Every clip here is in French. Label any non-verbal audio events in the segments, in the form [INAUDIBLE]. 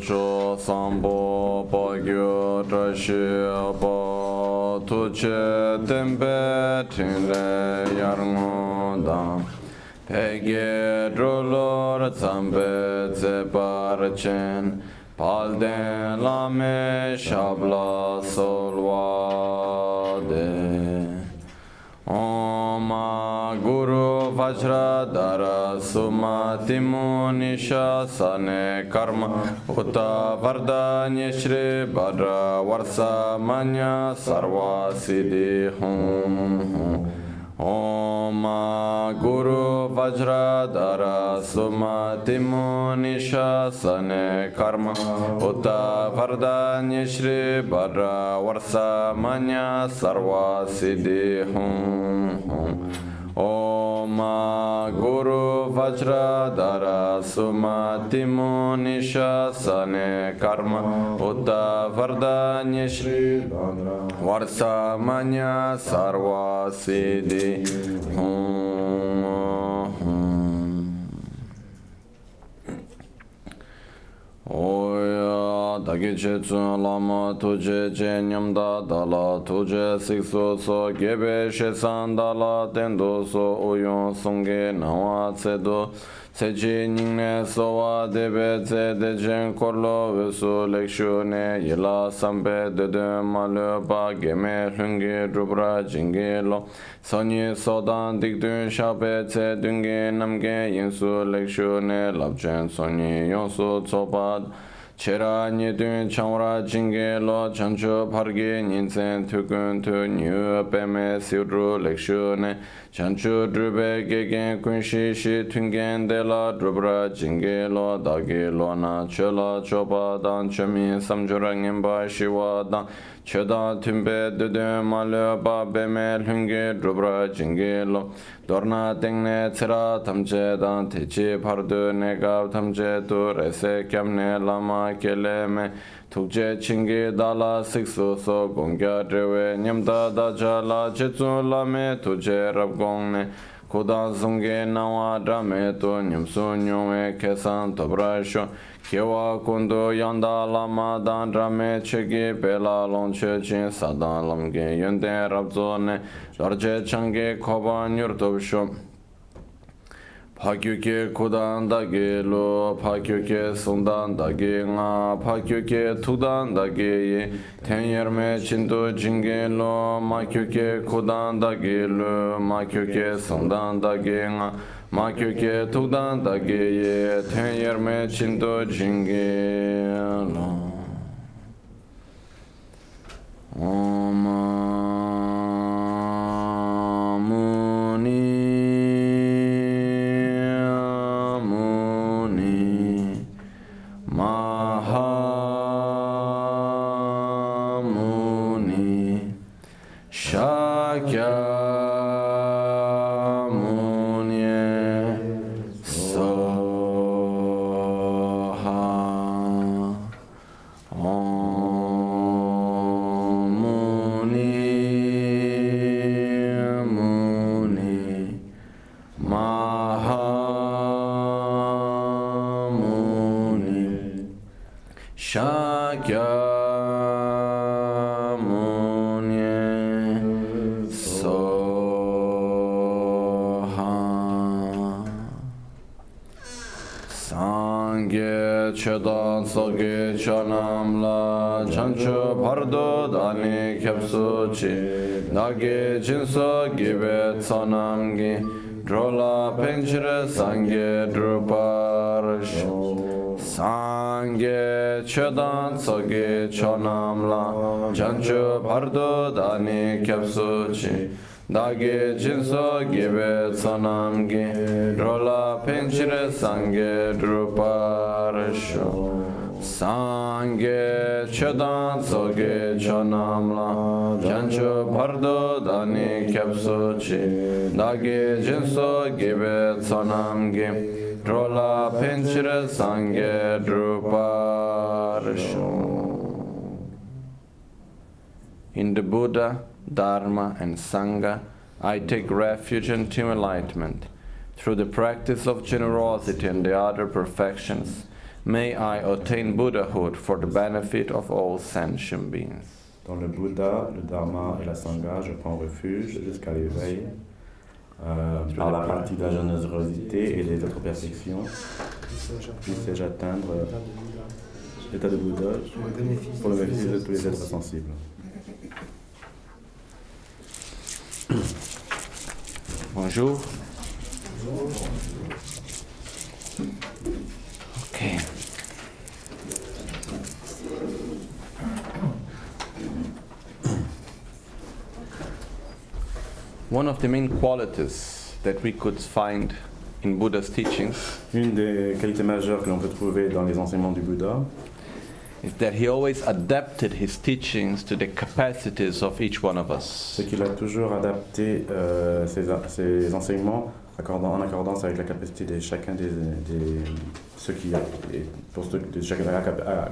chu sambo pa gyu tra shi pa tu che tempe ting le yar ngu dang pe ge dru lor tsam pe tse par chen pal den la me shab la sol wa de ॐ गुरु वज्रधर सुमतिमुनिशासने कर्म उत वरदान्य श्री भद्र वर्षमन्य सर्वसिद्धि हूँ ॐ गुरु वज्रधर सुमतिमुनिशासने कर्म उत वरदान्य श्री भद्र वर्षमन्य सर्वसिद्धि हूँ ॐ गुरु वज्रधर सुमतिमुनिशासने कर्म उत वरदान्य श्री वर्षमन्य सर्वसिद्धि Oya dagi che tsun lama tuje che nyamda dala tuje sikso so gebe she san dala tendo so oyon songe nawa tse do tse chi nyingne so wa debe tse de jen korlo wesu lekshu ne yela sampe de de ma le pa geme hungi rubra jingi lo sonyi sodan dikdun shape tse dungi namge yinsu lekshu ne labchen sonyi yonsu tsopa Chera nidun changwara jingi lo chanchu pargi ninsen tukun tu nyu peme siru lekshu ne chanchu drube gegen kunshi shi tungen de la drubra jingi lo dagi lo na chola chopa dan chumi samjura ngenpa shiwa dan choda tumbe dudun malu pa peme lungi drubra jingi lo dorna tengne tsira tamche dan techi pardu negab tamche tu rese kyamne lama kele me tukje chingi dala siksu so gongya drewe nyamda daja la chetsu lame tuje rab gongne kudan zungi nawa drame tu nyamsu nyungwe kesan tobra shon Kiwa kundu yanda lama dan drame chigi pela longche chin sadan lamge yunde rabzo ne darje changi koba nyurtub shum. Pakyuki kudan dagi lu, pakyuki sundan dagi nga, pakyuki tudan dagi yi, ten yerme chindu jingi lu, makyuki kudan dagi lu, makyuki sundan dagi nga, 마큐케 툭단 다게예 텐여메 친도 징게로 오마 무니 무니 마하 무니 샤캬 chedan sogi chanam la chancho pardo dani kepsu chi nagi jinso gibe tsanam gi drola penchire sangi drupar sangi chedan sogi chanam la chancho pardo dani kepsu chi dāgī jīnsō gībē tsōnām gī rōlā pēnchirē sāngē rūpārishō sāngē chēdān tsō gī chōnām lā jānchō pārdō dāni kēpsō chī dāgī jīnsō gībē tsōnām gī rōlā pēnchirē sāngē rūpārishō In the Buddha, Dharma, and Sangha, I take refuge and enlightenment. through the practice of generosity and the other perfections, may I attain Buddhahood for the benefit of all sentient beings. Dans le Bouddha, le Dharma et la Sangha, je prends refuge jusqu'à l'éveil euh, par la partie de la générosité et les autres perfections. Puissé-je atteindre l'état de Bouddha pour le bénéfice de tous les êtres sensibles. Bonjour. Okay. One of the main qualities that we could find in Buddha's teachings Une des qualités majeures que l'on peut trouver dans les enseignements du Bouddha, is that he always adapted his teachings to the capacities of each one of us. c'est qu'il a toujours adapté euh, ses, ses enseignements accordant- en accordance avec la capacité de chacun des, des- ceux qui et pour ceux de chacun-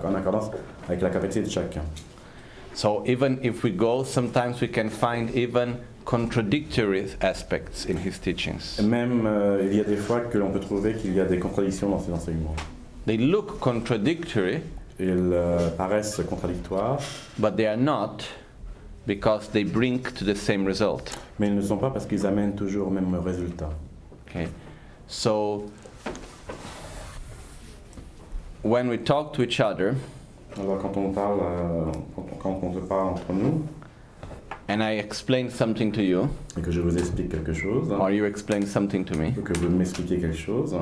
en accordance avec la capacité de chacun. So even if we go, sometimes we can find even contradictory aspects in his teachings. Et Même euh, il y a des fois que l'on peut trouver qu'il y a des contradictions dans ces enseignements. They look contradictory, Ils euh, paraissent contradictoires, but they are not because they bring to the same result. mais ils ne sont pas parce qu'ils amènent toujours au même résultat. Okay. So when we talk to each other, Alors quand on parle, euh, quand, on- quand on se parle entre nous and I explain something to you, et que je vous explique quelque chose, or you explain something to me, ou que vous m'expliquez quelque chose,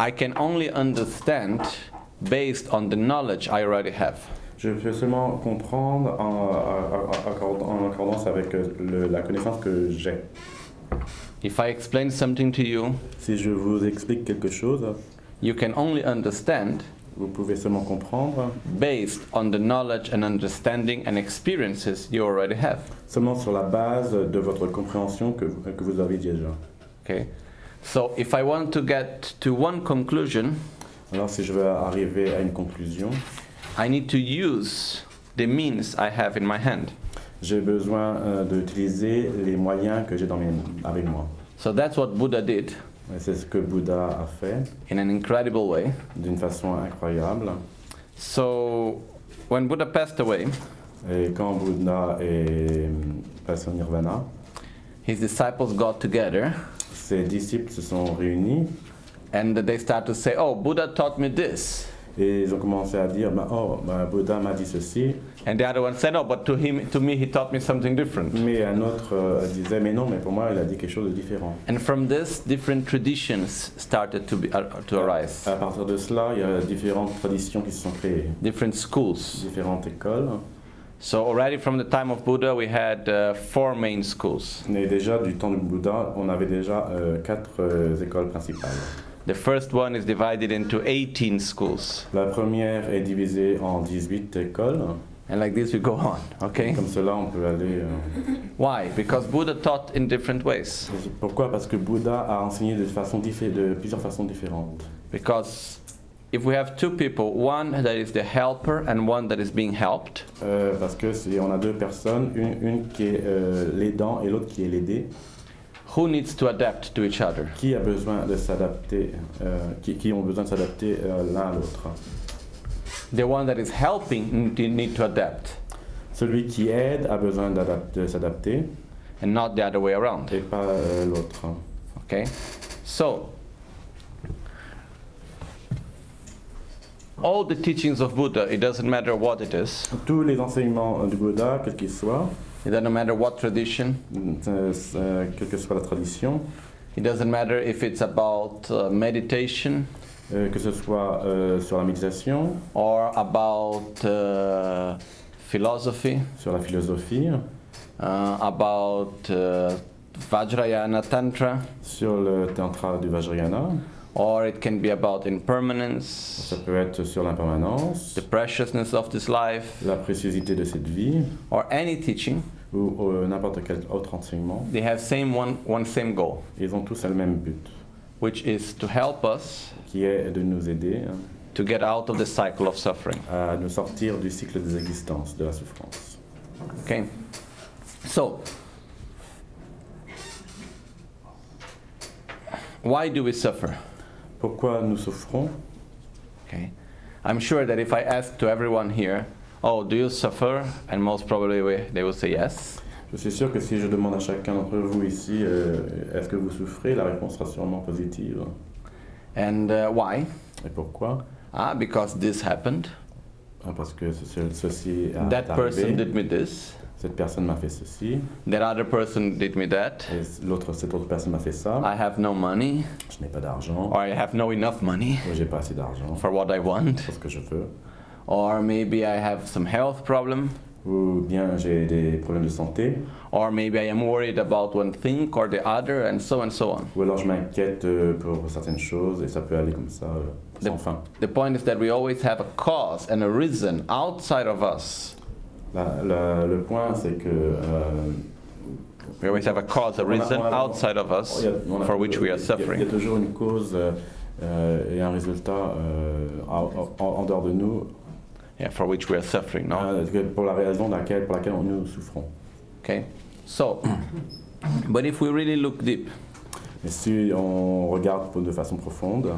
I can only understand based on the knowledge I already have. je peux seulement comprendre en, en- en- en accord- en accordance avec euh, le- la connaissance que j'ai. If I explain something to you, Si je vous explique quelque chose, you can only understand vous pouvez seulement comprendre based on the knowledge and understanding and experiences you already have. seulement sur la base de votre compréhension que, que vous avez déjà. Okay? So if I want to get to one conclusion, Alors si je veux arriver à une conclusion, I need to use the means I have in my hand. j'ai besoin euh, d'utiliser les moyens que j'ai dans mes, avec moi. So that's what Buddha did Et C'est ce que Bouddha a fait in an incredible way. d'une façon incroyable. So when Buddha passed away, Et quand Bouddha est euh, passé au nirvana, his disciples got together ses disciples se sont réunis and they start to say, "Oh, Buddha taught me this." et ils ont commencé à dire bah, Oh, bah, Bouddha m'a dit ceci. And the other one said, "No, but to him to me he taught me something different." Mais un autre euh, disait Mais non, mais pour moi, il a dit quelque chose de différent. And from this different traditions started to be ar- to arise. À partir de cela, il y a différentes traditions qui se sont créées, Different schools. différentes écoles. So already from the time of Buddha we had uh, four main schools. Mais déjà, du temps du Bouddha, on avait déjà euh, quatre euh, écoles principales. The first one is divided into 18 schools. La première est divisée en 18 écoles. And like this we go [LAUGHS] on, okay? Comme cela, on peut aller. euh, Why? Because Buddha taught in different ways. Pourquoi Parce que Bouddha a enseigné de, façon diffé- de plusieurs façons différentes. Because if we have two people, one that is the helper and one that is being helped, Euh, parce que c'est- on a deux personnes, une, une qui est euh, l'aidant et l'autre qui est l'aider. who needs to adapt to each other? Qui a besoin de s'adapter euh, qui, qui ont besoin de s'adapter euh, l'un à l'autre. The one that is helping need need to adapt Celui qui aide a besoin d'adap- de s'adapter and not the other way around, et pas euh, l'autre. okay? So, all the teachings of Buddha, it doesn't matter what it is, Tous les enseignements du Bouddha, quels qu'ils soient, it doesn't matter what tradition, euh, c'est- euh, quelle que soit la tradition, it doesn't matter if it's about uh, meditation, euh, que ce soit euh, sur la méditation, or about uh, philosophy, sur la philosophie, uh, about uh, Vajrayana Tantra, sur le tantra du Vajrayana, or it can be about impermanence, ça peut être sur l'impermanence, the preciousness of this life, la préciosité de cette vie or any teaching. ou euh, n'importe quel autre enseignement. They have same one, one same goal, Ils ont tous le même but, which is to help us qui est de nous aider hein, to get out of the cycle of suffering. à nous sortir du cycle des existences, de la souffrance. Okay, so. Why do we suffer? Pourquoi nous souffrons Okay. I'm sure that if I ask to everyone here, oh, do you suffer? And most probably we, they will say yes. Je suis sûr que si je demande à chacun d'entre vous ici, euh, est-ce que vous souffrez La réponse sera sûrement positive. And uh, why? Et pourquoi Ah, because this happened. Ah, Parce que ce- ce- ceci a That person arrivé. did me this. Cette personne m'a fait ceci. That other person did me that. Et l'autre, cette autre personne m'a fait ça. I have no money, Je n'ai pas d'argent. or I have no enough money Ou j'ai pas assez d'argent. for what I want, Pour ce que je veux. or maybe I have some health problem, Ou bien j'ai des problèmes de santé. or maybe I am worried about one thing or the other, and so and so on. Ou alors je m'inquiète euh, pour certaines choses et ça peut aller comme ça euh, sans Le- fin. The point is that we always have a cause and a reason outside of us. La- la- le point, c'est que euh, We always have a cause, a On a- reason on a- outside of us il y a- on a- for which we are il y a- Il y suffering. a toujours une cause euh, euh, et un résultat euh, en, en- en dehors de nous Yeah, for which we are suffering, no? euh, que- pour la raison laquelle, pour laquelle nous souffrons. Okay? So, [CLEARS THROAT] but if we really look deep, Mais si on regarde de façon profonde,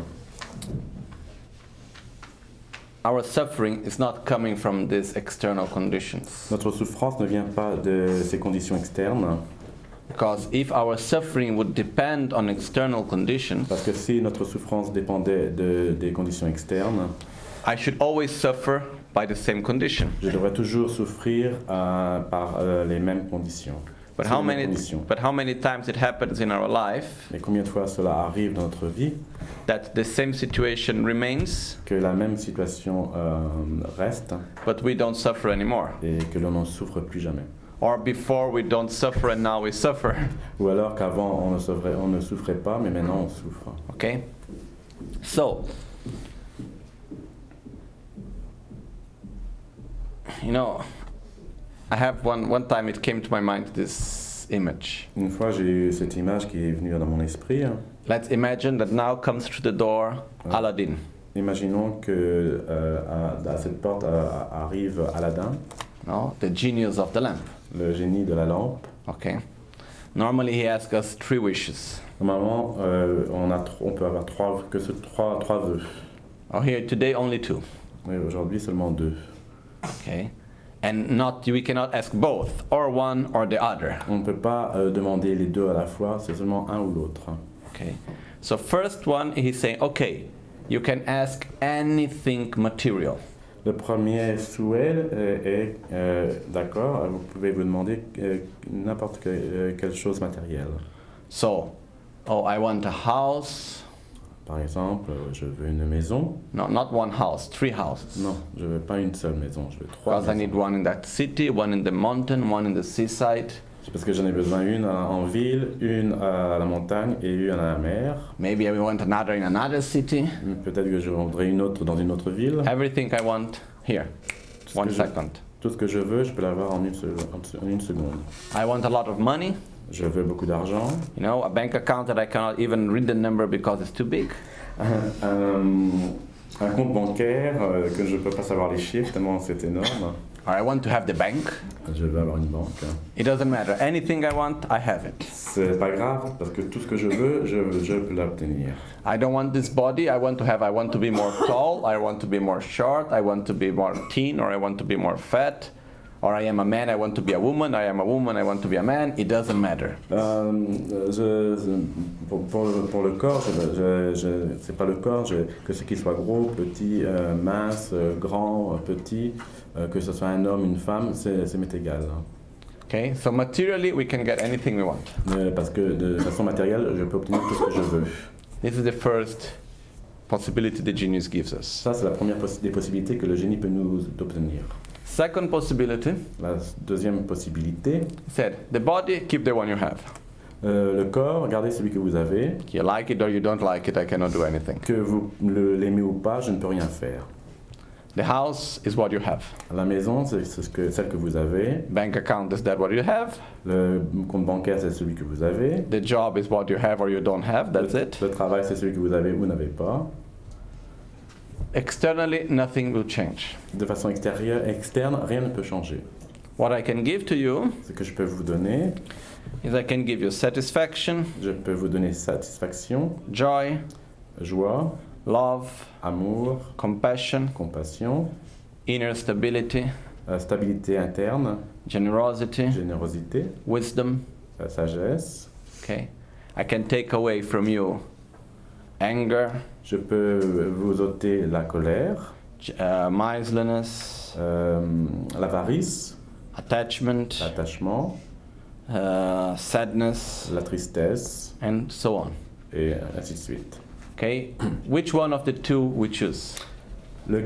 our suffering is not coming from these external conditions. notre souffrance ne vient pas de ces conditions externes, Because if our suffering would depend on external conditions, parce que si notre souffrance dépendait de- des conditions externes, I should always suffer by the same condition. je devrais toujours souffrir euh, par euh, les mêmes conditions. But Sous how les mêmes many conditions. but how many times it happens in our life Mais combien de fois cela arrive dans notre vie that the same situation remains que la même situation euh, reste but we don't suffer anymore? et que l'on n'en souffre plus jamais. Or before we don't suffer and now we suffer. [LAUGHS] Ou alors qu'avant on ne souffrait, on ne souffrait pas, mais maintenant on souffre. Okay? So you know I have one one time it came to my mind this image. Une fois j'ai eu cette image qui est venue dans mon esprit. hein. Let's imagine that now comes through the door Ah. Aladdin. Imaginons que euh, à, à cette porte euh, arrive Aladdin, No, the genius of the lamp. le génie de la lampe. Okay. Normally he asks us three wishes. Normalement, euh, on, a tro- on peut avoir trois, que ce, trois, trois vœux. Oh, here today only two. Mais aujourd'hui seulement deux. Okay. And not we cannot ask both or one or the other. On ne peut pas euh, demander les deux à la fois, c'est seulement un ou l'autre. Okay. So first one he's saying, okay, you can ask anything material. Le premier souhait euh, est, euh, d'accord, vous pouvez vous demander euh, n'importe que- euh, quelle chose matérielle. So, oh, I want a house. Par exemple, euh, je veux une maison. No, not one house, three houses. Non, je veux pas une seule maison, je veux trois. Because I need maisons. one in that city, one in the mountain, one in the seaside, C'est Parce que j'en ai besoin une à- en ville, une à la montagne et une à la mer. maybe I want another in another city. Peut-être que je vendrai une autre dans une autre ville. Everything I want here. Tout ce, Ah, One que je, second. tout ce que je veux, je peux l'avoir en une, seconde, en une seconde. I want a lot of money, Je veux beaucoup d'argent, you know, a bank account that I cannot even read the number because it's too big. un, Euh, un compte bancaire euh, que je peux pas savoir les chiffres tellement c'est énorme. Or I want to have the bank. Je veux avoir une banque. It doesn't matter. Anything I want, I have it. C'est pas grave, parce que tout ce que je veux, je, je peux l'obtenir. I don't want this body. I want to have, I want to be more tall. I want to be more short. I want to be more thin or I want to be more fat. Or I am a man. I want to be a woman. I am a woman. I want to be a man. It doesn't matter. Euh, je, je- pour, pour le, pour le corps, je, je, je- c'est pas le corps, je- que ce qu'il soit gros, petit, euh, mince, euh, grand, euh, petit, euh, que ce soit un homme, une femme, c'est c'est m'est égal. hein. Okay? So materially, we can get anything we want. Euh, parce que de façon matérielle, je peux obtenir tout ce que je veux. This is the first possibility the genius gives us. Ça, c'est la première possi- des possibilités que le génie peut nous obtenir. Second possibility, La deuxième possibilité, said the body, keep the one you have. euh, le corps, gardez celui que vous avez. You like it or you don't like it, I cannot do anything. Que vous le- l'aimez ou pas, je ne peux rien faire. The house is what you have. La maison, c'est c'est ce que, celle que vous avez. Bank account is that what you have. Le compte bancaire, c'est celui que vous avez. The job is what you have or you don't have. That's le, it. Le travail, c'est celui que vous avez ou n'avez pas. Externally, nothing will change. De façon extérieure, externe, rien ne peut changer. What I can give to you Ce que je peux vous donner, is I can give you satisfaction, je peux vous donner satisfaction, joy, joie, love, amour, compassion, compassion, inner stability, euh, stabilité interne, generosity, générosité, wisdom. euh, sagesse. Okay. I can take away from you anger, Je peux vous ôter la colère, j- uh, miserliness, euh, l'avarice, attachment, l'attachement, uh, sadness, la tristesse, and so on. et ainsi de suite. Okay. [CLEARS THROAT] Which one of the two we choose? Le,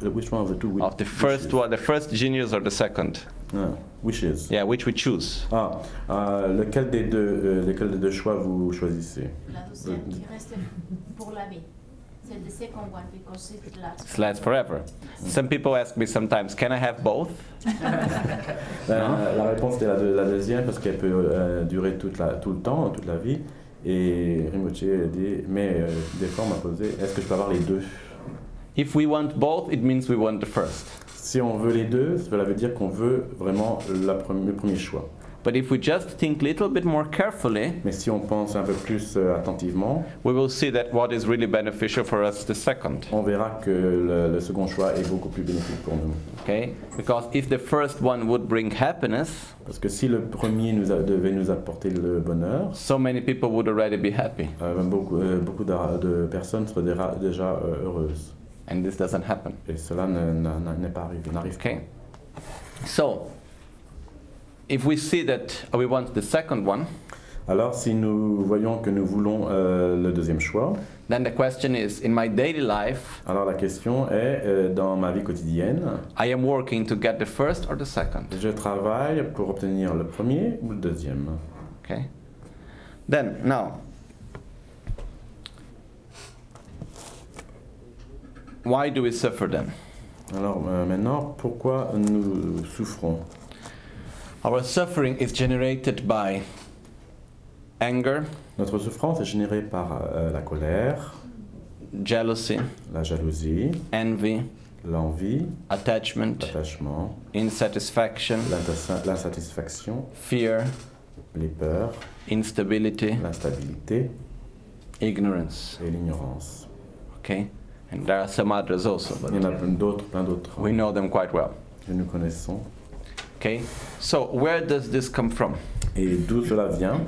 le which one of the two wi- Of the first wishes? one, the first genius or the second? Ah, wishes. Yeah, which we choose? Ah, euh, lequel des deux, euh, lequel des deux choix vous choisissez La deuxième qui reste pour la vie. C'est le second one because it lasts. It lasts forever. Some people ask me sometimes, can I have both? Ben, euh, la, la réponse était la, deux- la deuxième parce qu'elle peut euh, durer toute la, tout le temps, toute la vie. Et Rimotier dit, mais euh, des fois on m'a posé, est-ce que je peux avoir les deux If we want both, it means we want the first. Si on veut les deux, cela veut dire qu'on veut vraiment la premi- le premier choix. But if we just think a little bit more carefully, Mais si on pense un peu plus euh, attentivement, we will see that what is really beneficial for us is the second. on verra que le, le second choix est beaucoup plus bénéfique pour nous. Okay? Because if the first one would bring happiness, Parce que si le premier nous a- devait nous apporter le bonheur, so many people would already be happy. euh, beaucoup, euh, beaucoup d'ar- de personnes seraient déra- déjà euh, heureuses. And this doesn't happen. Et cela ne- n'a- n'a- n'est pas arrivé, n'arrive pas. Okay? So, if we see that we want the second one, Alors, si nous voyons que nous voulons euh, le deuxième choix, then the question is in my daily life, alors la question est, euh, dans ma vie quotidienne, I am working to get the first or the second. je travaille pour obtenir le premier ou le deuxième Okay? Then, now, why do we suffer then? Alors euh, maintenant, pourquoi nous souffrons Our suffering is generated by anger, Notre souffrance est générée par euh, la colère, jealousy, la jalousie, envy, l'envie, attachment, l'attachement, insatisfaction, l'intas- l'insatisfaction, fear, les peurs, instability, l'instabilité ignorance. et l'ignorance. Okay? And there are some others also, Il y but en a plein d'autres, plein d'autres we know them quite well. que nous connaissons. Okay? So, where does this come from? Et d'où cela vient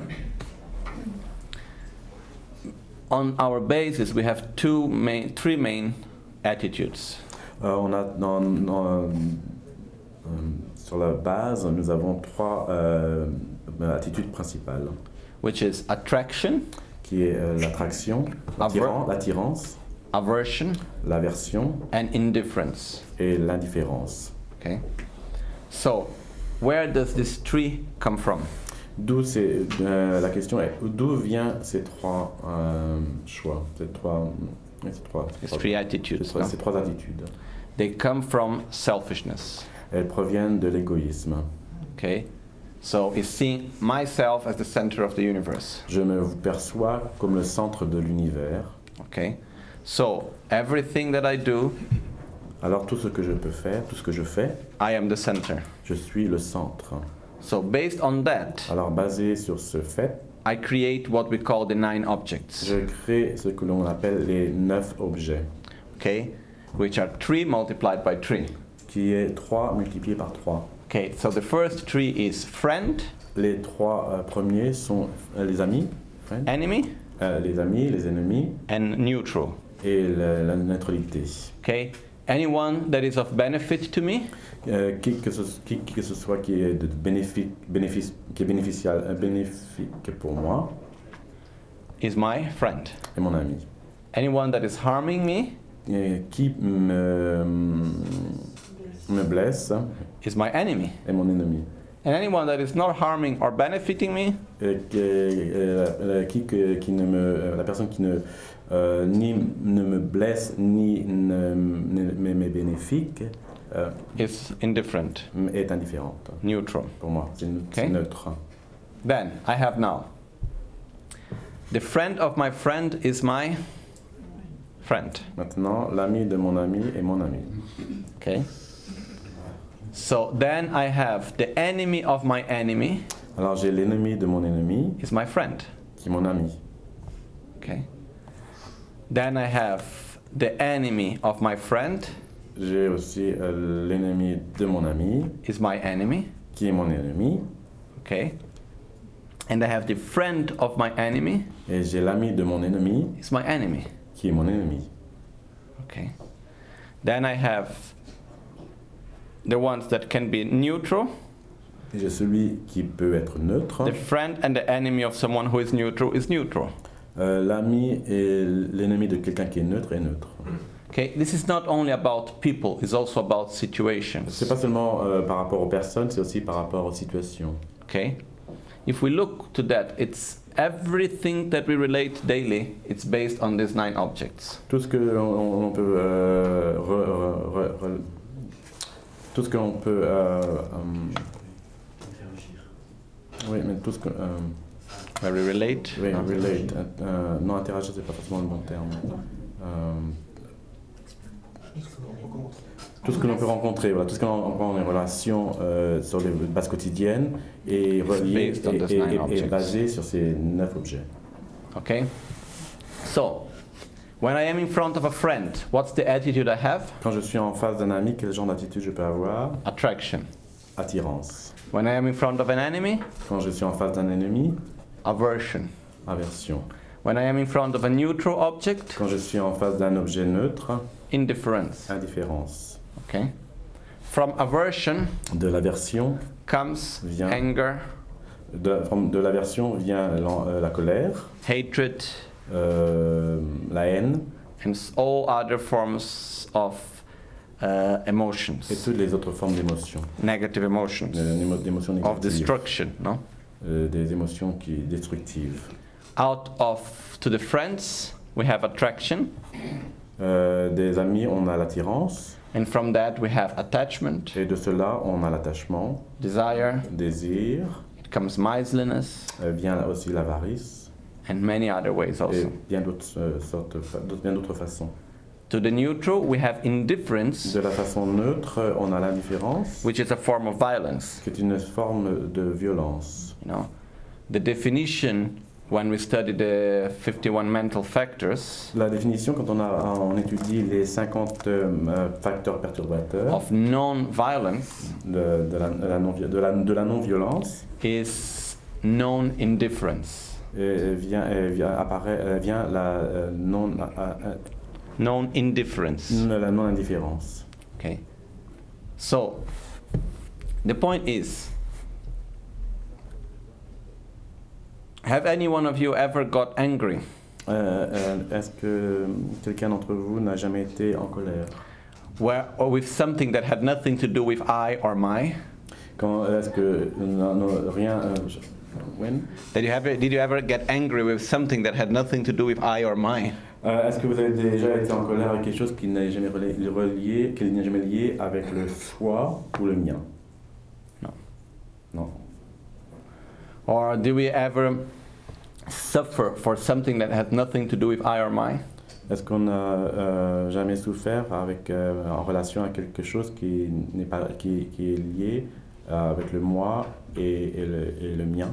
On our basis, we have two main, three main attitudes. Euh, On a dans- dans, euh, euh, sur la base, nous avons trois euh, attitudes principales, which is attraction, qui est euh, l'attraction, l'attirance, Aver- l'attirance, aversion, l'aversion and indifference. et l'indifférence. Okay. So, where does this tree come from? D'où c'est euh, la question est d'où vient ces trois euh, choix, ces trois, euh, ces trois, ces These trois- three ces attitudes. trois- no? ces trois attitudes. They come from selfishness. Elles proviennent de l'égoïsme. Okay. So it's seeing myself as the center of the universe. Je me perçois comme le centre de l'univers. Okay. So everything that I do, Alors tout ce que je peux faire, tout ce que je fais, I am the center. je suis le centre. So based on that, Alors basé sur ce fait, I create what we call the nine objects. je crée ce que l'on appelle les neuf objets, Okay. Which are three multiplied by three. qui est 3 multiplié par 3. Okay. So the first three is friend, Les trois euh, premiers sont euh, les amis, friends, enemy, euh, les amis, les ennemis, and neutral. et la, la neutralité. Okay? Anyone that is of benefit to me, Euh, qui, que ce, qui, qui que ce soit qui est de bénéfique, bénéfice, qui est bénéficial, euh, bénéfique pour moi is my friend. et mon ami. Anyone that is harming me, Et qui me, euh, me blesse is my enemy. est mon ennemi. And anyone that is not harming or benefiting me, Et que- euh, la- qui, que- qui ne me, euh, la personne qui ne, euh, ni ne me blesse ni ne ne- ne m'est bénéfique euh, is indifferent, est indifférente neutral. pour moi. C'est neu- c'est Ok. neutre. Then I have now. The friend of my friend is my friend. Maintenant, l'ami de mon ami est mon ami. Okay? So then I have the enemy of my enemy Alors j'ai l'ennemi de mon ennemi is my friend. qui est mon ami. Okay. Then I have the enemy of my friend J'ai aussi euh, l'ennemi de mon ami is my enemy. qui est mon ennemi. Okay. And I have the friend of my enemy Et j'ai l'ami de mon ennemi is my enemy. qui est mon ennemi. Okay. Then I have the ones that can be neutral, Et j'ai celui qui peut être neutre. the friend and the enemy of someone who is neutral is neutral. Euh, l'ami et l'ennemi de quelqu'un qui est neutre est neutre. Okay, this is not only about people, it's also about situations. C'est pas seulement euh, par rapport aux personnes, c'est aussi par rapport aux situations. Okay? If we look to that, it's everything that we relate daily, it's based on these nine objects. Tout ce que l'on on peut euh, re- re- re- re- tout ce qu'on peut euh, euh, oui, mais tout ce que euh, Where we relate. oui, relate, euh, non interagir c'est pas forcément le bon terme. Euh, tout ce que l'on peut rencontrer, voilà, tout ce que l'on rencontre en relation euh, sur les bases quotidiennes et relié based on et- those et- nine et- et objects. basé sur ces neuf objets. Okay? So, when I am in front of a friend, what's the attitude I have? Quand je suis en face d'un ami, quel genre d'attitude je peux avoir Attraction. Attirance. When I am in front of an enemy, Quand je suis en face d'un ennemi, aversion. aversion. When I am in front of a neutral object, Quand je suis en face d'un objet neutre, indifference. indifférence. Okay? From aversion De l'aversion, comes Vient. anger, de, de l'aversion vient l'en- euh, la colère, hatred, euh, la haine and s- all other forms of uh, emotions, et toutes les autres formes d'émotions, negative emotions, Euh, d'émo- d'émotions of négatives, destruction. No, euh, des émotions qui destructives. out of to the friends we have attraction, Euh, des amis, on a l'attirance and from that we have attachment, et de cela, on a l'attachement, desire. désir, It comes miserliness euh, vient aussi l'avarice and many other ways et also. bien d'autres euh, sortes, fa- d'autres- bien d'autres façons. To the neutral we have indifference, De la façon neutre, euh, on a l'indifférence, which is a form of violence. qui est une forme de violence. You know, the definition when we study the 51 mental factors La définition, quand on, a, on étudie les 50 euh, facteurs perturbateurs of non-violence de, de la, de la non- de la- de la non-violence, is known indifference. et vient, et vient, apparaît, euh, vient la euh, non- la- euh, Known indifference. la non-indifférence. Okay. So, the point is Have any one of you ever got angry? Euh, euh, Est-ce que quelqu'un d'entre vous n'a jamais été en colère Where, or with something that had nothing to do with I or my? Quand est-ce que non, non, rien euh, je- Wen Did you, ever, did you ever get angry with something that had nothing to do with I or my? Euh, Est-ce que vous avez déjà été en colère avec quelque chose qui n'est jamais relié, relié- qui n'est jamais lié avec le soi ou le mien Non. Non. Or do we ever suffer for something that had nothing to do with I or my? Est-ce qu'on a euh, jamais souffert avec, euh, en relation à quelque chose qui n'est pas qui, qui est lié euh, avec le moi et, et le, et le mien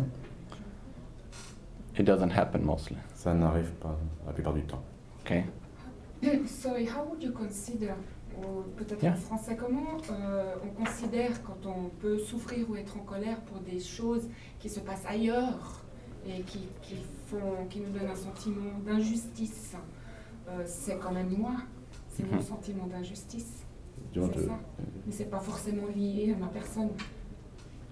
It doesn't happen mostly. Ça n'arrive pas la plupart du temps. Okay. Sorry, how would you consider, ou peut-être Yeah. en français, comment euh, on considère quand on peut souffrir ou être en colère pour des choses qui se passent ailleurs et qui, qui font, qui nous donnent un sentiment d'injustice Euh, C'est quand même moi, c'est mon Mhm. sentiment d'injustice, Tu vois, c'est je- ça. Mais c'est pas forcément lié à ma personne.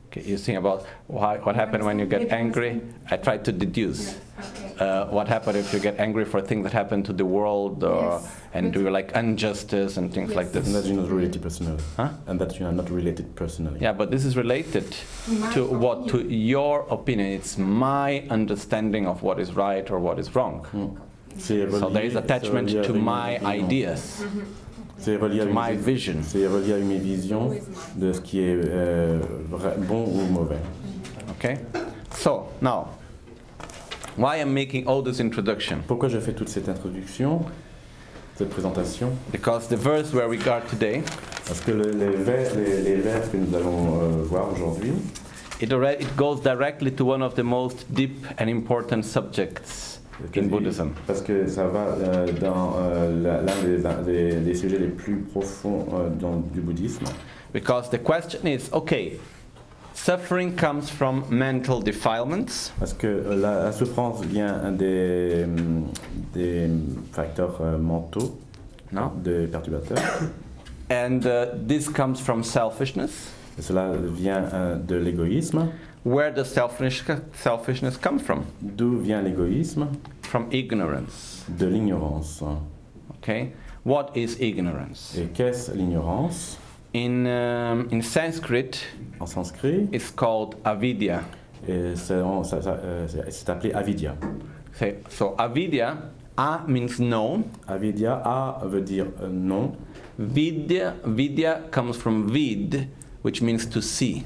okay. You think about why, what happened when you get angry. I tried to deduce Ok. uh, what happened if you get angry for things that happen to the world or Yes. and do like injustice and things like And that this. you're not related personally. Huh? And that you are not related personally. Yeah, but this is related My to what to opinion. your opinion. It's my understanding of what is right or what is wrong. Hmm. C'est So there relié- is c'est attachment relié à to une my opinion. ideas, C'est relié à to une my vision. vision. C'est relié à mes visions Always mine. de ce qui est euh, vrai- bon ou mauvais. Okay? So now, why I'm making all this introduction? Pourquoi je fais toute cette introduction cette présentation. Because the verse where we are today, Parce que le- les, vers, les, les vers que nous allons euh, voir aujourd'hui, it, already, it goes directly to one of the most deep and important subjects in Buddhism. parce que ça va euh, dans euh, la- l'un des, des- des sujets les plus profonds euh, dans, du bouddhisme. Because the question is okay, suffering comes from mental defilements, Parce que euh, la, la souffrance vient des, hum, des facteurs euh, mentaux, no? des perturbateurs. And uh, this comes from selfishness. Et cela vient euh, de l'égoïsme. Where does selfish, selfishness come from? D'où vient l'égoïsme From ignorance. De l'ignorance. Okay? What is ignorance? Et qu'est-ce l'ignorance In, um, in Sanskrit, En sanskrit, it's called avidya. et c'est on- ça- ça, euh, c'est- c'est appelé avidya. Say- So, avidya, a means no. Avidya, A veut dire euh, non. Vidya, vidya comes from vid, which means to see.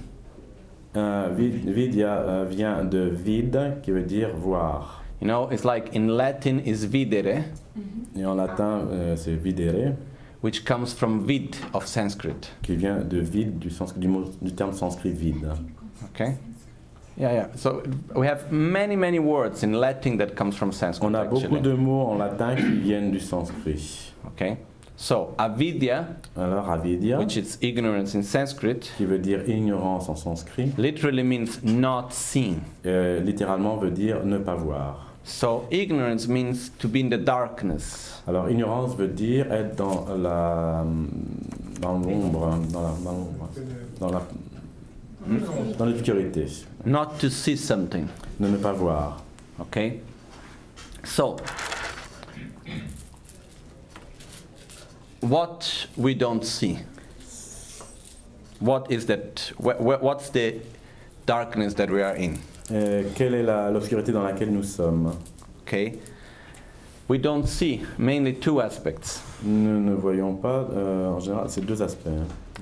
Euh, vid- vidya euh, vient de vide, qui veut dire voir. You know, it's like in Latin is videre, Et en latin, euh, c'est videre, which comes from vid of Sanskrit. qui vient de vide du, sens, du, mot- du terme sanskrit vide. Okay? Yeah, yeah. So we have many, many words in Latin that comes from Sanskrit. On a beaucoup actually. de mots en latin qui viennent du sanskrit. Okay? So avidya, Alors, avidya, which is ignorance in Sanskrit, qui veut dire ignorance en sanskrit, literally means not seeing. euh, littéralement veut dire ne pas voir. So ignorance means to be in the darkness. Alors, ignorance veut dire être dans la dans l'ombre, hein, dans la dans l'ombre, dans la dans l'obscurité, Not to see something. ne ne pas voir. Okay? So what we don't see. What is that wh- wh- what's the darkness that we are in? Euh, quelle est la- l'obscurité dans laquelle nous sommes Okay? We don't see mainly two aspects. Nous ne voyons pas. euh, en général, c'est deux aspects.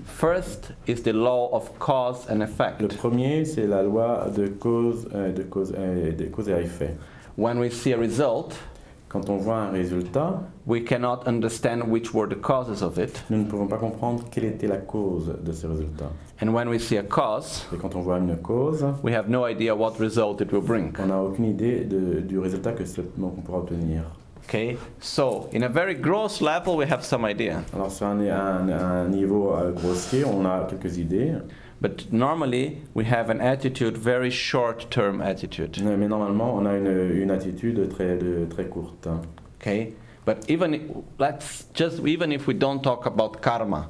First is the law of cause and Le effect. premier, c'est la loi de cause, euh, de cause, euh, de cause et à effet. When we see a result, Quand on voit un résultat, we cannot understand which were the causes of it. nous ne pouvons pas comprendre quelle était la cause de ce résultat. And when we see a cause, Et quand on voit une cause, we have no idea what result it will bring. on n'a aucune idée de- du résultat que ce- qu'on pourra obtenir. Okay? So, in a very gross level, we have some idea. Alors sur un, un- un niveau euh, grossier, on a quelques idées, But normally, we have an attitude, very short term attitude. mais normalement on a une, une attitude très, de- très courte. Okay? But even, i- let's just, even if we don't talk about karma,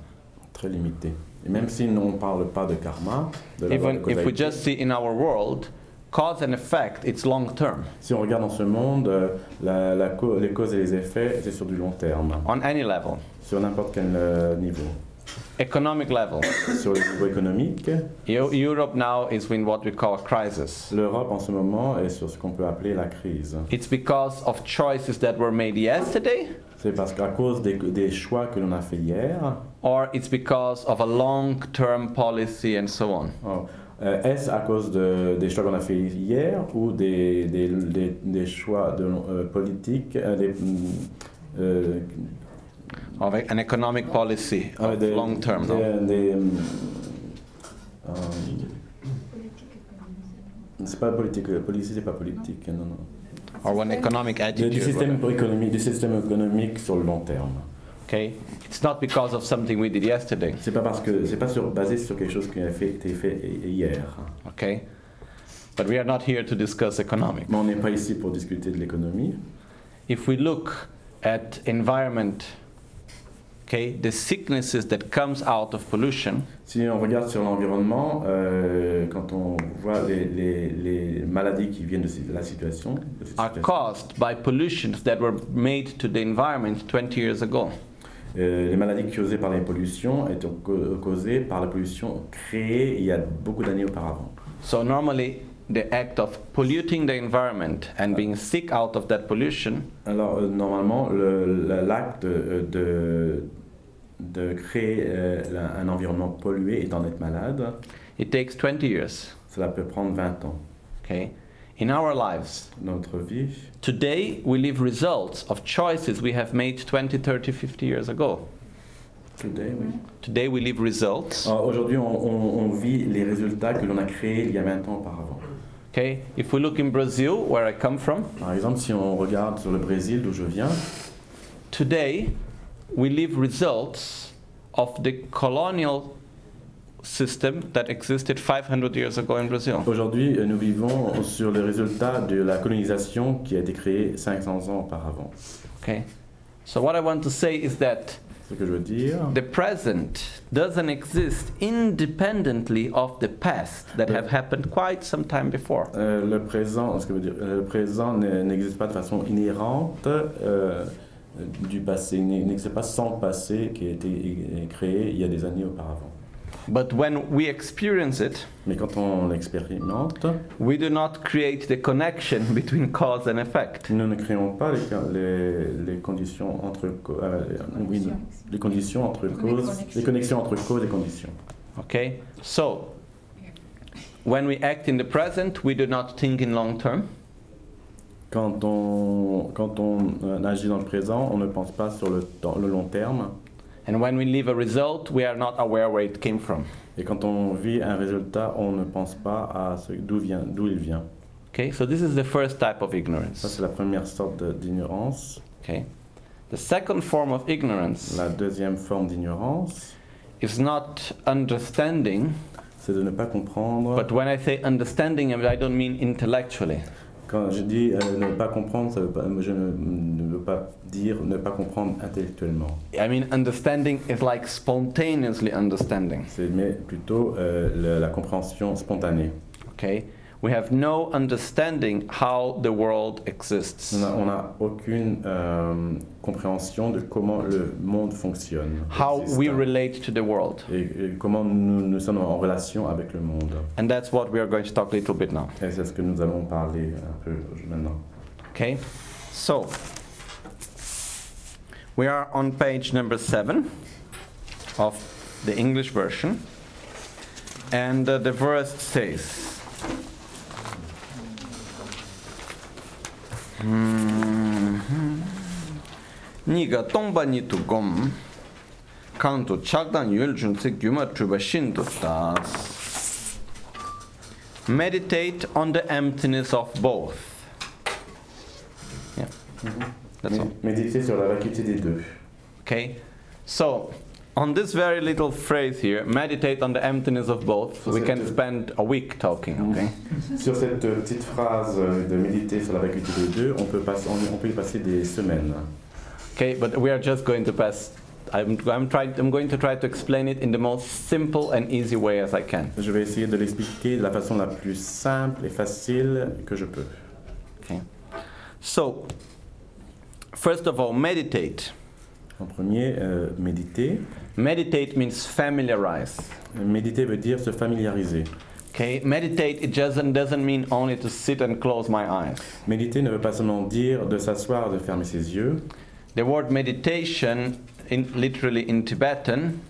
Très limitée. Et même si nous, on ne parle pas de karma, de la loi de even if we causalité, just see in our world cause and effect it's long term si on regarde dans ce monde, euh, la, la cau- les causes et les effets, c'est sur du long terme, on any level sur n'importe quel euh, niveau. economic level Sur le niveau économique, Eu- europe now is in what we call a crisis l'Europe en ce moment est sur ce qu'on peut appeler la crise. it's because of choices that were made yesterday C'est parce qu'à cause des, des choix que l'on a fait hier, or it's because of a long term policy and so on Oh. Euh, Est-ce à cause de- des choix qu'on a fait hier ou des, des, des, des choix de, euh, politiques, euh, des, mm, euh, of a- an economic policy ah, of des- long term no? des- des, mm, euh, C'est pas politique, euh, politique, c'est pas politique, non, non. or one economic Des- Du attitude système économique, du système économique sur le long terme. okay it's not because of something we did yesterday C'est pas parce que c'est pas sur, basé sur quelque chose qui a fait, été fait hi- hier. okay but we are not here to discuss economic Mais on n'est pas ici pour discuter de l'économie. if we look at environment okay the sicknesses that comes out of pollution Si on regarde sur l'environnement, euh, quand on voit les, les- les maladies qui viennent de si- la situation, de cette are situation, caused by pollutions that were made to the environment 20 years ago euh, les maladies causées par les pollutions étaient ca- causées par la pollution créée il y a beaucoup d'années auparavant. so normally the act of polluting the environment and being sick out of that pollution Alors euh, normalement, le- la- l'acte euh, de, de créer euh, la- un environnement pollué et d'en être malade, it takes 20 years cela peut prendre 20 ans. okay in our lives. notre vie. Today, we live results of choices we have made 20, 30, 50 years ago. Today, oui. Today, we live results. Alors, Aujourd'hui, on, on- on vit les résultats que l'on a créés il y a 20 ans auparavant. Okay, if we look in Brazil, where I come from, Par exemple, si on regarde sur le Brésil d'où je viens, today we live results of the colonial system that existed 500 years ago in Brazil. aujourd'hui euh, nous vivons sur les résultats de la colonisation qui a été créée 500 ans auparavant. Okay, so what I want to say is that Ce que je veux dire, the present doesn't exist independently of the past that have happened quite some time before. euh, le présent, ce que je veux dire, euh, le présent ne- n'existe pas de façon inhérente euh, du passé, il n'existe pas sans passé qui a été é- créé il y a des années auparavant. But when we experience it, Mais quand on l'expérimente, we do not create the connection [LAUGHS] between cause and effect. nous ne créons pas les, les- les conditions entre co- euh, oui, les conditions entre causes, les connexions entre causes et conditions. Okay? So, when we act in the present, we do not think in long term. Quand on, quand on euh, agit dans le présent, on ne pense pas sur le, temps- le long terme. And when we leave a result, we are not aware where it came from. Et quand on vit un résultat, on ne pense pas à ce- d'où vient- d'où il vient. Okay? So, this is the first type of Ça, ignorance. c'est la première sorte de- d'ignorance. Okay? The second form of ignorance La deuxième forme d'ignorance, is not understanding, c'est de ne pas comprendre. but when I say understanding, I don't mean intellectually. Quand je dis euh, ne pas comprendre, ça veut pas- je ne, ne veux pas dire ne pas comprendre intellectuellement. I mean, understanding is like spontaneously understanding. C'est mais plutôt euh, le- la compréhension spontanée. Okay? We have no understanding how the world exists. On n'a on n'a aucune euh, compréhension de comment le monde fonctionne. how existe. we relate to the world. et, et comment nous, nous sommes en relation avec le monde. And that's what we are going to talk a little bit now. Et c'est ce que nous allons parler un peu maintenant. Okay? So, we are on page number seven of the English version. And uh, the verse says, "Hmm, Niga tongba ni tu gom, kanto chakdan yul chun se gyuma truba shin tu tas. Meditate on the emptiness of both. Yeah. That's all. Méditer sur la vacuité des deux. Okay? So, on this very little phrase here, meditate on the emptiness of both, we can spend a week talking, okay? Sur cette euh, petite phrase euh, de méditer sur la vacuité des deux, on peut, passer, on, on peut y passer des semaines. Okay, but we are just going to pass. I'm, I'm, trying, I'm going to try to explain it in the most simple and easy way as I can. Je vais essayer de l'expliquer de la façon la plus simple et facile que je peux. Okay? So, first of all, meditate. En premier, euh, méditer. Meditate means familiarize. Méditer veut dire se familiariser. Okay, meditate it doesn't doesn't mean only to sit and close my eyes. Méditer ne veut pas seulement dire de s'asseoir, de fermer ses yeux. The word meditation, in, literally in Tibetan,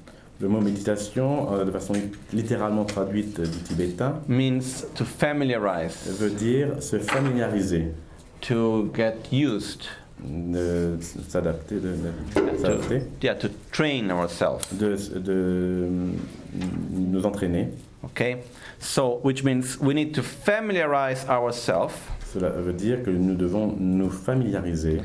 Le mot méditation, euh, de façon littéralement traduite du tibétain, means to familiarize, veut dire se familiariser, to get used, de s'adapter, de, de- s'adapter, yeah, to train ourselves. de, de mm, nous entraîner. Okay, so which means we need to familiarize ourselves. Cela veut dire que nous devons nous familiariser.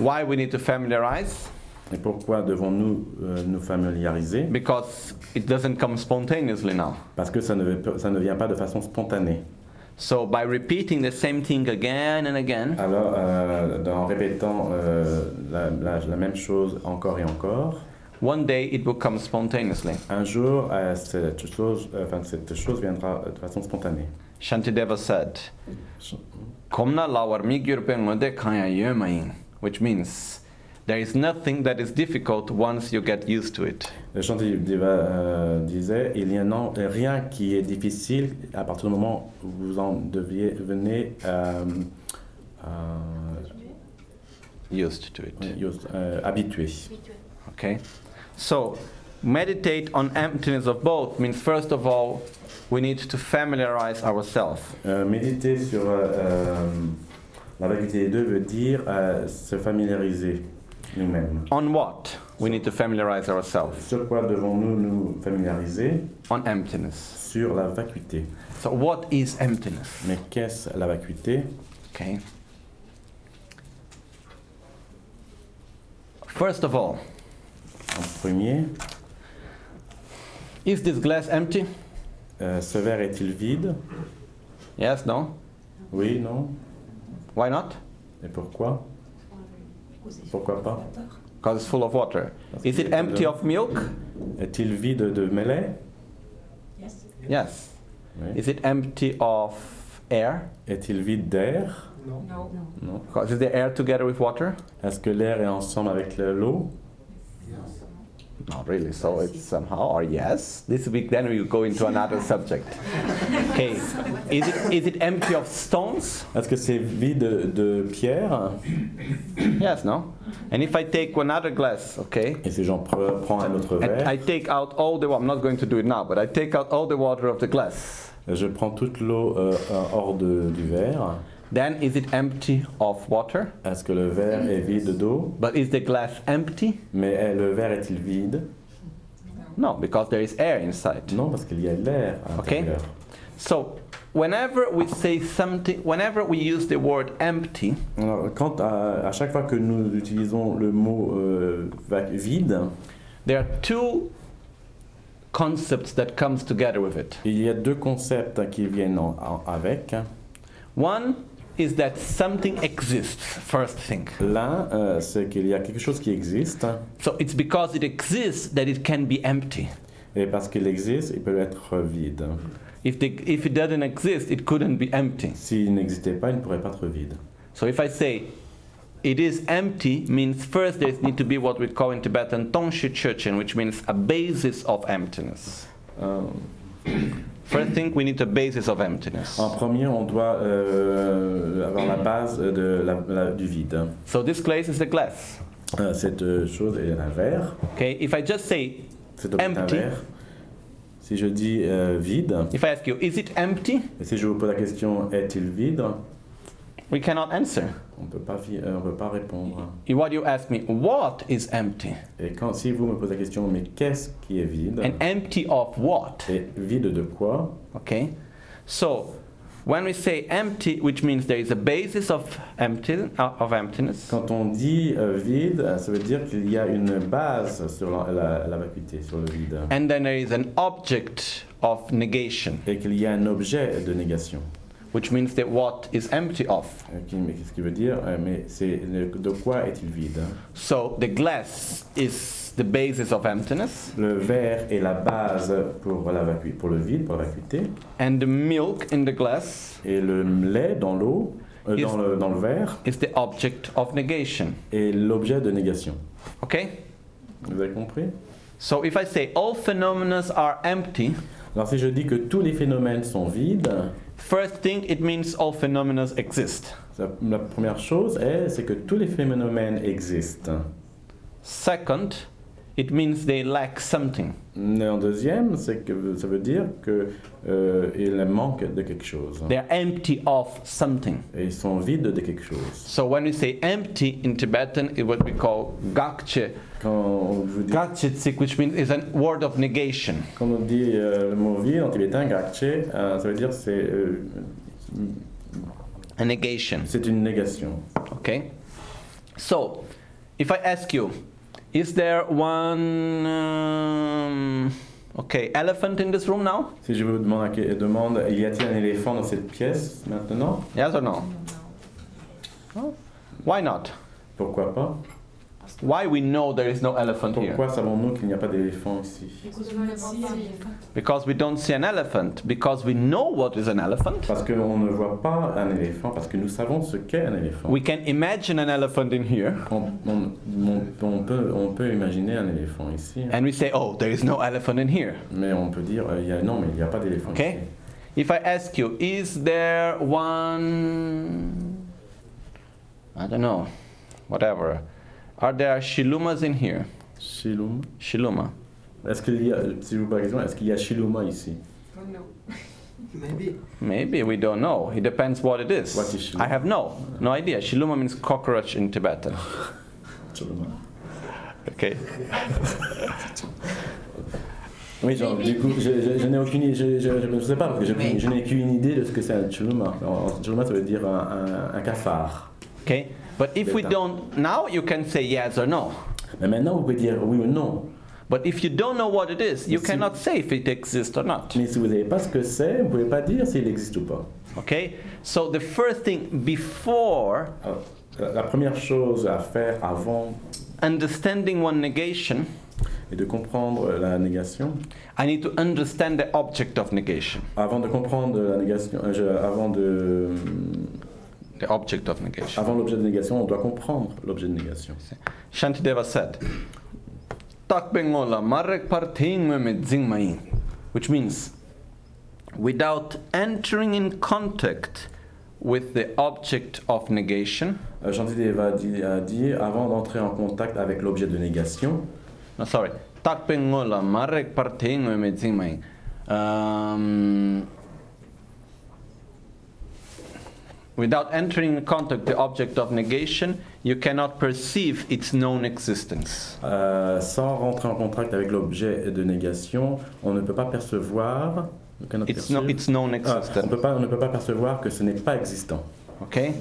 Why we need to familiarize? Et pourquoi devons-nous euh, nous familiariser Because it doesn't come spontaneously now. Parce que ça ne, veut pas- ça ne vient pas de façon spontanée. So by repeating the same thing again and again, Alors, euh, en répétant euh, la, la- la même chose encore et encore, one day it will come spontaneously. un jour, euh, cette, chose, euh, enfin, cette chose viendra de façon spontanée. Shantideva said, "Komna lawar migyur pe ngode kaya yemain," which means there is nothing that is difficult once you get used to it. Shantideva euh, disait il n'y a non- rien qui est difficile à partir du moment où vous en deviez, venez euh, euh, Used to it. oui, euh, habitué. Habitué. Okay, so Meditate on emptiness of both means, first of all, we need to familiarize ourselves. Euh, méditer sur euh, euh, la vacuité des deux veut dire euh, se familiariser nous-mêmes. On what? We need to familiarize ourselves. Sur quoi devons-nous nous familiariser On emptiness. Sur la vacuité. So, what is emptiness? Mais qu'est-ce la vacuité Okay. First of all, En premier, is this glass empty? euh, ce verre est-il vide Yes, no? Oui, non Why not? Et pourquoi Pourquoi pas Because it's full of water. Parce Is qu'il it est empty dedans. of milk? Est-il vide de mêlée Yes. Oui. Is it empty of air? Est-il vide d'air Non. Non. Non. Because is the air together with water? Est-ce que l'air est ensemble avec le- l'eau Not really. So it's somehow or yes. This week then we go into another subject. Okay. Is it is it empty of stones? Est-ce que c'est vide de pierre Yes, no. And if I take another glass, okay. Et si j'en pre- prends un autre And I verre, take out all the. I'm not going to do it now, but I take out all the water of the glass. je prends toute l'eau euh, euh, hors de- du verre. Then is it empty of water? Est-ce que le verre est vide d'eau But is the glass empty? Mais eh, le verre est-il vide No, because there is air inside. Non, parce qu'il y a de l'air à Ok. l'intérieur. So, whenever we say something, whenever we use the word empty, Alors, quand à, à chaque fois que nous utilisons le mot euh, va- vide, there are two concepts that comes together with it. il y a deux concepts qui viennent en- en- avec. One is that something exists, first thing. L'un, euh, c'est qu'il y a quelque chose qui existe, So it's because it exists that it can be empty. et parce qu'il existe, il peut être vide. If, the, if it doesn't exist, it couldn't be empty. S'il n'existait pas, il ne pourrait pas être vide. So if I say it is empty, means first there need to be what we call in Tibetan Tongshi Chöchen, which means a basis of emptiness. Euh, First thing, we need a basis of emptiness. en premier, on doit euh, avoir la base de la- la- du vide. So this glass is a glass. Euh, cette euh, chose est un verre. Okay, if I just say, C'est objet d'un Empty. verre. Si je dis euh, vide, if I ask you, is it empty? et si je vous pose la question est-il vide, We cannot answer. on ne peut pas vi- euh, on peut pas répondre. What you ask me, what is empty? Et quand si vous me posez la question mais qu'est-ce qui est vide And empty of what? Et vide de quoi Okay? So, when we say empty, which means there is a basis of, empty, uh, of emptiness, Quand on dit euh, vide, euh, ça veut dire qu'il y a une base sur la, la- la vacuité, sur le vide, and then there is an object of negation, et qu'il y a un objet de négation. which means that what is empty of. Euh, qui- mais qu'est-ce qui veut dire Euh, Mais c'est le- de quoi est-il vide So, the glass is the basis of emptiness, Le verre est la base pour la vacu- pour le vide, pour la vacuité. and the milk in the glass Et le lait dans l'eau, euh, Yes. dans, le, dans le verre, is the object of negation. est l'objet de négation. Okay? Vous avez compris So, if I say all phenomena are empty, Alors si je dis que tous les phénomènes sont vides, first thing it means all phenomena exist. ça- la première chose est, c'est que tous les phénomènes existent. Second, it means they lack something. Mais en deuxième, c'est que ça veut dire que euh, il manque de quelque chose. They are empty of something. Et ils sont vides de quelque chose. So when we say empty in Tibetan, it's what we call gakche. Quand on vous dit, Gakche tsik, which means is a word of negation. quand on dit euh, le mot vide en tibétain, gakche, euh, ça veut dire c'est euh, A negation. c'est une négation. Okay? So, if I ask you, is there one um, okay elephant in this room now? Si je vous demande, à que- demande, y a-t-il un éléphant dans cette pièce maintenant Yes or no? Why not? Pourquoi pas Why we know there is no elephant here? Pourquoi savons-nous qu'il n'y a pas d'éléphant ici Because we don't see an elephant. Because we know what is an elephant. Parce qu'on ne voit pas un éléphant, parce que nous savons ce qu'est un éléphant. We can imagine an elephant in here. On, on- on- on peut, on peut imaginer un éléphant ici, hein. And we say, oh, there is no elephant in here. mais on peut dire euh, il y a, non, mais il n'y a pas d'éléphant Ok. ici. If I ask you, is there one. I don't know. Whatever. Are there shilumas in here? Shilum, Shiluma. Est-ce qu'il y a, si je vous pose la question, est-ce qu'il y a Shiloma ici Oh non. Maybe. Maybe we don't know. It depends what it is. What is shiluma? I have no no idea. Shiluma means cockroach in Tibetan. Shiloma. Okay. Oui, genre, du coup, je, je- je n'ai aucune idée, je, je, je ne sais pas, parce que je, je n'ai qu'une idée de ce que c'est un Shiloma. Alors, Shiloma, ça veut dire un, un, un cafard. Okay. But if we Tibetan. don't now, you can say yes or no. Mais maintenant, vous pouvez dire oui ou non. But if you don't know what it is, you Si- cannot say if it exists or not. Mais si vous n'avez pas ce que c'est, vous ne pouvez pas dire s'il existe ou pas. Okay. So the first thing before Alors, la la première chose à faire avant understanding one negation, est de comprendre la négation. I need to understand the object of negation. Avant de comprendre la négation, euh, je- avant de, euh, The object of negation. avant l'objet de négation, on doit comprendre l'objet de négation. Shantideva said, "Takpengola marek parting me me zingmain," which means, without entering in contact with the object of negation. Euh, Shantideva a dit, a dit, avant d'entrer en contact avec l'objet de négation, No, sorry. Takpengola marek parting me me zingmain. Um, Without entering in contact the object of negation, you cannot perceive its known existence. euh, sans rentrer en contact avec l'objet de négation, on ne peut pas percevoir. on cannot It's no, perceive- its known Ah, on, existence. peut pas, on ne peut pas percevoir que ce n'est pas existant. Okay?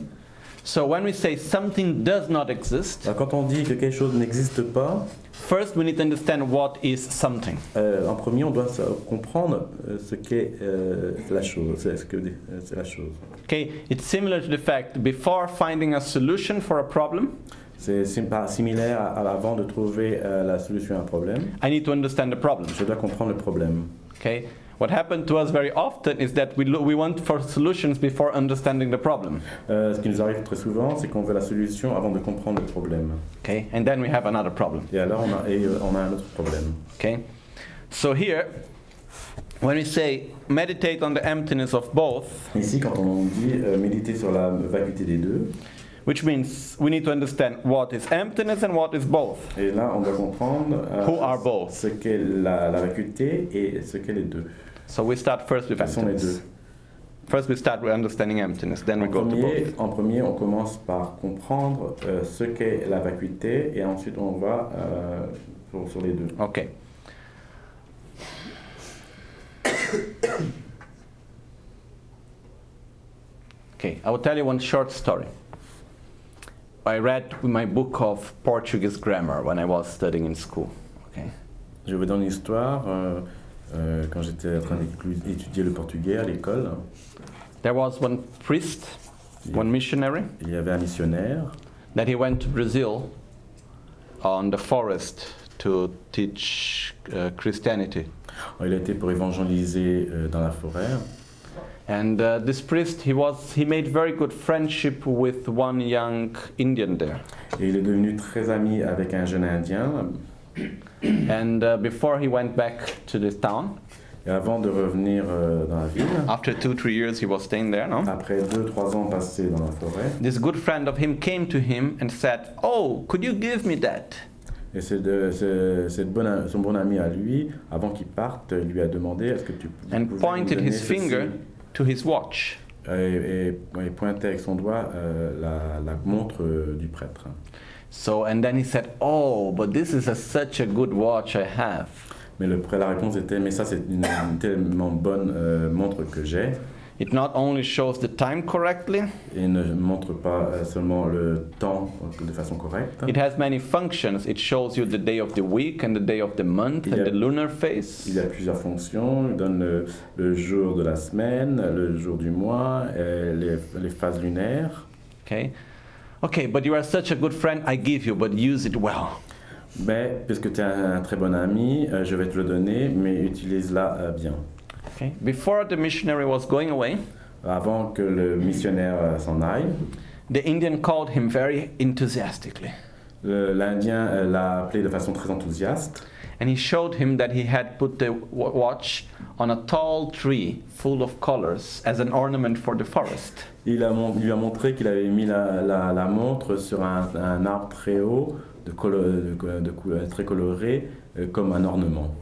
So when we say something does not exist, Alors, Quand on dit que quelque chose n'existe pas, first we need to understand what is something. Euh, en premier, on doit sa- comprendre euh, ce qu'est euh, la chose. C'est ce que dit- euh, c'est la chose. Okay? It's similar to the fact before finding a solution for a problem, C'est sim- pas- similaire à, à- avant de trouver euh, la solution à un problème. I need to understand the problem. Je dois comprendre le problème. Okay? What happened to us very often is that we, lo- we want for solutions before understanding the problem. Euh, ce qui nous arrive très souvent, c'est qu'on veut la solution avant de comprendre le problème. Okay? And then we have another problem. Et alors, on a, et, euh, on a un autre problème. Okay? So here, when we say meditate on the emptiness of both, Ici, quand on dit euh, méditer sur la vacuité des deux, which means we need to understand what is emptiness and what is both. et là, on doit comprendre euh, Who are both? ce qu'est la, la vacuité et ce qu'est les deux. So we start first with Quels sont les deux emptiness. First we start with understanding emptiness, then we En go to premier, both. en premier, on commence par comprendre euh, ce qu'est la vacuité et ensuite on va euh, sur, sur les deux. Okay. Okay, I will tell you one short story. I read in my book of Portuguese grammar when I was studying in school. Okay. Je vais dans l'histoire, euh, euh, quand j'étais en train d'éclu- d'étudier le portugais à l'école, There was one priest, one missionary, il y avait un missionnaire that he went to Brazil on the forest to teach uh, Christianity. il a été pour évangéliser euh, dans la forêt. And uh, this priest, he was he made very good friendship with one young Indian there. Et il est devenu très ami avec un jeune indien. And uh, before he went back to the town, Et avant de revenir euh, dans la ville, after two three years he was staying there, no. après deux, trois ans passés dans la forêt, This good friend of him came to him and said, "Oh, could you give me that?" et c'est de- c'est- cette bonne a- son bon ami à lui, avant qu'il parte, lui a demandé est-ce que tu peux And pointed his finger to his watch. et, et- et pointait avec son doigt euh, la, la montre euh, du prêtre. So and then he said, "Oh, but this is a, such a good watch I have." Mais le, prêtre- la réponse était Mais ça, c'est une, une tellement bonne euh, montre que j'ai. It not only shows the time correctly, Et ne montre pas euh, seulement le temps euh, de façon correcte. it has many functions. It shows you the day of the week and the day of the month and the Yeah. lunar phase. Il a plusieurs fonctions il donne le, le jour de la semaine, le jour du mois, euh, les, les phases lunaires. Okay. Okay, but you are such a good friend, I give you, but use it well. Mais puisque tu es un, un très bon ami, euh, je vais te le donner, mais utilise-la euh, bien. Okay. Before the missionary was going away, Avant que le missionnaire euh, s'en aille, the Indian called him very enthusiastically. Le- L'Indien euh, l'a appelé de façon très enthousiaste And he showed him that he had put the wa- watch on a tall tree full of colors as an ornament for the forest. Il, a mon- il lui a montré qu'il avait mis la, la- la montre sur un, un arbre très haut, de colo- de co- de couleur- très coloré, euh, comme un ornement.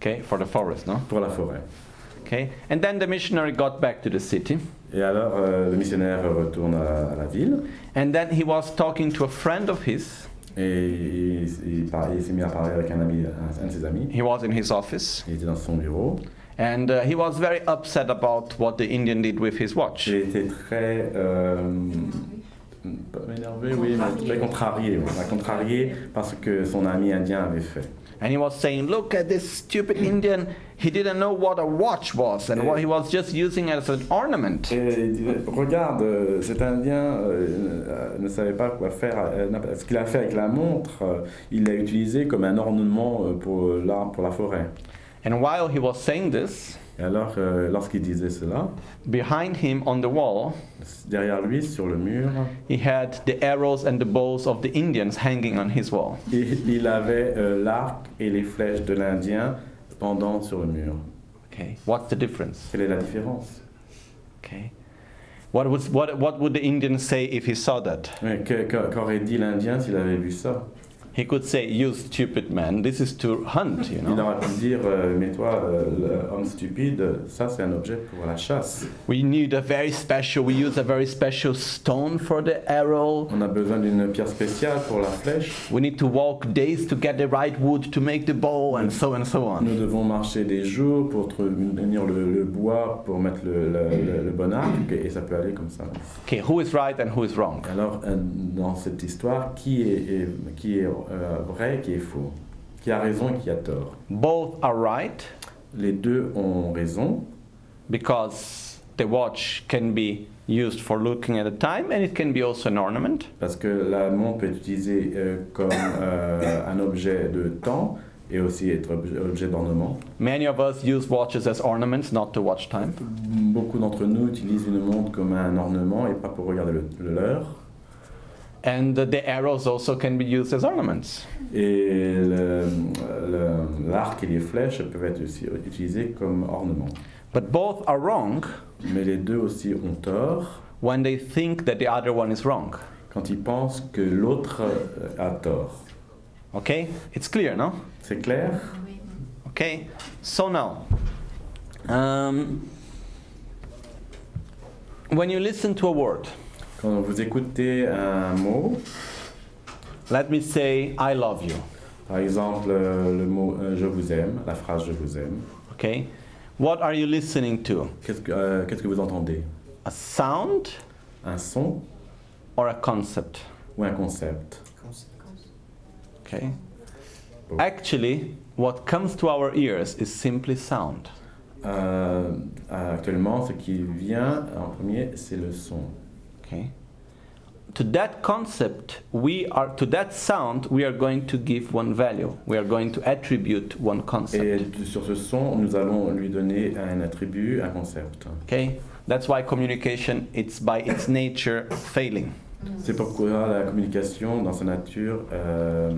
Okay, for the forest, no? pour la forêt. Okay, and then the missionary got back to the city, Et alors, euh, le missionnaire retourne à, à la ville and then he was talking to a friend of his. et il, il par- il s'est mis à parler avec un, ami, un, un de ses amis. He was in his office, Il était dans son bureau. and uh, he was very upset about what the Indian did with his watch. J'ai été très. euh, pas énervé, oui, mais très contrarié. voilà, contrarié parce que son ami indien avait fait. And he was saying, Look at this stupid Indian. He didn't know what a watch was and what he was just using as an ornament. Et il disait, regarde, euh, cet Indien euh, euh, ne savait pas quoi faire. euh, n'a- ce qu'il a fait avec la montre, euh, il l'a utilisé comme un ornement euh, pour l'arbre, pour la forêt. And while he was saying this, Et alors, euh, lorsqu'il disait cela, behind him on the wall, derrière lui, sur le mur, he had the arrows and the bows of the Indians hanging on his wall. il, il avait euh, l'arc et les flèches de l'Indien pendant sur le mur. Okay, what's the difference? Quelle est la différence Okay. What, was, what, what would the Indian say if he saw that? Mais que- que- Qu'aurait dit l'Indien s'il avait vu ça He could say, You stupid man, this is to hunt, you Il know. aurait pu dire, euh, mais toi, euh, le homme stupide, ça c'est un objet pour la chasse. We need a very special, we use a very special stone for the arrow. On a besoin d'une pierre spéciale pour la flèche. We need to walk days to get the right wood to make the bow and so and so on. Nous devons marcher des jours pour tr- tenir le, le bois, pour mettre le, le- le- le bon arc, et ça peut aller comme ça. Okay, who is right and who is wrong? Alors, euh, dans cette histoire, qui est, est- qui est euh, vrai, qui est faux Qui a raison et qui a tort Both are right Les deux ont raison, because the watch can be used for looking at the time and it can be also an ornament. parce que la montre peut être utilisée euh, comme euh, un objet de temps, et aussi être obje- objet d'ornement. Many of us use watches as ornaments, not to watch time. Beaucoup d'entre nous utilisent une montre comme un ornement et pas pour regarder le- l'heure. And uh, the arrows also can be used as ornaments. Et le- le- l'arc et les flèches peuvent être aussi utilisés comme ornement. But both are wrong Mais les deux aussi ont tort when they think that the other one is wrong. quand ils pensent que l'autre euh, a tort. Okay? It's clear, no? C'est clair Oui. Okay, so now, um, when you listen to a word, Quand vous écoutez un mot, let me say, I love you. par exemple euh, le mot euh, je vous aime, la phrase je vous aime, Okay, what are you listening to? qu'est-ce que, euh, qu'est-ce que vous entendez A sound Un son or a concept? ou un concept Okay, actually, what comes to our ears is simply sound. Euh, Actuellement, ce qui vient en premier, c'est le son. Okay, to that concept, we are to that sound, we are going to give one value, we are going to attribute one Et concept. de- sur ce son, nous allons lui donner un attribut, un concept. Okay? That's why communication it's by its nature failing. C'est pourquoi la communication, dans sa nature, euh,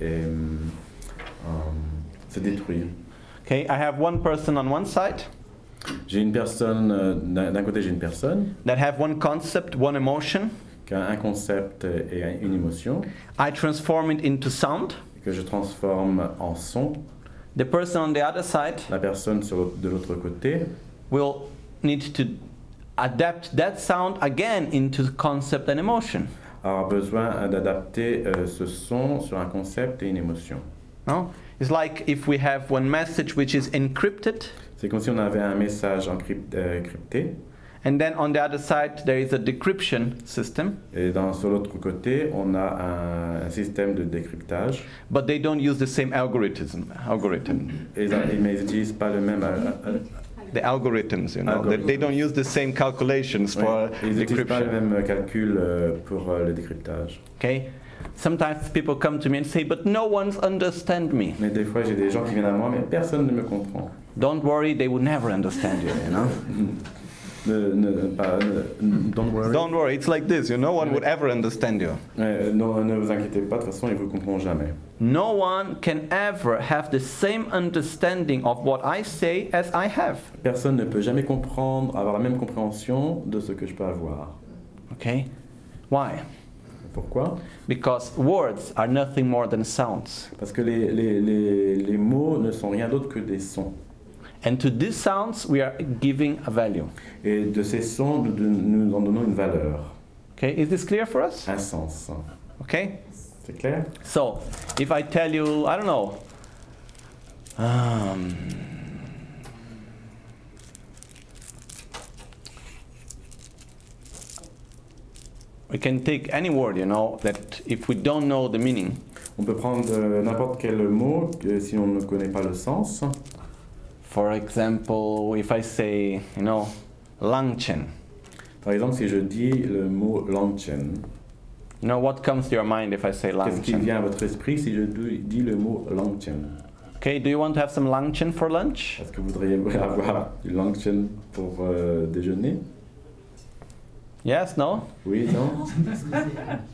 est, euh, se détruit. Okay? I have one person on one side J'ai une personne, euh, d'un d'un côté j'ai une personne that have one concept, one emotion. qui a un concept et un- une émotion, I transform it into sound. que je transforme en son. The person on the other side La personne sur l'autre- de l'autre côté will need to adapt that sound again into concept and emotion. a besoin d'adapter euh, ce son sur un concept et une émotion. No? It's like if we have one message which is encrypted C'est comme si on avait un message encrypt- euh, crypté, and then on the other side there is a decryption system, Et dans, sur l'autre côté, on a un, un système de décryptage, but they don't use the same algorithm algorithm. et, ils- et- mais ils n'utilisent pas le même euh, euh, the algorithms, you know, that they don't use the same calculations for ouais, ils n'utilisent pas le decryption. même calcul euh, pour euh, le décryptage. Okay? Sometimes people come to me and say, but no one's understand me. Mais des fois, j'ai des gens qui viennent à moi, mais personne ne me comprend. Don't worry, they will never understand you, you know. Ne, ne, pas, ne- don't worry. Don't worry, it's like this, you know, no one would ever understand you. Ouais, non, ne vous inquiétez pas, de toute façon, ils vous comprendront jamais. No one can ever have the same understanding of what I say as I have. Personne ne peut jamais comprendre, avoir la même compréhension de ce que je peux avoir. Okay? Why? Pourquoi because words are nothing more than sounds. Parce que les, les, les, les mots ne sont rien d'autre que des sons. And to these sounds, we are giving a value. Et de ces sons, nous, don- nous en donnons une valeur, Okay, is this clear for us? un sens. Okay, C'est clair so if I tell you, I don't know, um, we can take any word, you know, that if we don't know the meaning, On peut prendre euh, n'importe quel mot que, si on ne connaît pas le sens. for example, if I say, you know, langchen, Par exemple, si je dis le mot lanchen, you know, what comes to your mind if I say qu'est-ce qui langchen? vient à votre esprit si je dis dis le mot lanchen Okay, do you want to have some langchen for lunch? Est-ce que vous voudriez [LAUGHS] avoir du lanchen pour euh, déjeuner Yes, no? Oui, non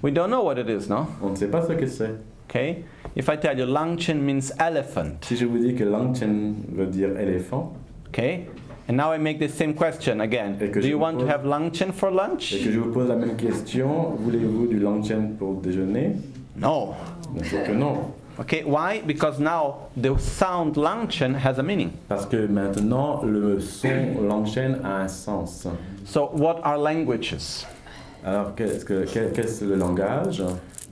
We don't know what it is, no? On ne sait pas ce que c'est. Okay? If I tell you langchen means elephant, Si je vous dis que lanchen veut dire éléphant, okay? And now I make the same question again. Et que Do je you vous want to pose- have langchen for lunch? et que je vous pose la même question, voulez-vous du lanchen pour déjeuner No. Bien sûr que non. Okay, why? Because now the sound langchen has a meaning. Parce que maintenant, le son l'enchaîne à un sens. So what are languages? Alors, qu'est-ce que qu'est- qu'est-ce le langage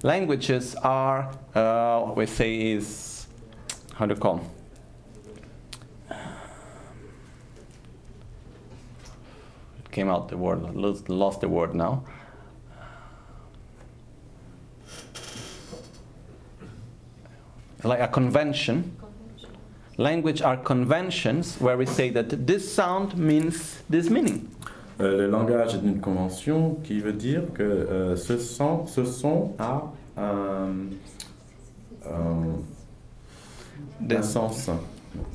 Languages are, uh, what we say is, how do you call? 'em? It came out the word, I lost, lost the word now. Like a convention. Language are conventions where we say that this sound means this meaning. Euh, Le langage est une convention qui veut dire que euh, ce, son, ce euh, son a un, un, un sens.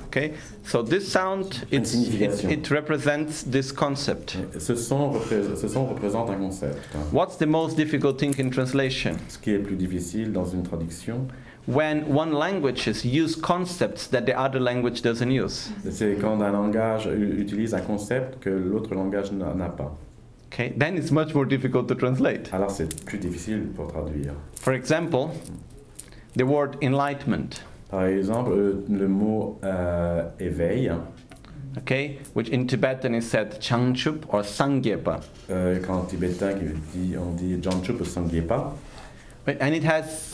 Okay, so this sound it's, it, signification. it represents this concept. Ce son, repré- ce son représente un concept. What's the most difficult thing in translation? Ce qui est plus difficile dans une traduction, When one language is use concepts that the other language doesn't use. c'est quand un langage u- utilise un concept que l'autre langage n'a n'a pas. Okay, then it's much more difficult to translate. Alors c'est plus difficile pour traduire. For example, the word enlightenment, Par exemple, euh, le mot euh, éveil, okay, which in Tibetan is said changchup or sangyepa, euh, quand en tibétain qui dit, on dit Janchup ou Sangyepa, Right, and it has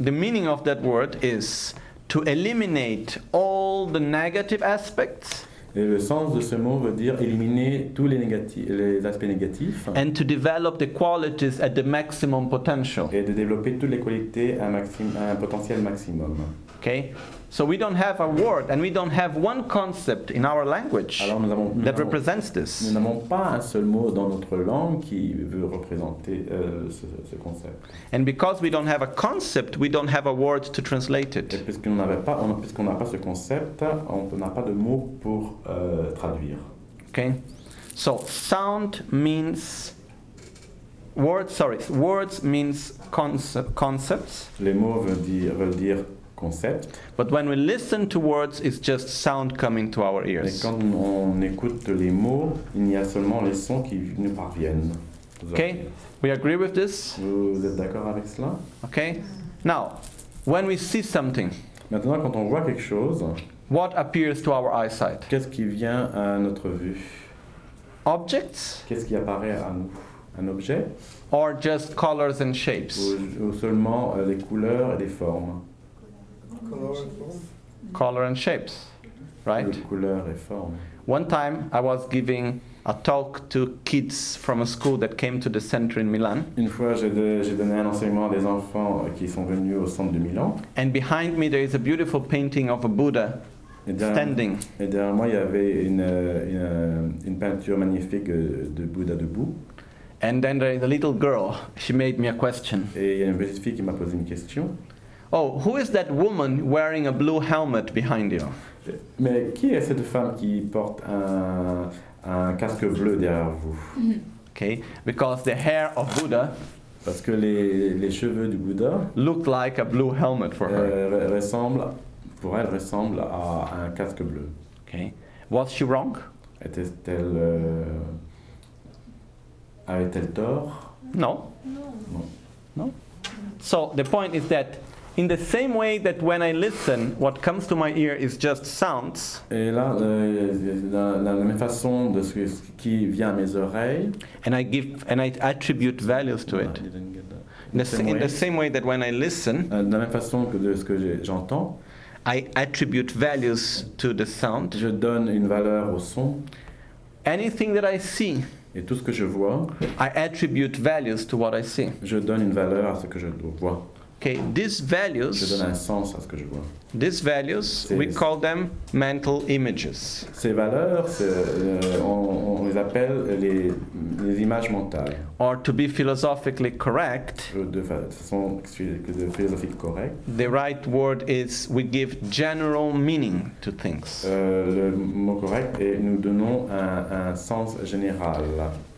the meaning of that word is to eliminate all the negative aspects et le sens de ce mot veut dire éliminer tous les, négati- les aspects négatifs and to develop the qualities at the maximum potential. et de développer toutes les qualités à un, maxim- à un potentiel maximum. Okay? So we don't have a word and we don't have one concept in our language Alors nous avons- nous that avons represents Nous this. n'avons pas un seul mot dans notre langue qui veut représenter euh, ce, ce concept. And because we don't have a concept, we don't have a word to translate Et it. puisqu'on n'avait pas, on- puisqu'on n'a pas ce concept, on n'a pas de mots pour euh, traduire. Okay? So sound means words, sorry, words means conce- concepts, Les mots veulent dire, veulent dire concept, but when we listen to words, it's just sound coming to our mais ears. quand on écoute les mots, il y a seulement les sons qui nous parviennent. Vous Ok. We agree with this? Vous êtes d'accord avec cela Okay? Now, when we see something, Maintenant, quand on voit quelque chose, what appears to our eyesight? qu'est-ce qui vient à notre vue Objects? Qu'est-ce qui apparaît à nous Un objet or just colors and shapes. ou, ou seulement euh, les couleurs et les formes Color and shapes, right? Les couleurs et formes. One time I was giving a talk to kids from a school that came to the center in Milan, Une fois, j'ai de- j'ai donné un enseignement à des enfants euh, qui sont venus au centre de Milan. and behind me there is a beautiful painting of a Buddha Et derrière, standing. et derrière moi, il y avait une, euh, une, euh, une peinture magnifique euh, de Bouddha debout. And then there is a little girl. She made me a question. Et il y a une petite fille qui m'a posé une question. Oh, who is that woman wearing a blue helmet behind you? Mais qui est cette femme qui porte un, un casque bleu derrière vous Okay, because the hair of Buddha Parce que les, les cheveux du Bouddha looked like a blue helmet for her. euh, re- ressemblent, pour elle, ressemblent à un casque bleu. Okay, was she wrong? Était-elle. euh, avait-elle tort No. No, Non. No? So the point is that in the same way that when I listen, what comes to my ear is just sounds, Et là, euh, la, la- la même façon de ce que- ce qui vient à mes oreilles, and I give and I attribute values to Ah, it. you didn't get that. In the, sa- in the same way that when I listen, Euh, de la même façon que de ce que j'ai- j'entends, I attribute values to the sound. je donne une valeur au son Anything that I see, et tout ce que je vois, I attribute values to what I see. je donne une valeur à ce que je vois. Okay, these Je values, donne un sens à ce que je vois. these values, we Yes. call them mental images. Ces valeurs, c'est, euh, on, on les appelle les, les images mentales, Or to be philosophically correct, Euh, de fa- de façon de philosophique correcte. the right word is we give general meaning to things. Euh, le mot correct et nous donnons un, un sens général.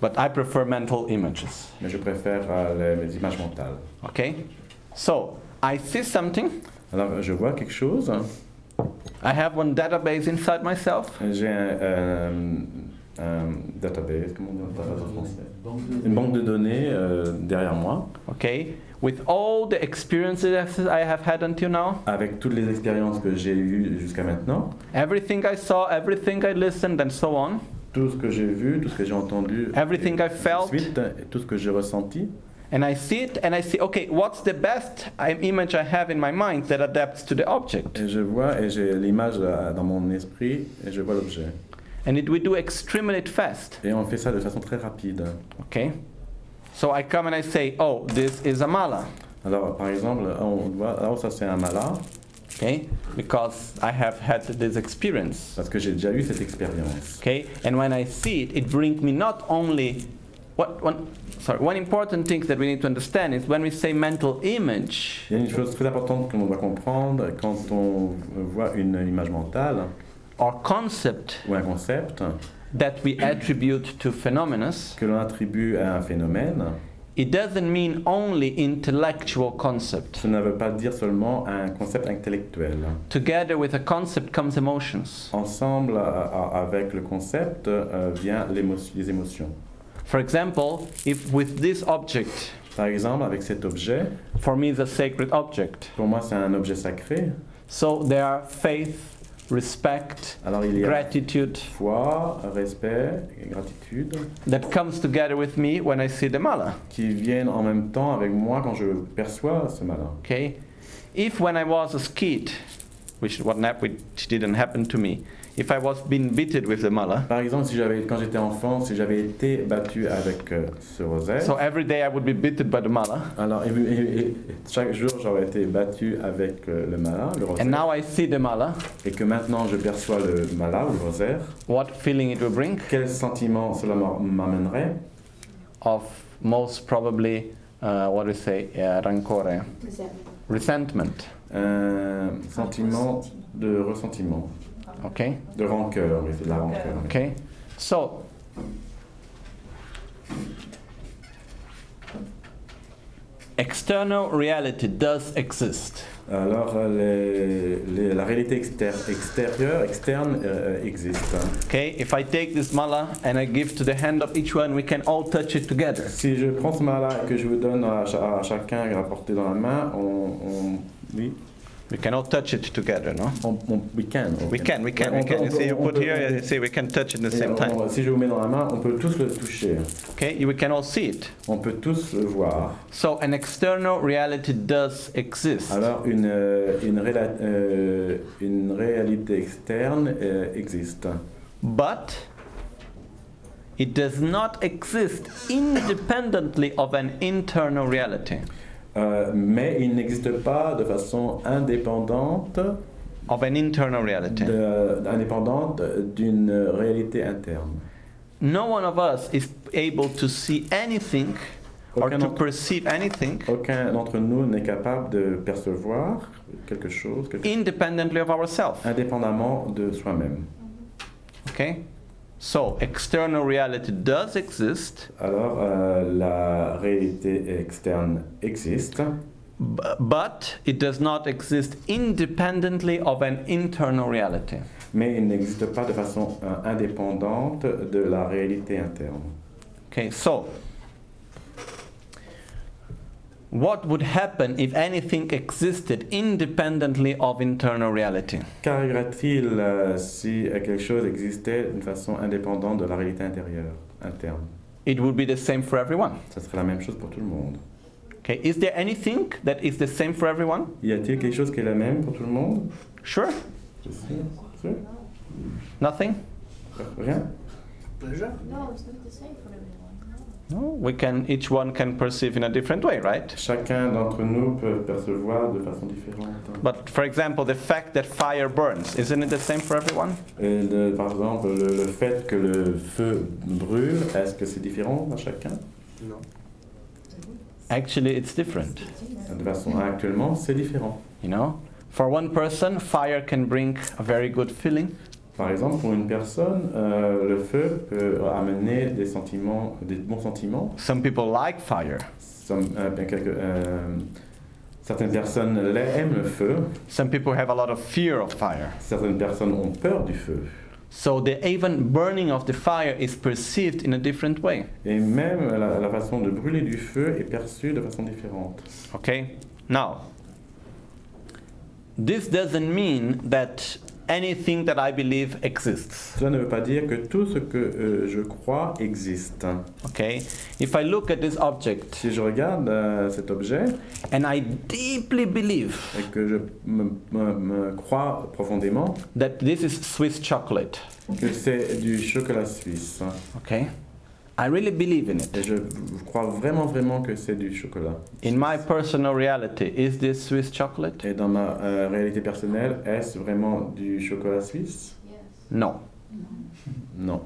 But I prefer mental images. Mais je préfère euh, les, les images mentales. Okay? So I see something, Alors, je vois quelque chose. I have one database inside myself, J'ai un, euh, un database, comment on dit un database en français Une banque de données euh, derrière moi, okay, with all the experiences I have had until now, avec toutes les expériences que j'ai eues jusqu'à maintenant, everything I saw, everything I listened, and so on. tout ce que j'ai vu, tout ce que j'ai entendu, Everything et I felt. ensuite, et tout ce que j'ai ressenti. And I see it and I see, okay, what's the best I- image I have in my mind that adapts to the object? Et je vois, et j'ai l'image euh, dans mon esprit, et je vois l'objet. And it we do extremely fast, Et on fait ça de façon très rapide. okay? So I come and I say, oh, this is a mala, Alors, par exemple, ah, on voit, alors ça c'est un mala, okay? Because I have had this experience, parce que j'ai déjà eu cette expérience. okay? And when I see it, it brings me not only what one. Sorry, one important thing that we need to understand is when we say mental image, Il y a une chose très importante que l'on doit comprendre quand on voit une image mentale or concept ou un concept that we attribute to phenomena, que l'on attribue à un phénomène. it doesn't mean only intellectual concept. Cela ne veut pas dire seulement un concept intellectuel. Together with a concept comes emotions. Ensemble a- a- avec le concept euh, vient l'émo- les émotions. For example, if with this object, Par exemple, avec cet objet, for me is a sacred object. pour moi c'est un objet sacré. So there are faith, respect, Alors il y a gratitude foi, respect et gratitude that comes together with me when I see the mala. qui viennent en même temps avec moi quand je perçois ce malin. Okay? If when I was a kid, which what hap- which didn't happen to me, if I was being beaten with the mala, Par exemple, si j'avais, quand j'étais enfant, si j'avais été battu avec euh, ce rosaire, so every day I would be beaten by the mala, alors et- et- et- chaque jour j'aurais été battu avec euh, le malin, le rosaire, and now I see the mala, et que maintenant je perçois le malin ou le rosaire, what feeling it will bring? quel sentiment cela m'a- m'amènerait Of most probably, uh, what do you say, uh, rancore. resentment Un sentiment de ressentiment, okay de rancœur, oui, c'est de la rancœur. oui. okay so external reality does exist Alors, euh, les- les- la réalité externe, extérieure, externe euh, existe. okay if i take this mala and i give to the hand of each one we can all touch it together Si je prends ce mal-là et que je vous donne à, cha- à chacun et rapporté dans la main, on, on- oui, we can all touch it together no on, on- we can. we can we can we Ouais, on can peut- you see you on put peut- here you see we can touch it at the Et same on- time on- si je vous mets dans la main, on peut tous le toucher, okay you, we can all see it on peut tous le voir. so an external reality does exist Alors une, euh, une, réla- euh, une réalité externe euh, existe, but it does not exist independently of an internal reality, Euh, mais il n'existe pas de façon indépendante of an internal reality. de- euh, indépendante d'une réalité interne. No one of us is able to see anything or Aucun to d'entre- perceive anything Aucun d'entre nous n'est capable de percevoir quelque chose, quelque independently of ourselves. indépendamment de soi-même. Okay? So, external reality does exist, Alors, euh, la réalité externe existe, b- but it does not exist independently of an internal reality. mais elle n'existe pas de façon euh, indépendante de la réalité interne. Okay, so What would happen if anything existed independently of internal reality? Qu'arriverait-il euh, si euh, quelque chose existait d'une façon indépendante de la réalité intérieure, interne It would be the same for everyone. Ça serait la même chose pour tout le monde. Okay, is there anything that is the same for everyone? Y a-t-il quelque chose qui est la même pour tout le monde Sure, Je sais. Sûr nothing. Rien No, it's not the same for everyone. no. No, we can each one can perceive in a different way, right? Chacun d'entre nous peut percevoir de façon différente. But for example, the fact that fire burns, isn't it the same for everyone? Et le- par exemple, le, le fait que le feu brûle, est-ce que c'est différent à chacun Actually, it's different. De façon actuellement, c'est différent. You know, for one person, fire can bring a very good feeling. Par exemple, pour une personne, euh, le feu peut amener des sentiments, des bons sentiments. Some people like fire. Some- euh, bien quelque- euh, certaines personnes aiment le feu, Some people have a lot of fear of fire. certaines personnes ont peur du feu. So the even burning of the fire is perceived in a different way. Et même la, la façon de brûler du feu est perçue de façon différente. Okay? Now, this doesn't mean that anything that I believe exists. Cela ne veut pas dire que tout ce que euh, je crois existe. Okay? If I look at this object Si je regarde euh, cet objet and I deeply believe et que je me, me- me crois profondément that this is Swiss chocolate, que c'est du chocolat suisse, okay? I really believe in it. et je crois vraiment vraiment que c'est du chocolat, In my personal reality, is this Swiss chocolate? et dans ma euh, réalité personnelle, est-ce vraiment du chocolat suisse Yes. No. Non.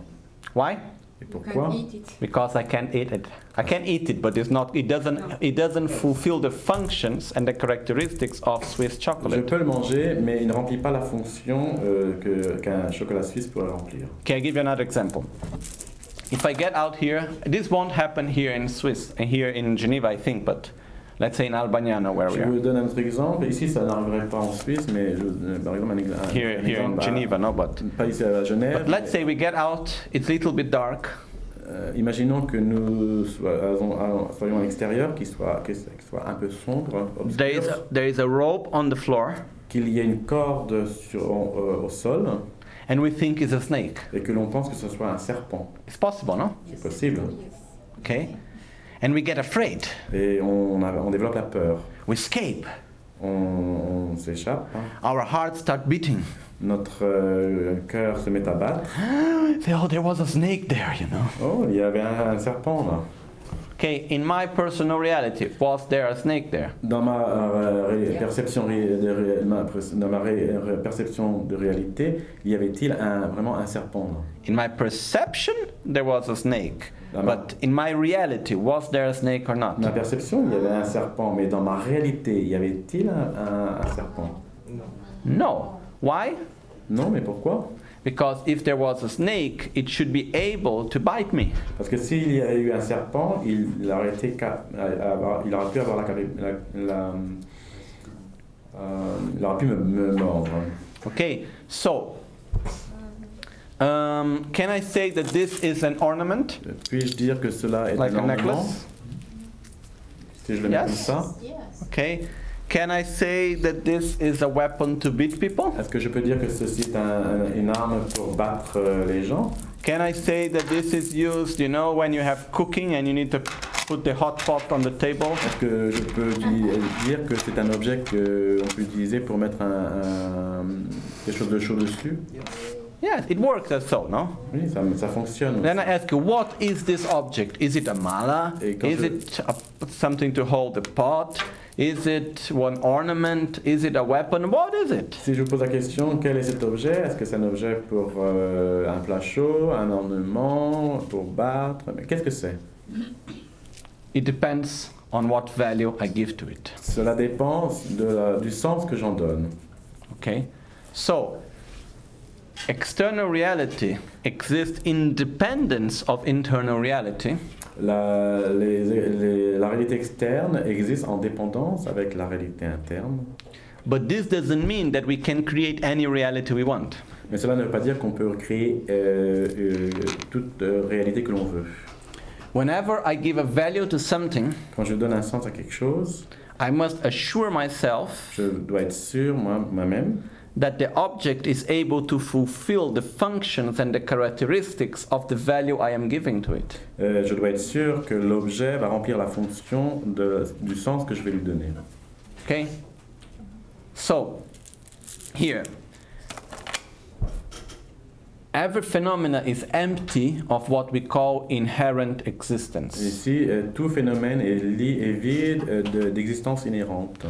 Why? Et You pourquoi can eat it. Because I can't eat it. I can eat it, but it's not. It doesn't. It doesn't fulfill the functions and the characteristics of Swiss Je chocolate. peux le manger, mais il ne remplit pas la fonction euh, que- qu'un chocolat suisse pourrait remplir. Okay, I give you another example. If I get out here, this won't happen here in Swiss, and here in Geneva, I think, but let's say in Albaniano where we Je are. vous donne un autre exemple. Ici, ça n'arriverait pas en Suisse, mais je, euh, par exemple, un, ex- un- Here, un here in exemple à- Geneva, no, but. Pas ici à Genève. But let's mais, say we get out. It's a little bit dark. euh, imaginons que nous soyons, soyons à l'extérieur, qu'il soit, que ce- que ce soit un peu sombre, obscur, There is a, there is a rope on the floor, qu'il y ait une corde sur, euh, au sol and we think it's a snake. et que l'on pense que ce soit un serpent. It's possible, no? C'est possible. hein. Yes. Okay. And we get afraid. Et on, a- on développe la peur. We escape. On, on s'échappe. hein. Our hearts start beating. Notre euh, cœur se met à battre. Say, oh, there was a snake there, you know. Oh, il y avait un, un serpent là. Okay, in my personal reality, was there a snake there? Dans ma, euh, ré- perception, ré- de ré- ma pres- dans ma ré- ré- perception de réalité, y avait-il un, vraiment un serpent là In my perception, there was a snake. Ah, But in my reality, was there a snake or not? Ma perception, il y avait un serpent, mais dans ma réalité, y avait-il un, un- un serpent No. Why? Non, mais pourquoi Because if there was a snake, it should be able to bite me. Parce que s'il y a eu un serpent, il aurait, été cap- à- à avoir- il aurait pu avoir la, capa- la- la- euh, il aurait pu me, me mordre. Okay, so um, can I say that this is an ornament? Puis-je dire que cela est Like a un ornement necklace? Si je le mets Yes. comme ça Yes. Okay. Can I say that this is a weapon to beat people? Est-ce que je peux dire que ceci est un- une arme pour battre euh, les gens Can I say that this is used, you know, when you have cooking and you need to put the hot pot on the table? Est-ce que je peux di- dire que c'est un objet qu'on peut utiliser pour mettre un, un- quelque chose de chaud dessus Yes, it works as so, no? Oui, ça, ça fonctionne. Then I ask you, what is this object? Is it a mala? Eh, quand Is je- it a, something to hold the pot? Is it one ornament? Is it a weapon? What is it? Si je vous pose la question, quel est cet objet Est-ce que c'est un objet pour euh, un plat chaud, un ornement, pour battre Mais Qu'est-ce que c'est It depends on what value I give to it. Cela dépend de la- du sens que j'en donne. Okay? So, external reality exists in dependence of internal reality. La, les- les- la réalité externe existe en dépendance avec la réalité interne. But this doesn't mean that we can create any reality we want. Mais cela ne veut pas dire qu'on peut créer euh, euh, toute euh, réalité que l'on veut. Whenever I give a value to something, Quand je donne un sens à quelque chose, I must assure myself je dois être sûr moi- moi-même that the object is able to fulfill the functions and the characteristics of the value I am giving to it. Euh, je dois être sûr que l'objet va remplir la fonction de- du sens que je vais lui donner. Okay? So, here, every phenomena is empty of what we call inherent existence. Ici, euh, tout phénomène est, li- est vide euh, de- d'existence inhérente.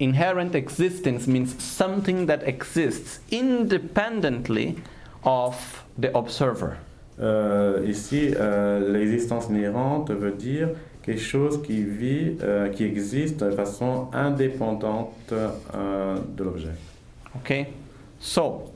Inherent existence means something that exists independently of the observer. Euh, ici, euh, l'existence inhérente veut dire quelque chose qui vit, euh, qui existe de façon indépendante euh, de l'objet. Okay? So,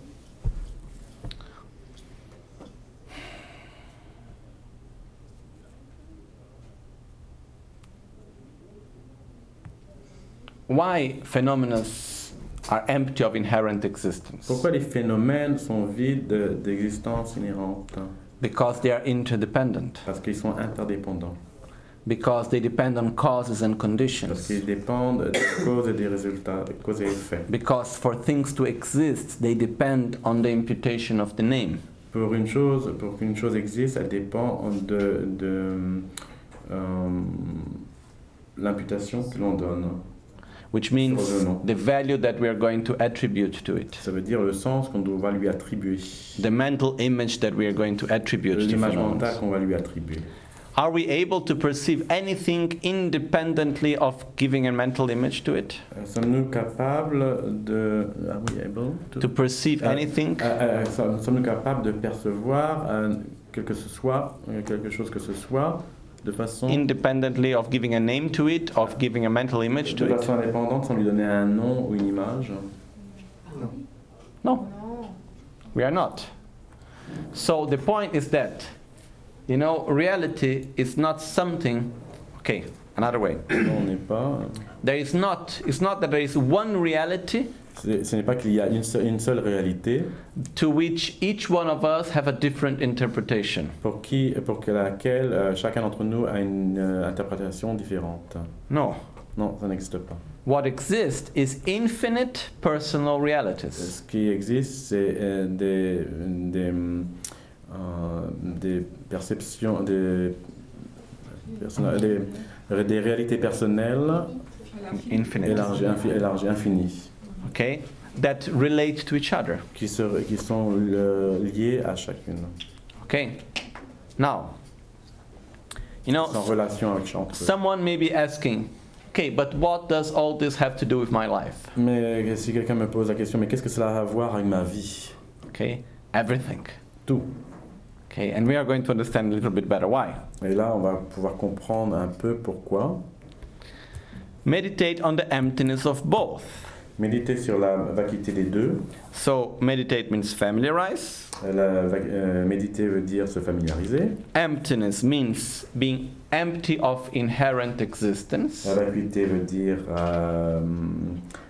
why phenomena are empty of inherent existence? Pourquoi les phénomènes sont vides de- d'existence inhérente Because they are interdependent, Parce qu'ils sont interdépendants, because they depend on causes and parce conditions. qu'ils dépendent des causes et des résultats, des causes et effets. Because for things to exist, they depend on the imputation of the name. Pour une chose, pour qu'une chose existe, elle dépend de, de euh, l'imputation que l'on donne. which means Probablement. the value that we are going to attribute to it, Ça veut dire le sens qu'on doit- va lui attribuer, the mental image that we are going to attribute to l'image mentale phenomena. qu'on va lui attribuer. Are we able to perceive anything independently of giving a mental image to it? Euh, Sommes-nous capables de are we able to- To perceive Uh, anything? Euh, euh, sommes- sommes-nous capables de percevoir euh, quel que ce soit, euh, quelque chose que ce soit, de façon Independently of giving a name to it, of giving a mental image de to it? façon indépendante sans lui donner un nom ou une image. No, Non. we are not. So the point is that, you know, reality is not something. Okay, another way. Non, on n'est pas. There is not. It's not that there is one reality C'est- Ce n'est pas qu'il y a une seule, une seule réalité to which each one of us have a different interpretation. pour qui, pour que laquelle euh, chacun d'entre nous a une euh, interprétation différente. No. Non, ça n'existe pas. What exists is infinite personal realities. Ce qui existe, c'est euh, des, des, hum, euh, des perceptions, des, personna- des, des réalités personnelles Voilà. Infinite. élargies, infi- élargies, infinies, Okay? That relate to each other. qui, se- qui sont le- liées à chacune, Okay? Now, you sans know, relation avec entre eux. someone may be asking, okay, but what does all this have to do with my life? Mais si quelqu'un me pose la question, mais qu'est-ce que cela a à voir avec ma vie Okay? Everything. Tout. Okay? And we are going to understand a little bit better why. Et là, on va pouvoir comprendre un peu pourquoi. Meditate on the emptiness of both. Méditer sur la vacuité des deux. So, meditate means familiarize. La va- euh, méditer veut dire se familiariser. Emptiness means being empty of inherent existence. La vacuité veut dire euh,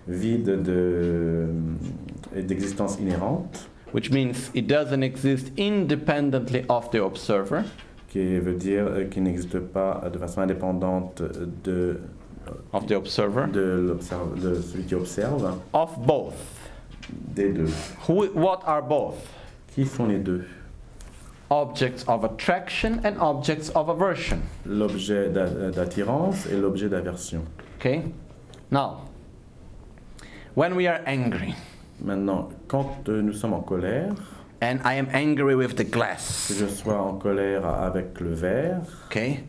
vide de- euh, et d'existence inhérente, which means it doesn't exist independently of the observer. qui veut dire euh, qu'il n'existe pas de façon indépendante de, Of the observer. de, l'observe- de celui qui observe, Of both. des deux. Who, what are both? Qui sont les deux Objects of attraction and objects of aversion. L'objet d'a- d'attirance et l'objet d'aversion. Okay? Now, when we are angry, Maintenant, quand euh, nous sommes en colère, and I am angry with the que glass, je sois en colère avec le verre, okay?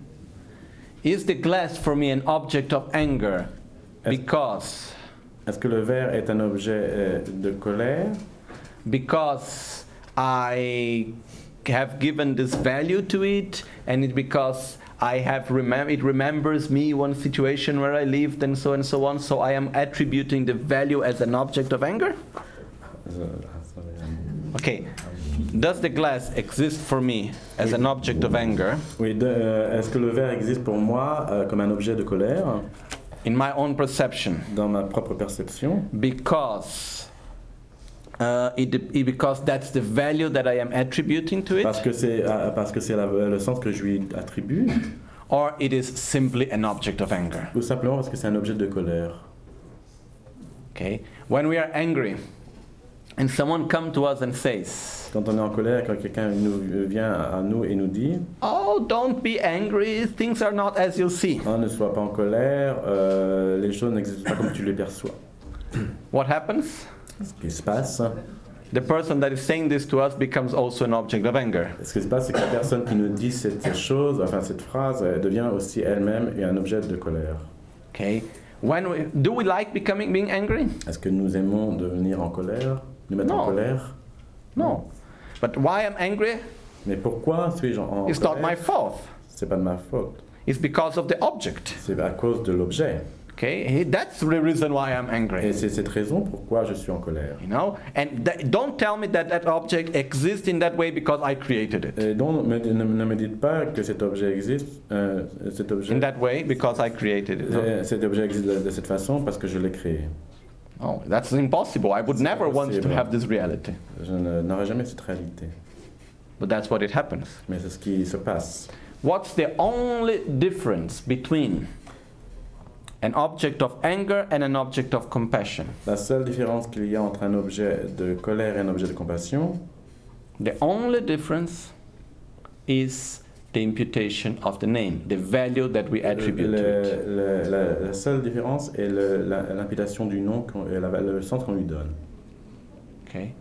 Is the glass for me an object of anger? Yes. Because, est-ce que le verre est un objet euh, de colère because I have given this value to it, and it because I have remem- it remembers me one situation where I lived, and so and so on. So I am attributing the value as an object of anger. Okay, does the glass exist for me as an object of anger Oui, de- euh, est-ce que le verre existe pour moi euh, comme un objet de colère in my own perception? dans ma propre perception Because uh, it, it, because that's the value that I am attributing to Parce it, que c'est ah, parce que c'est la- le sens que je lui attribue, or it is simply an object of anger. ou simplement parce que c'est un objet de colère. Okay? When we are angry, and someone come to us and says, Quand on est en colère, quand quelqu'un nous euh, vient à nous et nous dit "Oh, don't be angry. Things are not as you see." Ah, ne sois pas en colère, euh, les choses n'existent pas comme tu les perçois. What happens? Ce qui se passe, The person that is saying this to us becomes also an object of anger. ce qui se passe, c'est que la personne qui nous dit cette chose, enfin cette phrase, elle devient aussi elle-même un objet de colère. Okay. When we, do we like becoming being angry? Est-ce que nous aimons devenir en colère, nous mettre en Non. colère No. But why I'm angry? Mais pourquoi suis-je en en It's not my colère fault. C'est pas de ma faute. It's because of the object. C'est à cause de l'objet. Okay. Hey, That's the reason why I'm Et angry. c'est cette raison pourquoi je suis en colère. You know. And th- don't tell me that that object exists in that way because I created it. Et donc, me- ne, ne me dites pas que cet objet existe, euh, cet, objet, In that way because I created it. No. euh, cet objet existe de, de cette façon parce que je l'ai créé. Oh, that's impossible. I would It's never want to impossible. have this reality. Je ne- n'aurai jamais cette réalité. But that's what it happens. Mais c'est ce qui se passe. What's the only difference between an object of anger and an object of compassion? La seule différence qu'il y a entre un objet de colère et un objet de compassion, The only difference is the imputation of the name, the value that we attribute to le- it. le- la, la seule différence est le- la- l'imputation du nom qu'on- et la- le sens qu'on lui donne. Okay?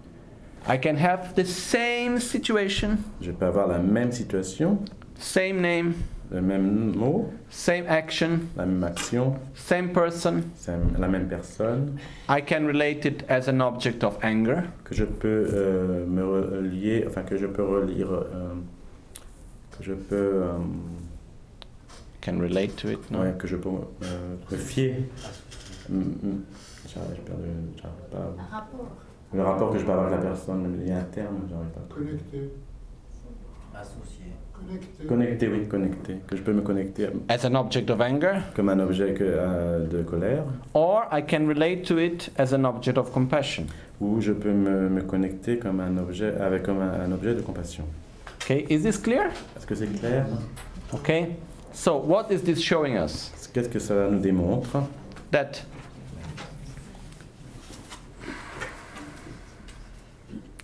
I can have the same situation, Je peux avoir la même situation, same name, le même mot, same action, la même action, same person. c'est la même personne, I can relate it as an object of anger, que je peux euh, me relier, enfin que je peux relire, euh, que je peux, euh, can relate to it. No? ouais, que je peux euh, me fier. Mm, mm. J'arrive j'ai perdu- j'arrive pas. à- Un rapport. Le rapport que je peux avoir avec la personne, il y a un terme, j'arrive pas à trouver. Connecté. associé. Connecté. Connecté, oui, connecté. Que je peux me connecter à- As an object of anger, comme un objet que, euh, de colère, or I can relate to it as an object of compassion. ou je peux me, me connecter comme un objet, avec comme un, un objet de compassion. Okay, is this clear? Est-ce que c'est clair Okay. So what is this showing us? Qu'est-ce que ça nous démontre that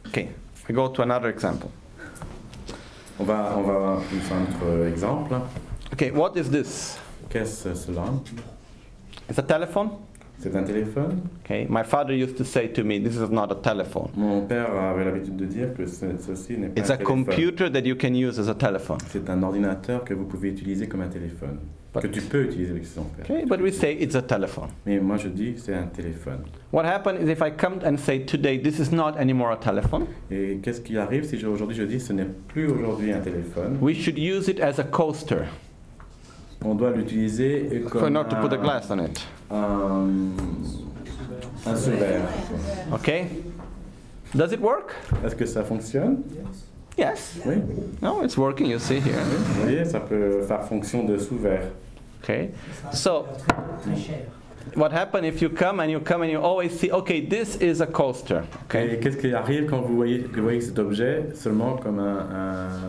okay we go to another example On va, on va à notre exemple. okay what is this Qu'est-ce cela it's a telephone C'est un téléphone okay my father used to say to me this is not a telephone Mon père avait l'habitude de dire que ce- ceci n'est pas it's un a téléphone. computer that you can use as a telephone C'est un ordinateur que vous pouvez utiliser comme un téléphone. But- Que tu peux utiliser avec son père. okay but we say it's a telephone Mais moi je dis que c'est un téléphone. what happens is if i come and say today this is not anymore a telephone Et qu'est-ce qui arrive si je- aujourd'hui je dis ce n'est plus aujourd'hui un téléphone we should use it as a coaster On doit l'utiliser so comme not to un, put a glass on it un, un sous-verre. okay does it work Est-ce que ça fonctionne yes Oui. no it's working you see here Vous voyez, ça peut faire fonction de sous-verre. okay Ça, So- c'est très- Très cher. What happens if you come and you come and you always see, okay, this is a coaster. Et Okay. qu'est-ce qui arrive quand vous voyez, que vous voyez cet objet seulement comme un,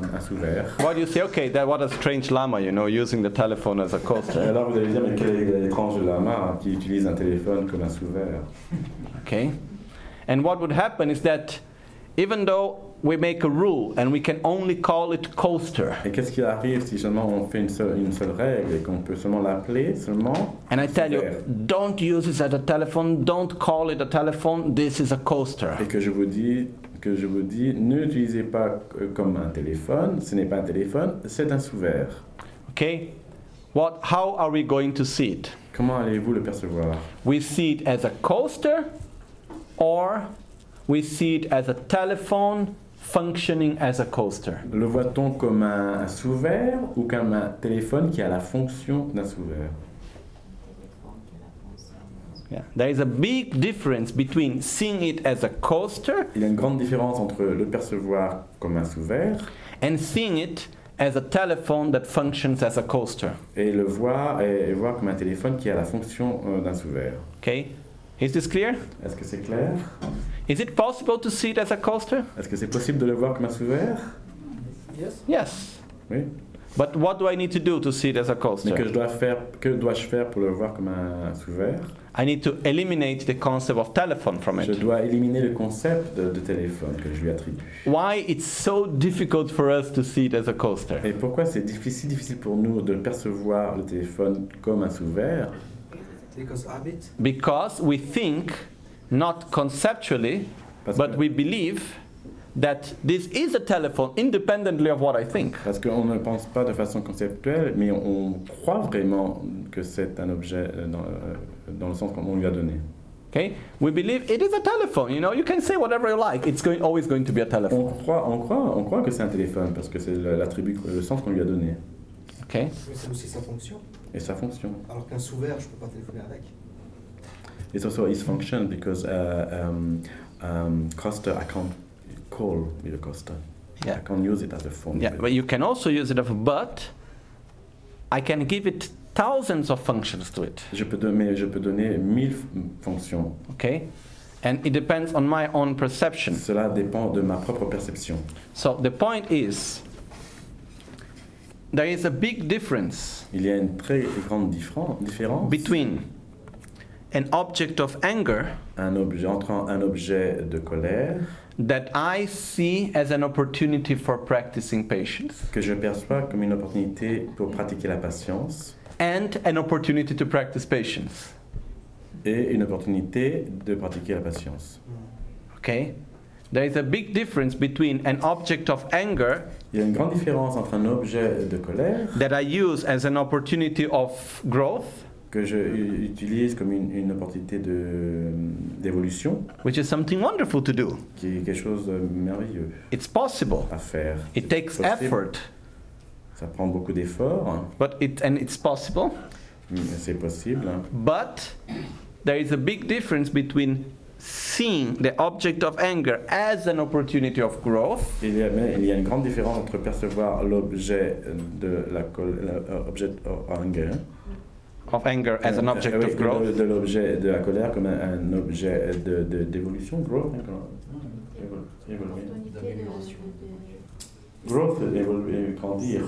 un, un sous-verre What do you say? Okay, that what a strange llama, you know, using the telephone as a [LAUGHS] Et coaster. alors vous allez dire, mais quel étrange lama qui utilise un téléphone comme un sous-verre Okay. And what would happen is that even though we make a rule and we can only call it coaster, Et qu'est-ce qui arrive si seulement on fait une seule, une seule règle et qu'on peut seulement l'appeler seulement and I tell you, don't use this as a telephone, don't call it a telephone, this is a et coaster. que je vous dis que je vous dis ne l'utilisez pas euh, comme un téléphone, ce n'est pas un téléphone, c'est un sous-verre. Okay? What how are we going to see it? Comment allez-vous le percevoir We see it as a coaster or we see it as a telephone functioning as a coaster. Le voit-on comme un, un sous-verre ou comme un téléphone qui a la fonction d'un sous-verre Yeah. There is a big difference between seeing it as a coaster Il y a une grande différence entre le percevoir comme un sous-verre and seeing it as a telephone that functions as a coaster. et le voir et, et voir comme un téléphone qui a la fonction euh, d'un sous-verre. Okay? Is this clear? Est-ce que c'est clair Is it possible to see it as a coaster? Est-ce que c'est possible de le voir comme un souverain Yes. Oui. But what do I need to do to see it as a Mais que coaster? je dois faire, que dois-je faire pour le voir comme un souverain I need to eliminate the concept of telephone from Je it. dois éliminer le concept de, de téléphone que je lui attribue. Why it's so difficult for us to see it as a coaster? Et pourquoi c'est difficile, difficile pour nous de percevoir le téléphone comme un souverain Because habit, Because we think, not conceptually, Parce but que- we believe that this is a telephone independently of what I think. Parce qu'on ne pense pas de façon conceptuelle, mais on croit vraiment que c'est un objet euh, dans, euh, dans le sens qu'on lui a donné. Okay? We believe it is a telephone, you know, you can say whatever you like. It's going, always going to be a On telephone. croit, on croit, on croit que c'est un téléphone parce que c'est le- l'attribut, le sens qu'on lui a donné Okay? Mais c'est aussi sa fonction. et sa fonction. Alors qu'un sous-verre, je peux pas téléphoner avec. It's also its function because uh, um, um, Costa, I can't call with a Costa. Yeah. I can't use it as a phone. Yeah, with- but you can also use it as a but. I can give it thousands of functions to it. Je peux donner, je peux donner mille f- fonctions. Okay? And it depends on my own perception. Cela dépend de ma propre perception. So the point is there is a big difference Il y a une très grande différen- différence between an object of anger un objet, entre un un objet de colère that I see as an opportunity for practicing patience que je perçois comme une opportunité pour pratiquer la patience and an opportunity to practice patience. et une opportunité de pratiquer la patience. Okay? There is a big difference between an object of anger Il y a une grande différence entre un objet de colère that I use as an opportunity of growth, que je u- utilise comme une, une opportunité de- d'évolution, which is something wonderful to do. qui est quelque chose de merveilleux It's possible. à faire. It takes Possible. effort, Ça prend beaucoup d'efforts, but it and it's possible. mais c'est possible. hein. But there is a big difference between seeing the object of anger as an opportunity of growth Il y, a, mais il y a une grande différence entre percevoir l'objet de la euh, colère, l'objet anger, of anger as an object of growth Euh, de, de l'objet de la colère comme un, un objet de de- d'évolution, growth, hein, quand- évol- évoluer. Opportunité de- growth, évoluer, grandir,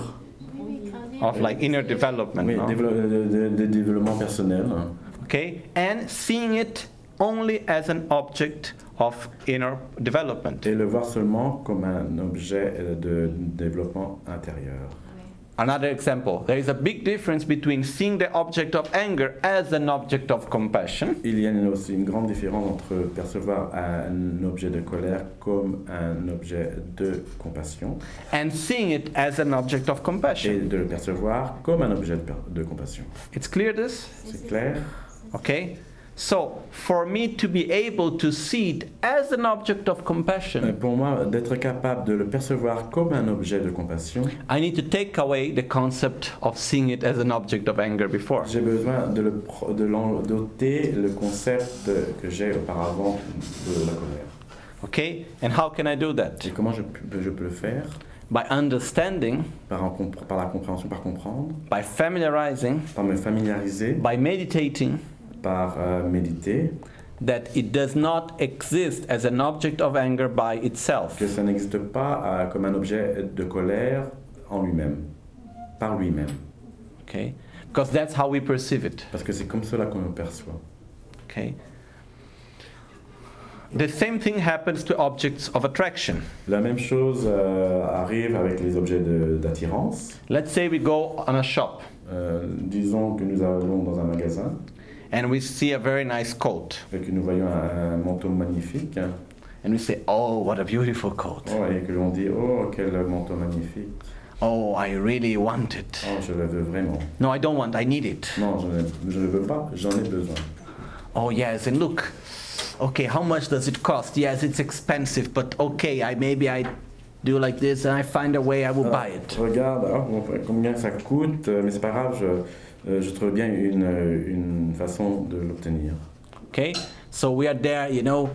Oui, oui, grandir. of like inner development oui, no? dévelop- de, de- de développement personnel. hein. okay and seeing it only as an object of inner development et le voir seulement comme un objet euh, de développement intérieur. Oui. another example there is a big difference between seeing the object of anger as an object of compassion Il y a une- aussi une grande différence entre percevoir un objet de colère comme un objet de compassion and seeing it as an object of et compassion de le percevoir comme un objet de, per- de compassion. it's clear this C'est clair Okay? So, for me to be able to see it as an object of Euh, compassion, Pour moi, d'être capable de le percevoir comme un objet de compassion, I need to take away the concept of seeing it as an object of anger before. j'ai besoin de, le pro- de l'en- d'ôter le concept que j'ai auparavant de la colère. Okay? And how can I do Et that? comment je, peux- je peux le faire By understanding, par, un compr- par la compréhension, par comprendre, by familiarizing, par me familiariser by meditating par euh, méditer that it does not exist as an object of anger by itself. que ça n'existe pas euh, comme un objet de colère en lui-même, par lui-même, Okay? Because that's how we perceive it. parce que c'est comme cela qu'on le perçoit. Okay? The same thing happens to objects of attraction. La même chose euh, arrive avec les objets de- d'attirance. Let's say we go on a shop. Euh, disons que nous allons dans un magasin and we see a very nice coat et que nous voyons un, un manteau magnifique hein. and we say oh what a beautiful coat Oh, et que l'on dit oh quel manteau magnifique, oh i really want it oh je le veux vraiment. no i don't want i need it Non je ne je ne veux pas, j'en ai besoin. oh yes and look okay how much does it cost yes it's expensive but okay i maybe i do like this and i find a way i will Alors, buy it Regarde, oh, bon, combien ça coûte, euh, mais c'est pas grave, je, euh, je trouve bien une, euh, une façon de l'obtenir. okay So we are there, you know,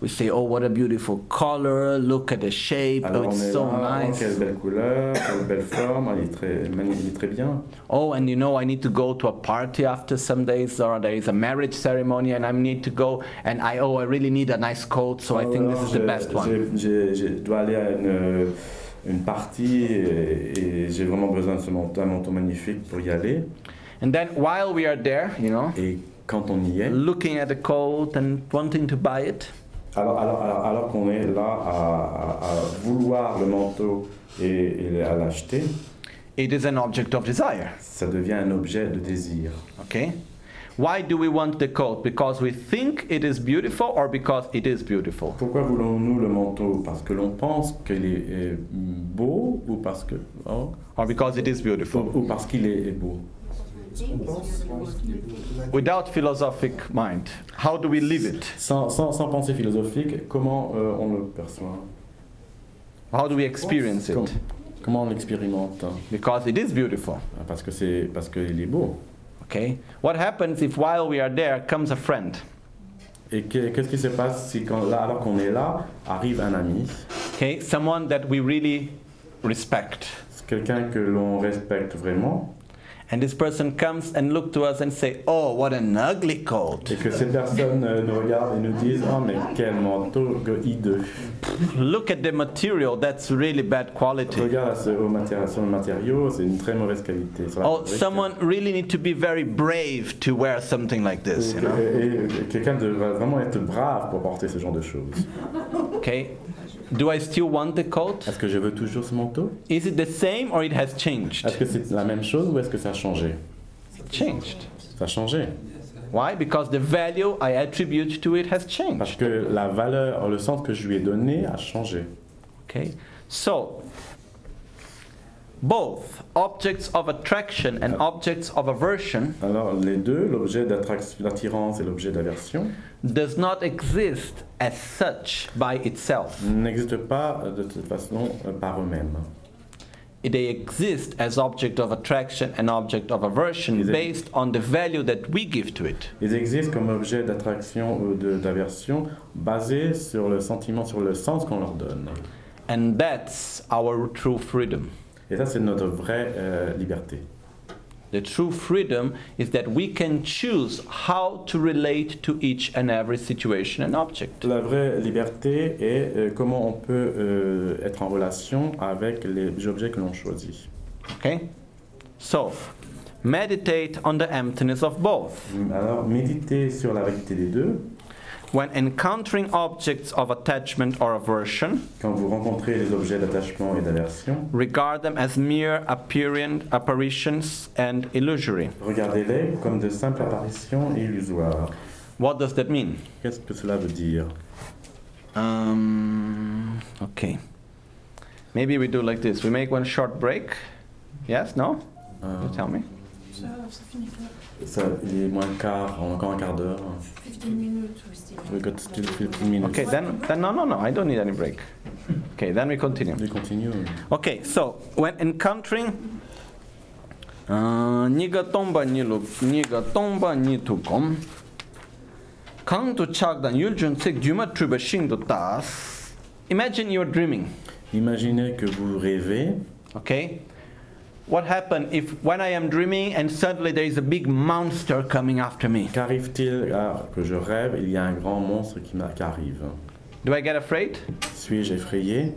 we say, oh, what a beautiful color, look at the shape, oh, Alors on it's est so là, oh, nice. quelle belle couleur, quelle belle forme, ah, il est très, magnifique, il est très bien. Oh, and you know, I need to go to a party after some days, or there is a marriage ceremony, and I need to go, and I, oh, I really need a nice coat, so I think this is the Je- best one. je- Je, je dois aller à une, euh, une partie et, et j'ai vraiment besoin de ce manteau, un manteau magnifique pour y aller. And then while we are there, you know, Et quand on y est, looking at the coat and wanting to buy it, alors, alors, alors, alors qu'on est là à, à- à vouloir le manteau et, et à l'acheter, it is an object of desire. ça devient un objet de désir. Okay? Why do we want the coat? Because we think it is beautiful or because it is beautiful? Pourquoi voulons-nous le manteau Parce que l'on pense qu'il est, est beau ou parce que oh, Or because it is ou, beautiful. ou parce qu'il est, est beau On pense, on pense qu'il est beau. Without philosophic mind, how do we live it? sans, sans, sans pensée philosophique, comment euh, on le perçoit How do we experience Com- it? Comment on l'expérimente Because it is beautiful. Ah, Parce que c'est parce qu'il est beau. Okay? What happens if while we are there comes a friend? Et que- qu'est-ce qui se passe si quand là, alors qu'on est là, arrive un ami, Okay? Someone that we really respect. c'est quelqu'un que l'on respecte vraiment, And this person comes and look to us and say, "Oh, what an ugly coat. et que ces personnes euh, nous regardent et nous disent ah mais quel manteau que hideux. Look at the material, that's really bad quality." Regarde à ce, au matéri- sur le matériau, c'est une très mauvaise qualité. Sur la Oh, fabrique. someone really need to be very brave to wear something like Et- this, you know. et- et quelqu'un devrait vraiment être brave pour porter ce genre de choses. Okay? Do I still want the coat? Est-ce que je veux toujours ce manteau Is it the same or it has Est-ce changed? que c'est la même chose ou est-ce que ça a changé Changed. Ça a changé. Why? Because the value I attribute to it has Parce changed. que la valeur, le sens que je lui ai donné a changé. Okay? So, both objects of attraction and objects of aversion Alors les deux, l'objet d'attrac- d'attirance et l'objet d'aversion, does not exist as such by itself. n'existent pas euh, de toute façon euh, par eux-mêmes. They exist as object of attraction and object of aversion Is it- based on the value that we give to it. Ils existent comme objet d'attraction ou de- d'aversion basé sur le sentiment, sur le sens qu'on leur donne. And that's our true freedom. Et ça, c'est notre vraie euh, liberté. The true freedom is that we can choose how to relate to each and every situation and object. La vraie liberté est euh, comment on peut euh, être en relation avec les objets que l'on choisit. Okay? So, meditate on the emptiness of both. Alors, méditer sur la vérité des deux. When encountering objects of attachment or aversion, Quand vous rencontrez les objets d'attachement et d'aversion, regard them as mere apparent apparitions and illusory. regardez-les comme de simples apparitions illusoires. What does that mean? Qu'est-ce que cela veut dire Um, okay. Maybe we do like this. We make one short break. Yes? No? Euh, You tell me. Ça, ça finit pas. ça, Il est moins quart, encore un quart d'heure. 15 minutes, we still. We got still 15 minutes. Okay, then, then no, no, no, I don't need any break. Okay, then we continue. We continue. Okay, so when encountering uh, niga tomba ni lu niga tomba ni tu kom kang tu chak dan yul jun sik juma truba shing du tas imagine you're dreaming Imaginez que vous rêvez. okay what happened if when i am dreaming and suddenly there is a big monster coming after me Qu'arrive-t-il alors que je rêve Il y a un grand monstre qui, m'a- qui arrive. do i get afraid Suis-je effrayé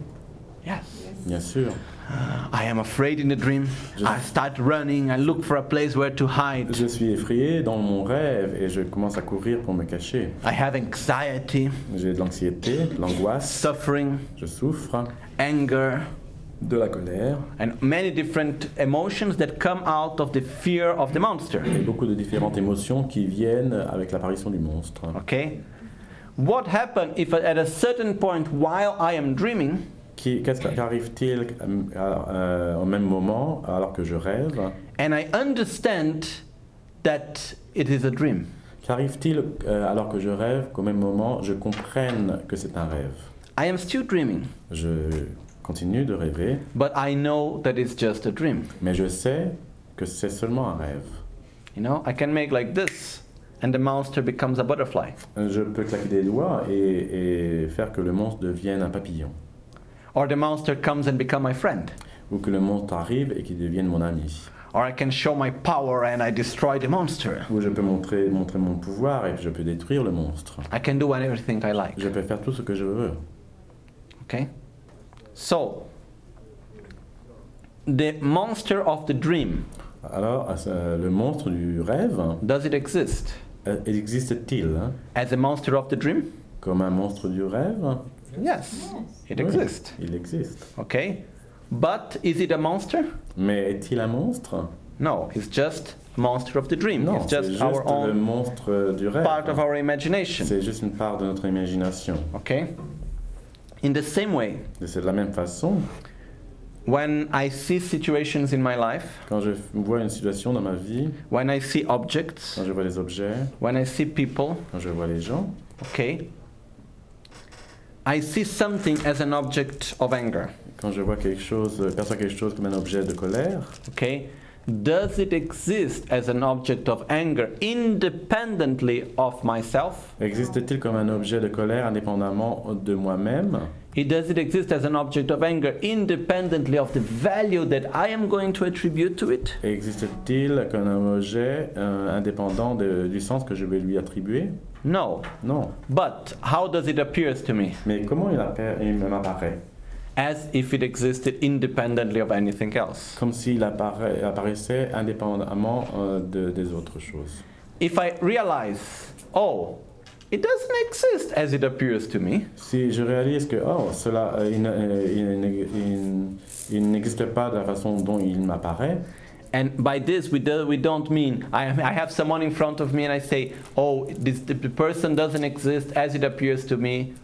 yes Bien sûr. i am afraid in the dream i start running i look for a place where to hide Je suis effrayé dans mon rêve et je commence à courir pour me cacher. i have anxiety J'ai de l'anxiété, de l'angoisse, suffering je souffre, anger de la colère and many different emotions that come out of the fear of the monster. et beaucoup de différentes émotions qui viennent avec l'apparition du monstre. Okay? What happens if at a certain point while I am dreaming, Qui- Qu'est-ce qui arrive-t-il euh, euh, au même moment alors que je rêve and I understand that it is a dream? Qu'arrive-t-il euh, alors que je rêve qu'au même moment je comprenne que c'est un rêve I am still dreaming, Je continue de rêver, but I know that it's just a dream. mais je sais que c'est seulement un rêve. You know, I can make like this and the monster becomes a butterfly. Je peux claquer des doigts et, et faire que le monstre devienne un papillon. Or the monster comes and become my friend. Ou que le monstre arrive et qu'il devienne mon ami. Or I can show my power and I destroy the monster. Ou je peux montrer, montrer mon pouvoir et je peux détruire le monstre. I can do anything I like. Je peux faire tout ce que je veux. Okay? So, the monster of the dream, Alors, euh, le monstre du rêve, does it exist? euh, existe-t-il hein, As a monster of the dream? comme un monstre du rêve Yes, it Oui. exists. Il existe. Okay? But is it a monster? Mais est-il un monstre No, it's just monster of the dream. Non, it's c'est just juste our le own monstre euh, du rêve. part of our imagination. C'est juste une part de notre imagination. Okay? In the same way, Et c'est de la même façon, when I see situations in my life, quand je vois une situation dans ma vie, when I see objects, quand je vois les objets, when I see people, quand je vois les gens, okay? I see something as an object of anger, quand je vois quelque chose, euh, perçois quelque chose comme un objet de colère, okay? Does it exist as an object of anger independently of myself? existe-t-il comme un objet de colère indépendamment de moi-même It does it exist as an object of anger independently of the value that I am going to attribute to it? Et Existe-t-il comme un objet euh, indépendant de- du sens que je vais lui attribuer No. Non. But how does it appears to me? Mais comment il, appara- il m'apparaît As if it existed independently of anything else. Comme s'il appara- apparaissait indépendamment euh, de- des autres choses. If I realize, oh, it doesn't exist as it appears to me, Si je réalise que oh, cela, euh, il, ne- euh, il ne- il- il n'existe pas de la façon dont il m'apparaît, and by this we, do, we don't mean I, am- I have someone in front of me and I say, oh, this, the person doesn't exist as it appears to me.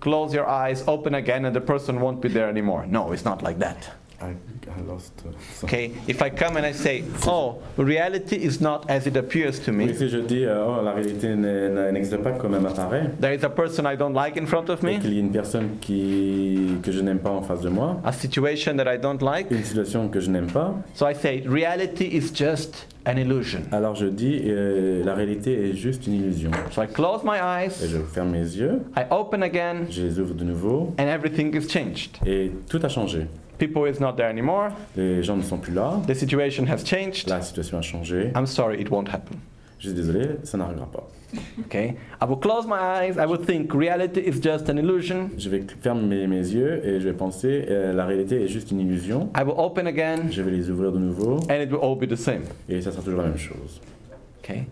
Close your eyes, open again, and the person won't be there anymore. No, it's not like that. I, I lost, euh, ça. Okay? If I come and I say, oh, reality is not as it appears to Oui, me, si je dis euh, oh, la réalité n'est- n'a- n'existe pas comme elle m'apparaît, there is a person I don't like in front of et me, qu'il y a une personne qui, que je n'aime pas en face de moi, a situation that I don't like. une situation que je n'aime pas, So I say, reality is just an illusion. Alors je dis, euh, la réalité est juste une illusion. So I close my Et eyes, je ferme mes yeux, I open again, je les ouvre de nouveau, and everything is changed. et tout a changé. People is not there anymore, Les gens ne sont plus là, the situation has changed. la situation a changé. I'm sorry, it won't happen. Je suis désolé, ça n'arrivera pas. Okay? I will close my eyes, I will think reality is just an illusion. Je vais fermer mes, mes yeux et je vais penser, euh, la réalité est juste une illusion. I will open again, Je vais les ouvrir de nouveau, and it will all be the same. et ça sera toujours la même chose. Okay?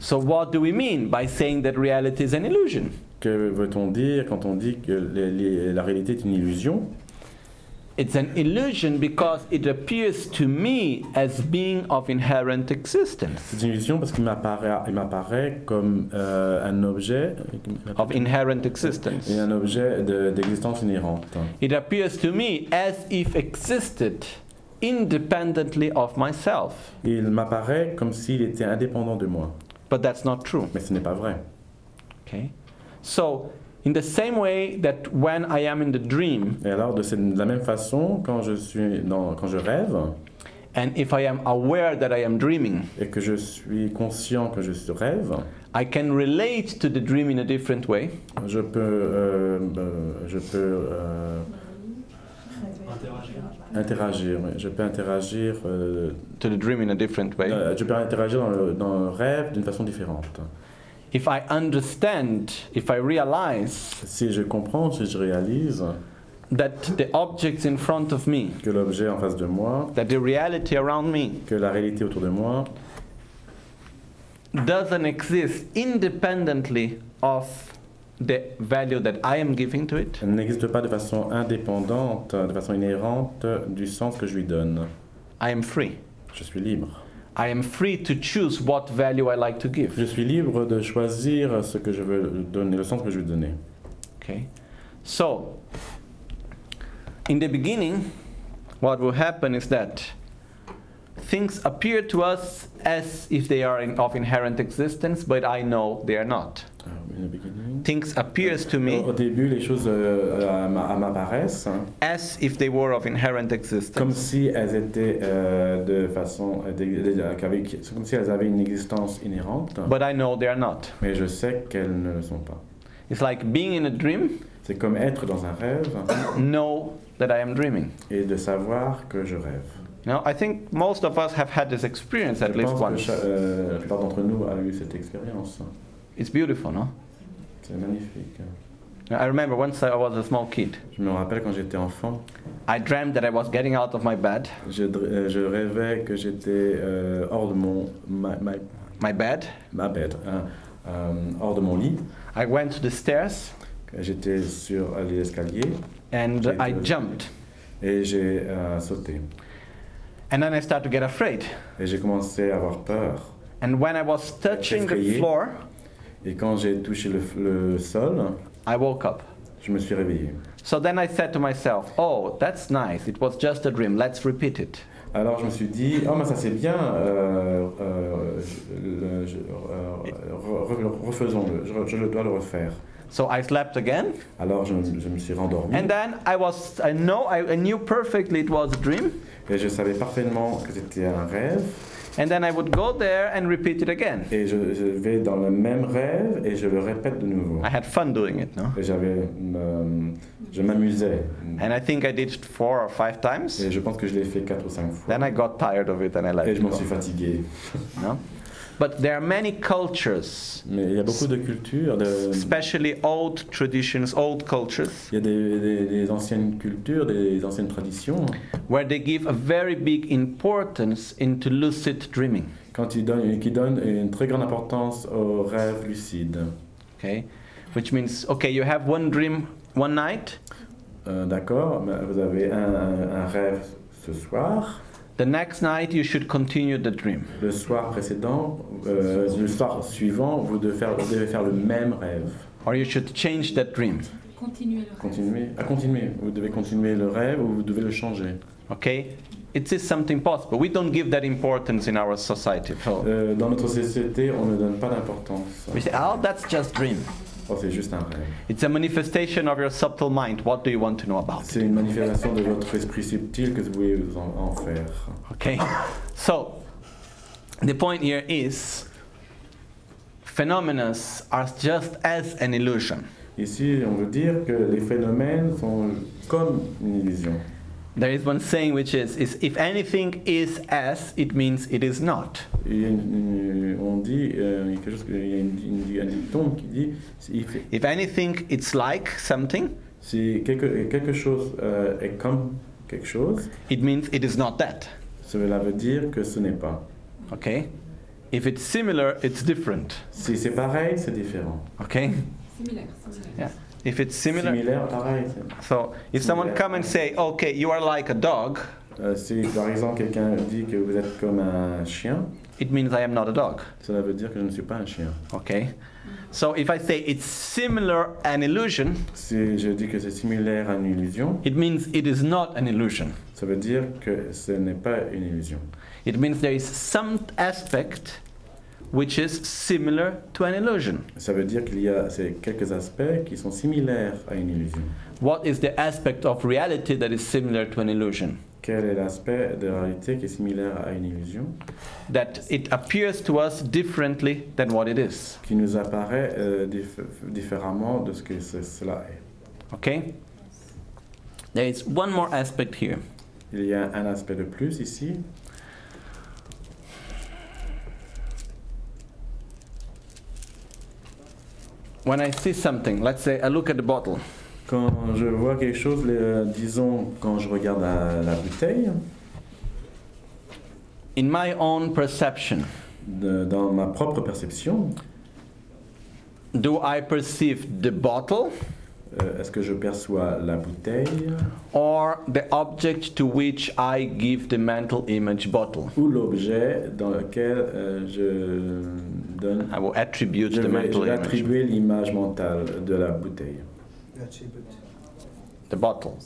So what do we mean by saying that reality is an illusion? Que veut-on dire quand on dit que les- les- la réalité est une illusion It's an illusion because it appears to me as being of inherent existence, C'est une illusion parce qu'il m'apparaît, il m'apparaît comme euh, un objet, of inherent existence. et un objet de- d'existence inhérente. It appears to me as if existed independently of myself. Il m'apparaît comme s'il était indépendant de moi, But that's not true. mais ce n'est pas vrai. Okay? So, in the same way that when I am in the dream, Et alors, de, cette- de la même façon, quand je, suis dans- quand je rêve and if I am aware that I am dreaming, et que je suis conscient que je suis- rêve, I can relate to the dream in a different way. je peux, euh, euh, je peux euh, interagir. oui. Je peux interagir, euh, To the dream in a different way. euh, je peux interagir dans le, dans le rêve d'une façon différente. If I understand, if I realize Si je comprends, si je réalise that the objects in front of me, que l'objet en face de moi, that the reality around me que la réalité autour de moi doesn't exist independently of the value that I am giving to it, Elle n'existe pas de façon indépendante, de façon inhérente du sens que je lui donne. I am free. Je suis libre. I am free to choose what value I like to give. Je suis libre de choisir ce que je veux lui donner, le sens que je veux lui donner. Okay? So, in the beginning, what will happen is that things appear to us as if they are in, of inherent existence, but I know they are not. Ah oui. in the beginning. things appears to Au me début, les choses euh, euh, m'a- m'apparaissent hein, as if they were of inherent comme existence. si elles étaient euh, de façon, euh, d'ex- d'ex- qu'avec- c'est comme si elles avaient une existence inhérente. But I know they are not. Mais je sais qu'elles ne le sont pas. It's like being in a dream, C'est comme être dans un rêve know that I am dreaming. et de savoir que je rêve. You know, I think most of us have had this experience at Je least pense que once. cha- euh, la plupart d'entre nous a eu cette expérience. It's beautiful, no? C'est magnifique. hein. I remember once I was a small kid. Je me rappelle quand j'étais enfant, I dreamt that I was getting out of my bed, je, dr- euh, je rêvais que j'étais euh, hors de mon ma, ma, my bed. ma bed, hein, euh, hors de mon lit. I went to the stairs J'étais sur les escaliers and Okay, I good. jumped. et j'ai euh, sauté. And then I started to get afraid. Et j'ai commencé à avoir peur. And when I was touching the Effrayé. floor, Et quand j'ai touché le, f- le sol, I woke up. je me suis réveillé. So then I said to myself, oh, that's nice. It was just a dream. Let's repeat it. Alors je me suis dit, oh mais ça c'est bien, euh, euh, je- le- je- euh, re- re- refaisons-le, je, je le dois le refaire. So I slept again. Alors je, je me suis rendormi And then I was, I know, I, I knew perfectly it was a dream. et je savais parfaitement que c'était un rêve. And then I would go there and repeat it again. Et je, je vais dans le même rêve et je le répète de nouveau. I had fun doing it, no? Et j'avais, euh, je m'amusais. And I think I did it four or five times. Et je pense que je l'ai fait 4 ou 5 fois. Then I got tired of it and I let Et je it m'en suis go. fatigué. No? But there are many cultures, Mais il y a beaucoup de cultures, de- especially old traditions, old cultures, il y a des, des- des anciennes cultures, des anciennes traditions. where they give a very big importance into lucid dreaming. quand il donne, qui donne une très grande importance aux rêves lucides. Okay? Which means, okay, you have one dream one night, Euh, D'accord mais Vous avez un, un- un rêve ce soir, the next night you should continue the dream. le soir précédent, euh, le soir suivant, vous devez faire, vous devez faire le même rêve. Or you should change that dream. Continuez le rêve. Continuez, à continuer. Vous devez continuer le rêve ou vous devez le changer. Okay? It is something possible. We don't give that importance in our society. So Euh, dans notre société, on ne donne pas d'importance. we say, oh, that's just dream. Oh, c'est juste un rêve. It's a manifestation of your subtle mind. What do you want to know about? C'est une manifestation de votre esprit subtil que vous pouvez vous en, en faire. Okay? So, the point here is phenomena are just as an illusion. Ici, on veut dire que les phénomènes sont comme une illusion. There is one saying which is, is if anything is as, it means it is not. Il y a une- une- on dit euh, quelque chose, que- il y a une, une- un dicton qui dit si, If anything it's like something, si quelque, quelque chose euh, est comme quelque chose, it means it is not that. cela veut dire que ce n'est pas. Okay? If it's similar, it's different. Si c'est pareil, c'est différent. Okay? Similaire, similaire. Yeah. If it's similar, Similaire, pareil. c'est- so if someone Similar. come and say, okay, you are like a dog, euh, si par exemple quelqu'un dit que vous êtes comme un chien, it means I am not a dog. cela veut dire que je ne suis pas un chien. Okay? So if I say it's similar an illusion, Si je dis que c'est similaire à une illusion, it means it is not an illusion. ça veut dire que ce n'est pas une illusion. It means there is some aspect which is similar to an illusion. Ça veut dire qu'il y a ces quelques aspects qui sont similaires à une illusion. What is the aspect of reality that is similar to an illusion? Quel est l'aspect de la réalité qui est similaire à une illusion, That it appears to us differently than what it is. qui nous apparaît euh, dif- différemment de ce que ce- cela est Okay? There is one more aspect here. Il y a un aspect de plus ici. When I see something, let's say I look at the bottle, Quand je vois quelque chose, les- euh, disons quand je regarde la, la bouteille, in my own perception, de- dans ma propre perception, do I perceive the bottle euh, est-ce que je perçois la bouteille or the object to which I give the mental image bottle? ou l'objet dans lequel euh, je donne, I will attribute je the vais, je mental vais image, attribuer l'image mentale de la bouteille. attribute. the bottle.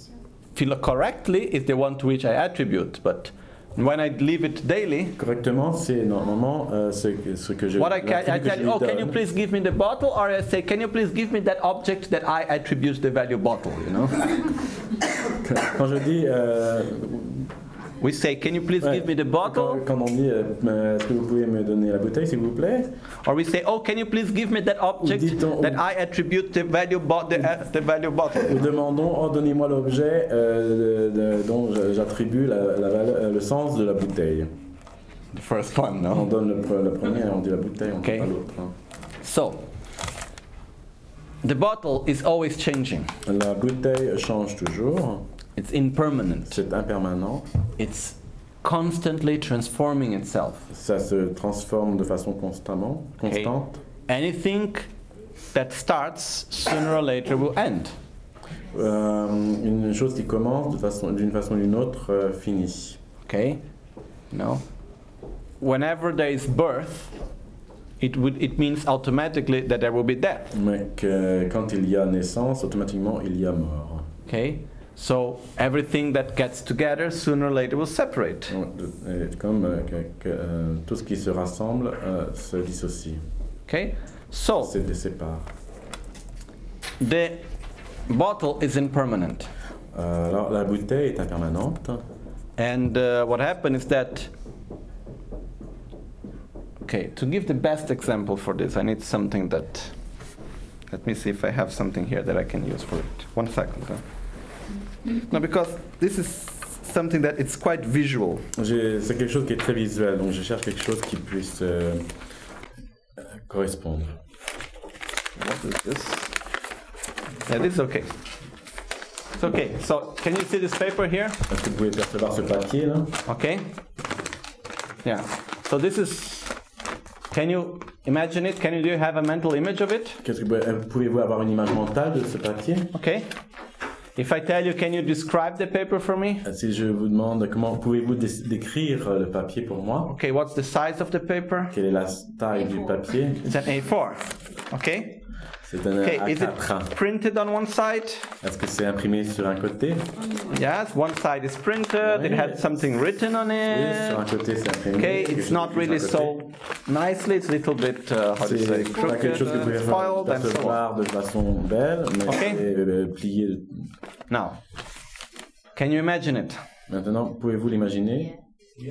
Feel correctly is the one to which I attribute, but When I leave it daily, Correctement, c'est normalement euh, ce, que- ce que je what I can, I l'attribut que tell je you, oh, lui can you donne. please give me the bottle? Or I say, can you please give me that object that I attribute the value bottle, you know? [LAUGHS] Quand je dis, euh, We say, can you please ouais, give me the quand, bottle? quand on dit, euh, euh, est-ce que vous pouvez me donner la bouteille, s'il vous plaît Or we say, oh, can you please give me that object Dites-en- that I attribute the value, bo- the, uh, the value bottle? Nous demandons, oh, donnez-moi l'objet euh, de- de- dont je- j'attribue la- la valeur- euh, le sens de la bouteille. [LAUGHS] The first one, no? On donne le, pre- le premier, on dit la bouteille, on Ok. dit pas l'autre. hein. So, the bottle is always changing. La bouteille change toujours, It's impermanent. c'est impermanent, It's constantly transforming itself. ça se transforme de façon constamment, constante. Anything that starts sooner or later will end. Euh, une chose qui commence de façon- d'une façon ou d'une autre euh, finit. Okay? No? Whenever there is birth, it, would, it means automatically that there will be death. Mais que quand il y a naissance, automatiquement il y a mort. Okay? So everything that gets together sooner or later will separate. Donc, de- et Comme euh, que- que, euh, tout ce qui se rassemble euh, se dissocie, Okay? So se dé- sépare. the bottle is impermanent. Euh, alors la bouteille est impermanente. And uh, what happened is that. Okay, to give the best example for this, I need something that. Let me see if I have something here that I can use for it. One second. Huh? No, because this is something that it's quite visual. J'ai- C'est quelque chose qui est très visuel, donc je cherche quelque chose qui puisse euh, euh, correspondre. What is this? Yeah, this is okay. It's okay. So, can you see this paper here? Est-ce que vous pouvez percevoir ce papier là Okay. Yeah. So this is. Can you imagine it? Can you do you have a mental image of it? Qu'est-ce que vous- euh, Pouvez-vous avoir une image mentale de ce papier Okay. If I tell you, can you describe the paper for me? Euh, Si je vous demande comment pouvez-vous dé- décrire euh, le papier pour moi Okay, what's the size of the paper? Quelle est la taille du papier It's an A4. Okay. C'est un Okay, is it A4. printed on one side? Est-ce que c'est imprimé sur un côté Yes, one side is printed, it had Oui. something written on Oui, sur un it. côté c'est imprimé. Okay, quelque chose Euh, it's not qui est really sur un côté. so nicely, it's a little bit, uh, how do you C'est say, pas quelque crooked, chose que vous pouvez uh, faire foiled, and so on. percevoir de façon belle, mais Ok. c'est euh, plié. de- Now, can you imagine it? Maintenant, pouvez-vous l'imaginer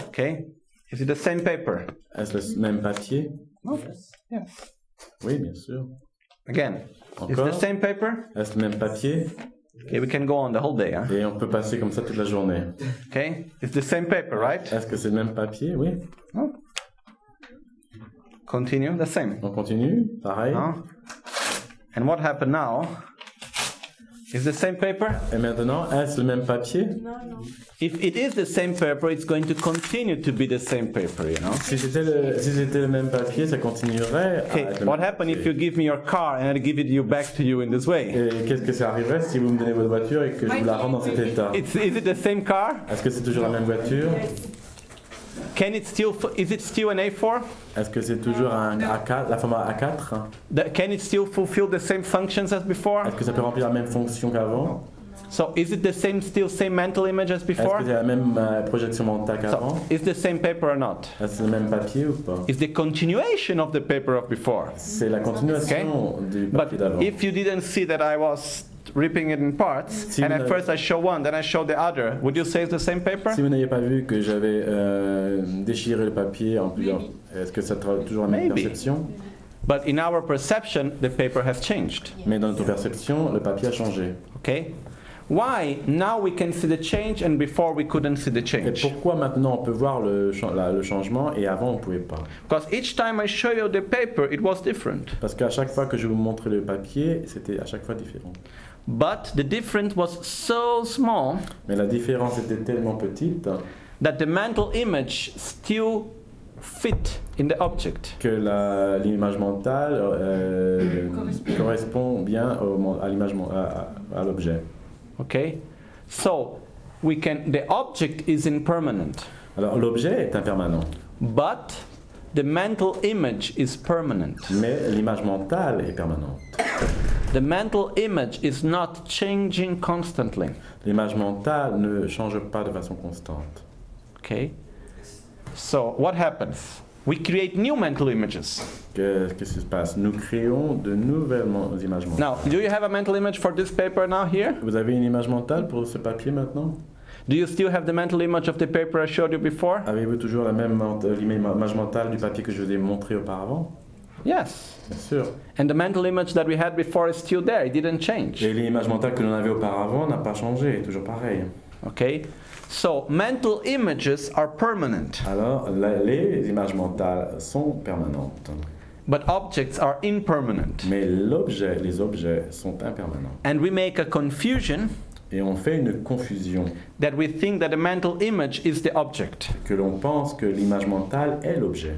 Okay? Is it the same paper? Est-ce le même papier Yes. Oui, bien sûr. Again, is it the Encore? same paper? Est-ce le même papier Okay, we can go on the whole day, huh? Et on peut passer comme ça toute la journée. Okay? It's the same paper, right? Est-ce que c'est le même papier Oui. No? Continue the same. On continue Pareil. No? And what happened now is the same paper. Et maintenant, est-ce le même papier If it is the same paper, it's going to continue to be the same paper, you know. Si c'était le, si c'était le même papier, ça continuerait. à être Okay, le what même happened if papier. you give me your car and I give it you back to you in this way? Et qu'est-ce que ça arriverait si vous me donnez votre voiture et que je vous la rends dans cet état It's, is it the same car? Est-ce que c'est toujours la même voiture Can it still? f- Is it still an A4? Est-ce que c'est toujours un A4, la forme A4 The- can it still fulfill the same functions as before? Est-ce que ça peut remplir la même fonction qu'avant So is it the same, still same mental image as Est-ce que before? c'est la même euh, projection mentale qu'avant So is the same paper or not? Est-ce le même papier ou pas Is the continuation of the paper of before? C'est la continuation du But papier d'avant. if you didn't see that I was ripping it in parts, Si and vous at n'avez- first I show one, then I show the other, would you say it's the same paper? Si vous n'avez pas vu que j'avais euh, déchiré le papier en plusieurs, est-ce que ça sera toujours la même Maybe. perception But in our perception, the paper has changed. Mais dans notre perception, le papier a changé. Okay? Why now we can see the change and before we couldn't see the Et change? pourquoi maintenant on peut voir le, cha- la- le changement et avant on ne pouvait pas Because each time I show you the paper, it was different. Parce qu'à chaque fois que je vous montrais le papier, c'était à chaque fois différent. But the difference was so small Mais la différence était tellement petite that the mental image still fit in the object. que la- l'image mentale euh, Correspond. correspond bien au mon- à l'image mon- à, à- à l'objet. Okay? So we can the object is impermanent, Alors l'objet est impermanent, but the mental image is permanent. mais l'image mentale est permanente. The mental image is not changing constantly. L'image mentale ne change pas de façon constante. Okay? So what happens? We create new mental images. Qu'est- Qu'est-ce qui se passe Nous créons de nouvelles mon- images mentales. Now, do you have a mental image for this paper now here? Vous avez une image mentale pour ce papier maintenant Do you still have the mental image of the paper I showed you before? Avez-vous toujours la même ment- euh, l'image mentale du papier que je vous ai montré auparavant Yes. Bien sûr. And the mental image that we had before is still there. It didn't change. Et l'image mentale que l'on avait auparavant n'a pas changé, est toujours pareil. Okay? So, mental images are permanent, Alors, la- les images mentales sont permanentes, but objects are impermanent. mais l'objet, les objets sont impermanents. And we make a confusion Et on fait une confusion, that we think that the mental image is the object. que l'on pense que l'image mentale est l'objet.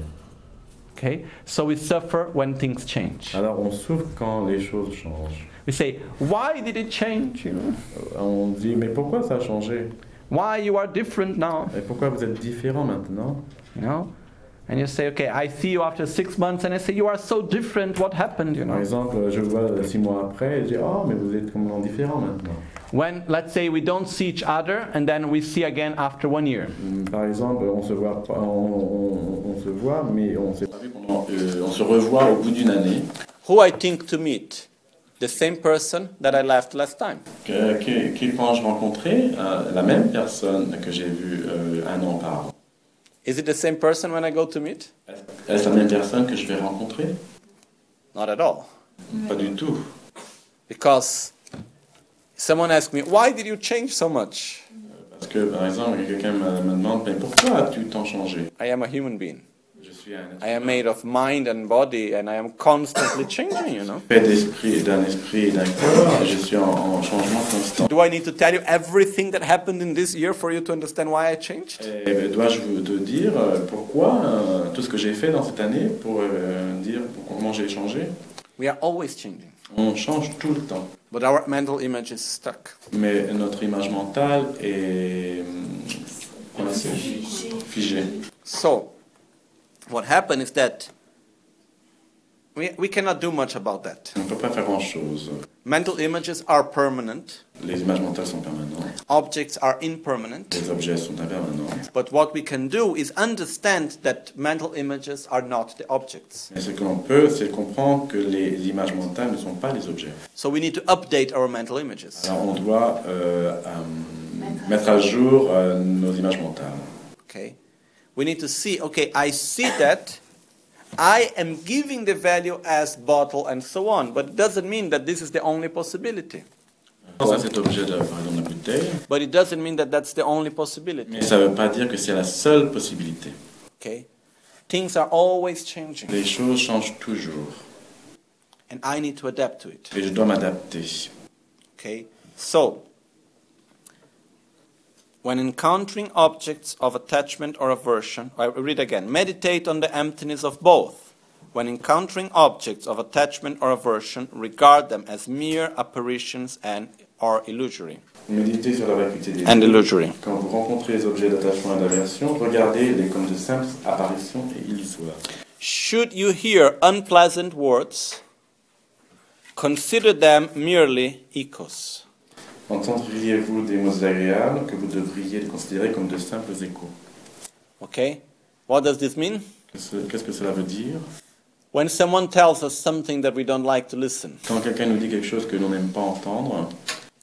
Okay? So we suffer when things change. Alors, on souffre quand les choses changent. We say, why did it change? You know? Euh, On dit, mais pourquoi ça a changé Why you are different now? Et pourquoi vous êtes différent maintenant You know? And you say, okay, I see you after six months and I say, you are so different. What happened? You Par know? exemple, je vois euh, six mois après, et je dis, oh, mais vous êtes complètement différent maintenant. When, let's say, we don't see each other and then we see again after one year. Hum, Par exemple, on se voit, pas- on, on- on se voit, mais on s'est pas vu pendant, euh, on se revoit au bout d'une année. Who I think to meet? The same person that I left last time. Que, que, que quand je rencontrais euh, la même personne que j'ai vue euh, un an auparavant, Is it the same person when I go to meet? est-ce est-ce la même personne que je vais rencontrer Not at all. Pas du tout. Because someone asked me, why did you change so much? Parce que, par exemple, quelqu'un me, me demande, mais pourquoi as-tu tant changé I am a human being. Je suis un I am made of mind and body and I am constantly [COUGHS] changing, you know. fait d'esprit, d'un esprit et d'un corps, et je suis en, en changement constant. Do I need to tell you everything that happened in this year for you to understand why I changed? Et ben, dois-je vous- te dire euh, pourquoi euh, tout ce que j'ai fait dans cette année pour euh, dire comment j'ai changé We are always changing, On change tout le temps, but our mental image is stuck. mais notre image mentale est hum, comment c'est figée. So, what happened is that we, we cannot do much about that. On ne peut pas faire grand-chose. Mental images are permanent, Les images mentales sont permanentes, objects are impermanent, les objets sont impermanents. but what we can do is understand that mental images are not the objects. Et ce que l'on peut, c'est comprendre que les images mentales ne sont pas les objets. So, we need to update our mental images. Alors on doit euh, euh, mettre à jour euh, nos images mentales. Okay? We need to see, okay, I see that. I am giving the value as bottle and so on, but it doesn't mean that this is the only possibility. Ça, c'est objet de, par exemple, la bouteille, But it doesn't mean that that's the only possibility. mais ça ne veut pas dire que c'est la seule possibilité. Okay? Things are always changing, Les choses changent toujours and I need to adapt to it. et je dois m'adapter. Okay? So, when encountering objects of attachment or aversion, I read again, meditate on the emptiness of both. When encountering objects of attachment or aversion, regard them as mere apparitions and or illusory. Méditez sur la vacuité des And illusory. Quand vous rencontrez les objets d'attachement et d'aversion, regardez-les comme de simples apparitions et illusoires. Should you hear unpleasant words, consider them merely echoes. Entendriez-vous des mots agréables que vous devriez les considérer comme de simples échos Okay? What does this mean? Qu'est-ce qu'est-ce que cela veut dire When someone tells us something that we don't like to listen, Quand quelqu'un nous dit quelque chose que l'on n'aime pas entendre,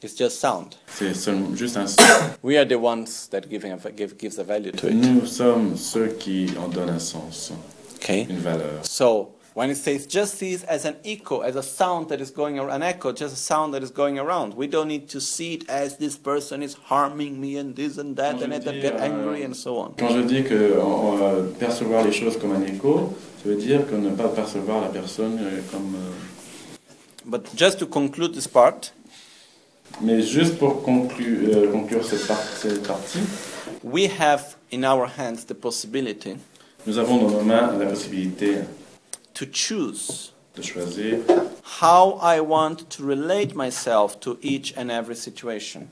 it's just sound. c'est seulement- juste un son. We are the ones that giving a, give, gives a value to it. Nous sommes ceux qui en donnent un sens, Okay? une valeur. So when it says just see it as an echo, as a sound that is going around, an echo, just a sound that is going around. We don't need to see it as this person is harming me and this and that and I get angry and so on. Quand je dis que en- en, euh, percevoir les choses comme un écho, ça veut dire que ne pas percevoir la personne euh, comme. euh, But just to conclude this part, Mais juste pour conclure, euh, conclure cette, par- cette partie, we have in our hands the possibility nous avons dans nos mains la possibilité to choose de choisir how I want to relate myself to each and every situation.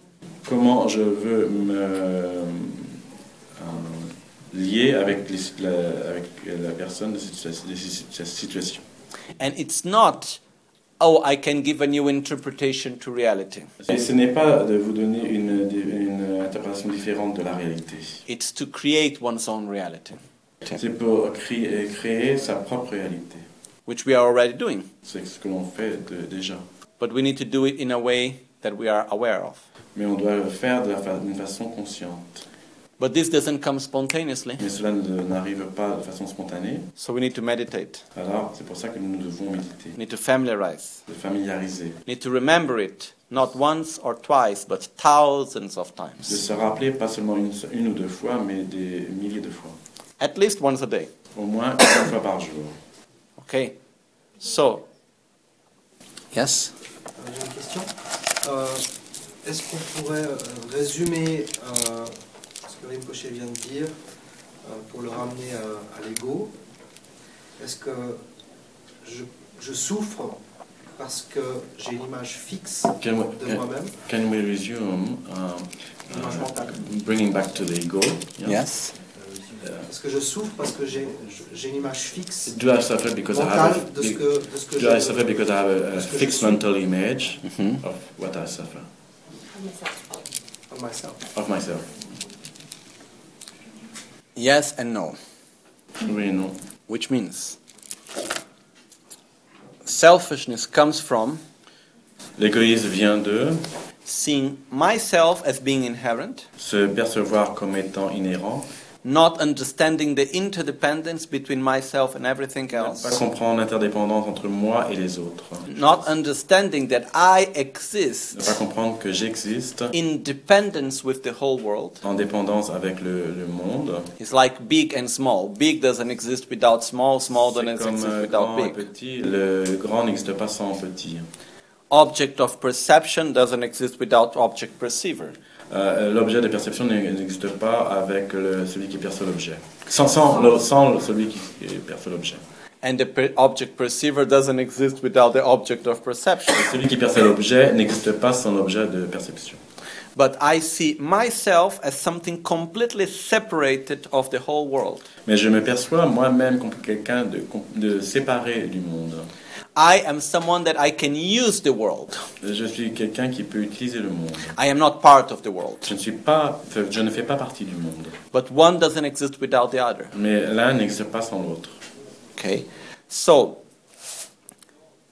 comment je veux me euh, lier avec, les, la, avec la personne de cette, de cette situation. And it's not, oh, I can give a new interpretation to reality. Et ce n'est pas de vous donner une, une interprétation différente de la réalité. It's to create one's own reality. C'est reality, pour créer, créer sa propre réalité. which we are already doing, C'est ce que l'on fait de- déjà. but we need to do it in a way that we are aware of. Mais on doit le faire de la fa- d'une façon consciente. But this doesn't come spontaneously, Mais cela ne- n'arrive pas de façon spontanée. so we need to meditate, Alors, c'est pour ça que nous devons méditer, we need to familiarize, le familiariser, we need to remember it not once or twice, but thousands of de times, se rappeler pas seulement une, une ou deux fois, mais des milliers de fois. at least once a day. Au moins une [COUGHS] fois par jour. Okay, so yes, Euh, J'ai une question. Euh, Est-ce qu'on pourrait euh, résumer euh, ce que Rinpoche vient de dire euh, pour le ramener à, à l'ego Est-ce que je, je souffre parce que j'ai une image fixe Can we, de can, moi-même, can we resume uh, une image uh, mentale bringing back to the ego? yeah? yes, Est-ce que je souffre parce que j'ai je- j'ai une image fixe Do I suffer because I have mentale a, de ce que, de ce que do I j'ai suffer because I have a, a Parce que je fixed suis- mental image Mhm. of what I suffer of myself of myself? yes, and no, Oui et non. which means selfishness comes from L'égoïsme vient de seeing myself as being inherent, se percevoir comme étant inhérent, not understanding the interdependence between myself and everything ne pas else, comprendre l'interdépendance entre moi et les autres, not understanding that I ne pas exist comprendre que j'existe in dependence with the whole world. en dépendance avec le, le monde. It's like big and small. Big doesn't exist without small, small C'est doesn't comme exist euh, without grand et big. petit. Le grand n'existe pas sans petit. Object of perception doesn't exist without object perceiver. Euh, l'objet de perception n'e- n'existe pas avec le- celui qui perçoit l'objet. Sans, sans, le- sans le- celui qui qui perçoit l'objet. And the per- object perceiver doesn't exist without the object of perception. Celui qui perçoit l'objet n'existe pas sans l'objet de perception. But I see myself as something completely separated of the whole world. Mais je me perçois moi-même comme quelqu'un de, com- de séparé du monde. I am someone that I can use the world. Je suis quelqu'un qui peut utiliser le monde. I am not part of the world. Je ne, suis pas, je ne fais pas partie du monde. But one doesn't exist without the other. Mais l'un n'existe pas sans l'autre. Okay? So,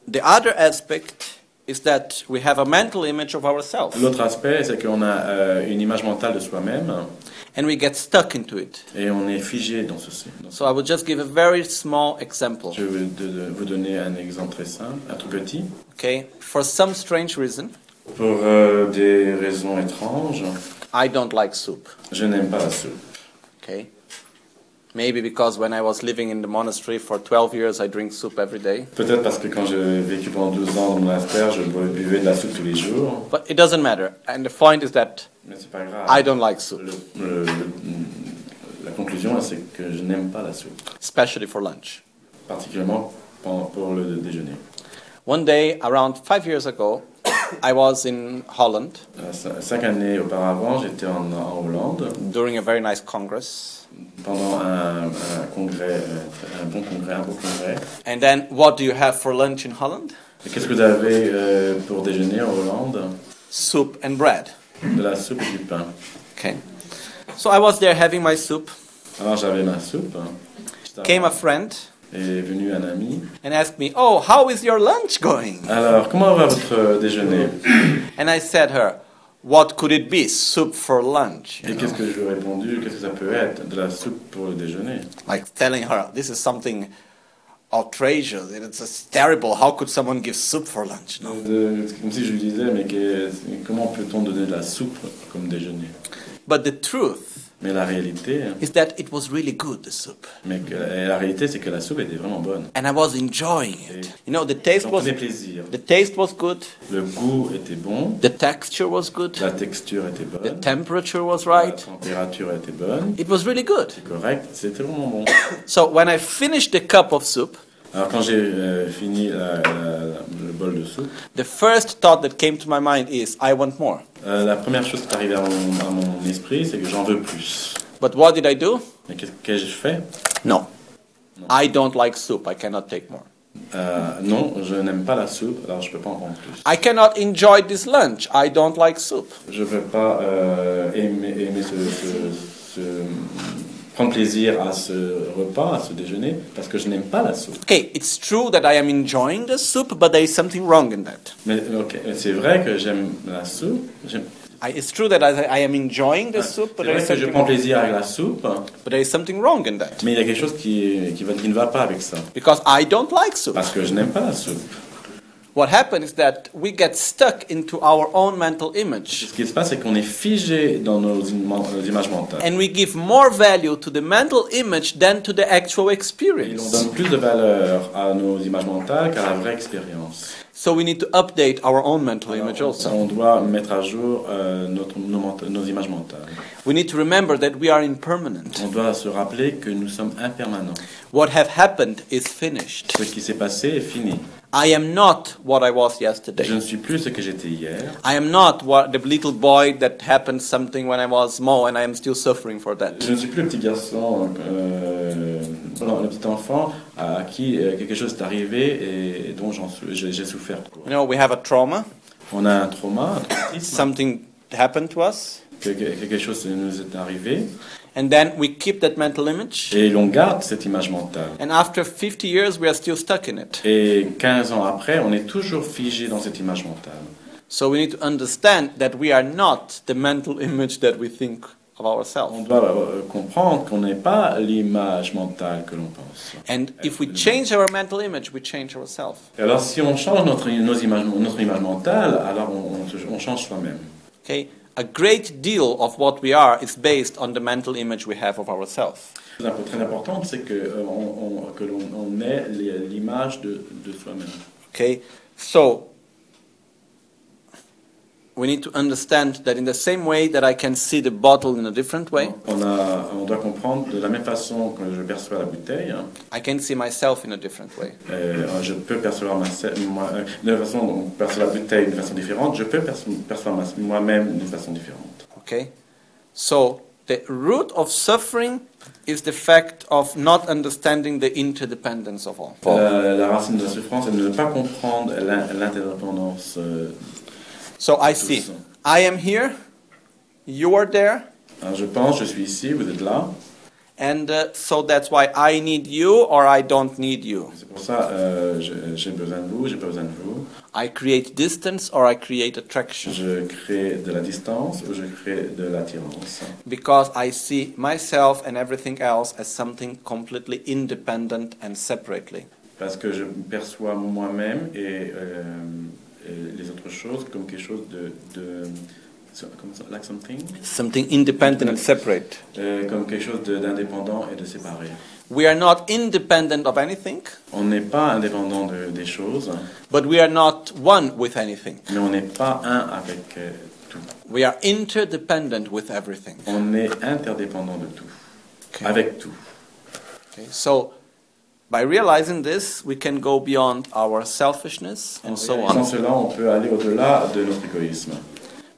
the other aspect is that we have a mental image of ourselves L'autre aspect, c'est qu'on a euh, une image mentale de soi-même and we get stuck into it. et on est figé dans ceci. Dans ce- So, I will just give a very small example. Je vais de- de- vous donner un exemple très simple, un tout petit. Okay? For some strange reason, Pour euh, des raisons étranges, I don't like soup. je n'aime pas la soupe. Okay? Maybe because when I was living in the monastery for 12 years, I drink soup every day. Peut-être parce que quand j'ai vécu pendant 12 ans dans mon monastère, je bu- buvais de la soupe tous les jours. But it doesn't matter. And the point is that Mais c'est pas grave. I don't like soup, Le- le- le- la conclusion, c'est que je n'aime pas la soupe, especially for lunch. particulièrement pour, pour le déjeuner. One day, around five years ago, [COUGHS] I was in Holland Euh, cin- Cinq années auparavant, j'étais en, en Hollande during a very nice congress. pendant un, un congrès, euh, très- un bon congrès, un beau congrès. And then, what do you have for lunch in Holland? Et Qu'est-ce que vous avez euh, pour déjeuner en Hollande Soup and bread. De la soupe et du pain. Okay. So I was there having my soup. Alors j'avais ma soupe. hein. J'étais Came a friend est venu un ami. and asked me, "Oh, how is your lunch going?" Alors, comment va votre euh, déjeuner And I said her, "What could it be? Soup for lunch." Et qu'est-ce que je lui ai répondu Qu'est-ce que ça peut être De la soupe pour le déjeuner Like telling her, "This is something outrageous. It's just terrible. How could someone give soup for lunch?" No. De- c'est Comme si je lui disais, mais que- comment peut-on donner de la soupe comme déjeuner But the truth Mais la réalité, is that it was really good, the soup. mais que- et la réalité, c'est que la soupe était vraiment bonne. And I was enjoying it. You know, the taste J'en was prenais plaisir. the taste was good, Le goût était bon, the texture was good, la texture était the bonne, temperature was la right. température était bonne, It was really good. c'est correct, c'était vraiment bon. So when I finished the cup of soup, Alors quand j'ai euh, fini la- la- la- le bol de soupe, the first thought that came to my mind is I want more. euh, la première chose qui est arrivée à mon- à mon esprit, c'est que j'en veux plus. But what did I do? Mais qu'est-ce que j'ai fait No. I don't like soup. I cannot take more. Euh, non, je n'aime pas la soupe, alors je peux pas en prendre plus. I cannot enjoy this lunch. I don't like soup. Je peux pas euh, aimer, aimer ce, ce- ce- prendre plaisir à ce repas, à ce déjeuner, parce que je n'aime pas la soupe. Okay, it's true that I am enjoying the soup, but there is something wrong in that. Mais ok, c'est vrai que j'aime la soupe. j'aime- I, it's true that I, I am enjoying the Ah, C'est soup, but there, vrai is que je something, prends plaisir avec la soupe, but there is something wrong in that. mais il y a quelque chose qui, qui, va- qui ne va pas avec ça, Because I don't like soup. parce que je n'aime pas la soupe. What happens is that we get stuck into our own mental image. Ce qui se passe, c'est qu'on est figé dans nos, ima- nos images mentales. And we give more value to the mental image than to the actual Et on experience. donne plus de valeur à nos images mentales qu'à la vraie expérience. So we need to update our own mental Alors, image on- also. on doit mettre à jour euh, notre, nos, ment- nos images mentales. We need to remember that we are impermanent. On doit se rappeler que nous sommes impermanents. What have happened is finished. Ce qui s'est passé est fini. I am not what I was Je ne yesterday. suis plus ce que j'étais hier. I am not what the little boy that happened something when I was small and I am still suffering for Je ne that. suis plus le petit garçon, euh, non, le petit enfant à qui euh, quelque chose est arrivé et dont j'en sou- j'ai j'ai souffert. pour. You know, we have a trauma. On a un trauma, un traumatisme, Something happened to us. que- que- quelque chose nous est arrivé And then we keep that mental image. et l'on garde cette image mentale. And after 50 years, we are still stuck in it. Et 15 ans après, on est toujours figé dans cette image mentale. So we need to understand that we are not the mental [LAUGHS] image that we think of On ourselves. doit euh, comprendre qu'on n'est pas l'image mentale que l'on pense. And if we change our mental image, we change ourselves. Et alors si on change notre, nos images- notre image mentale, alors on, on se- on change soi-même. Okay? A great deal of what we are is based on the mental image we have of ourselves. chose d'impo- très importante, c'est que euh, on, on- que l'on on est les- l'image de, de soi-même. Okay? So we need to understand that in the same way that I can see the bottle in a different way, On, a, on doit comprendre de la même façon que je perçois la bouteille, hein, I can see myself in a different way. euh, je peux percevoir ma, moi, euh, de la façon dont on perçoit la bouteille d'une façon différente, je peux perce- percevoir ma- moi-même d'une façon différente. Okay? So the root of suffering is the fact of not understanding the interdependence of all. La, Euh, la racine de la souffrance est de ne pas comprendre l'in- l'interdépendance. euh, So I see. I am here, you are there, hein, je pense, je suis ici, vous êtes là. and uh, so that's why I need you or I don't need you. C'est pour ça, euh, je- j'ai besoin de vous, j'ai pas besoin de vous. I create distance or I create attraction Je crée de la distance ou je crée de l'attirance. because I see myself and everything else as something completely independent and separately. Parce que je me perçois moi-même et, euh, et les autres choses comme quelque chose de. de so- comment ça, like something Something independent and separate. Euh, Comme quelque chose de- d'indépendant et de séparé. We are not independent of anything, On n'est pas indépendant de- des choses, but we are not one with anything. mais on n'est pas un avec euh, tout. We are interdependent with everything. On est interdépendant de tout. Okay. Avec tout. Okay, so by realizing this, we can go beyond our selfishness and so Sans on. cela, on peut aller au-delà de notre égoïsme.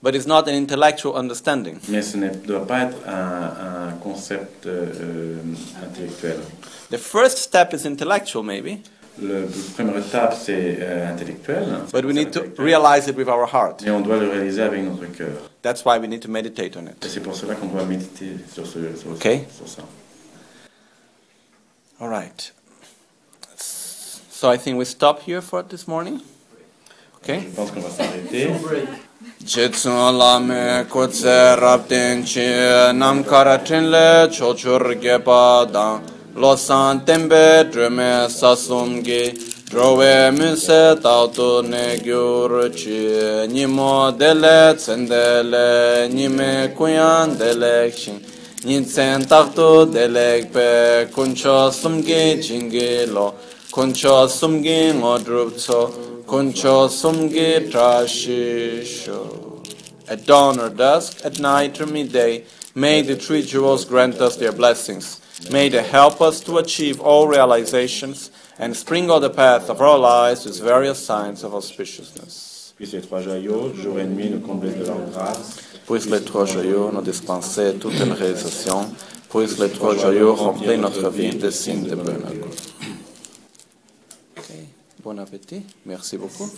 But it's not an intellectual understanding. Mais ce ne doit pas être un, un concept euh, intellectuel. The first step is intellectual, maybe, Le, la première étape, c'est euh, intellectuel. but we need to Intellectuel. realize it with our heart. Et on doit le réaliser avec notre cœur. That's why we need to meditate on Et it. c'est pour cela qu'on doit méditer sur, ce, sur, Ok. sur ça. All right. So I think we stop here for this morning. Okay. Je pense qu'on va s'arrêter. Chitsun lame kutse rabden chi nam karatin le chochur gepa dang losan tembe drume sasum gi drove muse tautu ne gyur chi nimo dele tsendele nime kuyan delek shin nintsen taktu delek pe kuncho sumgi jingi lo kuncho sumgi ngodrup tso Kuncho sumgi trashisho. At dawn or dusk, at night or midday, may the three jewels grant us their blessings. May they help us to achieve all realizations and sprinkle the path of our lives with various signs of auspiciousness. Puisse les trois joyaux, jour et nuit, nous combler de leur grâce. Puisse les trois joyaux nous dispenser toute une réalisation. Puisse les trois joyaux remplir notre vie de signes de bonheur. Okay. bon appétit. Merci beaucoup.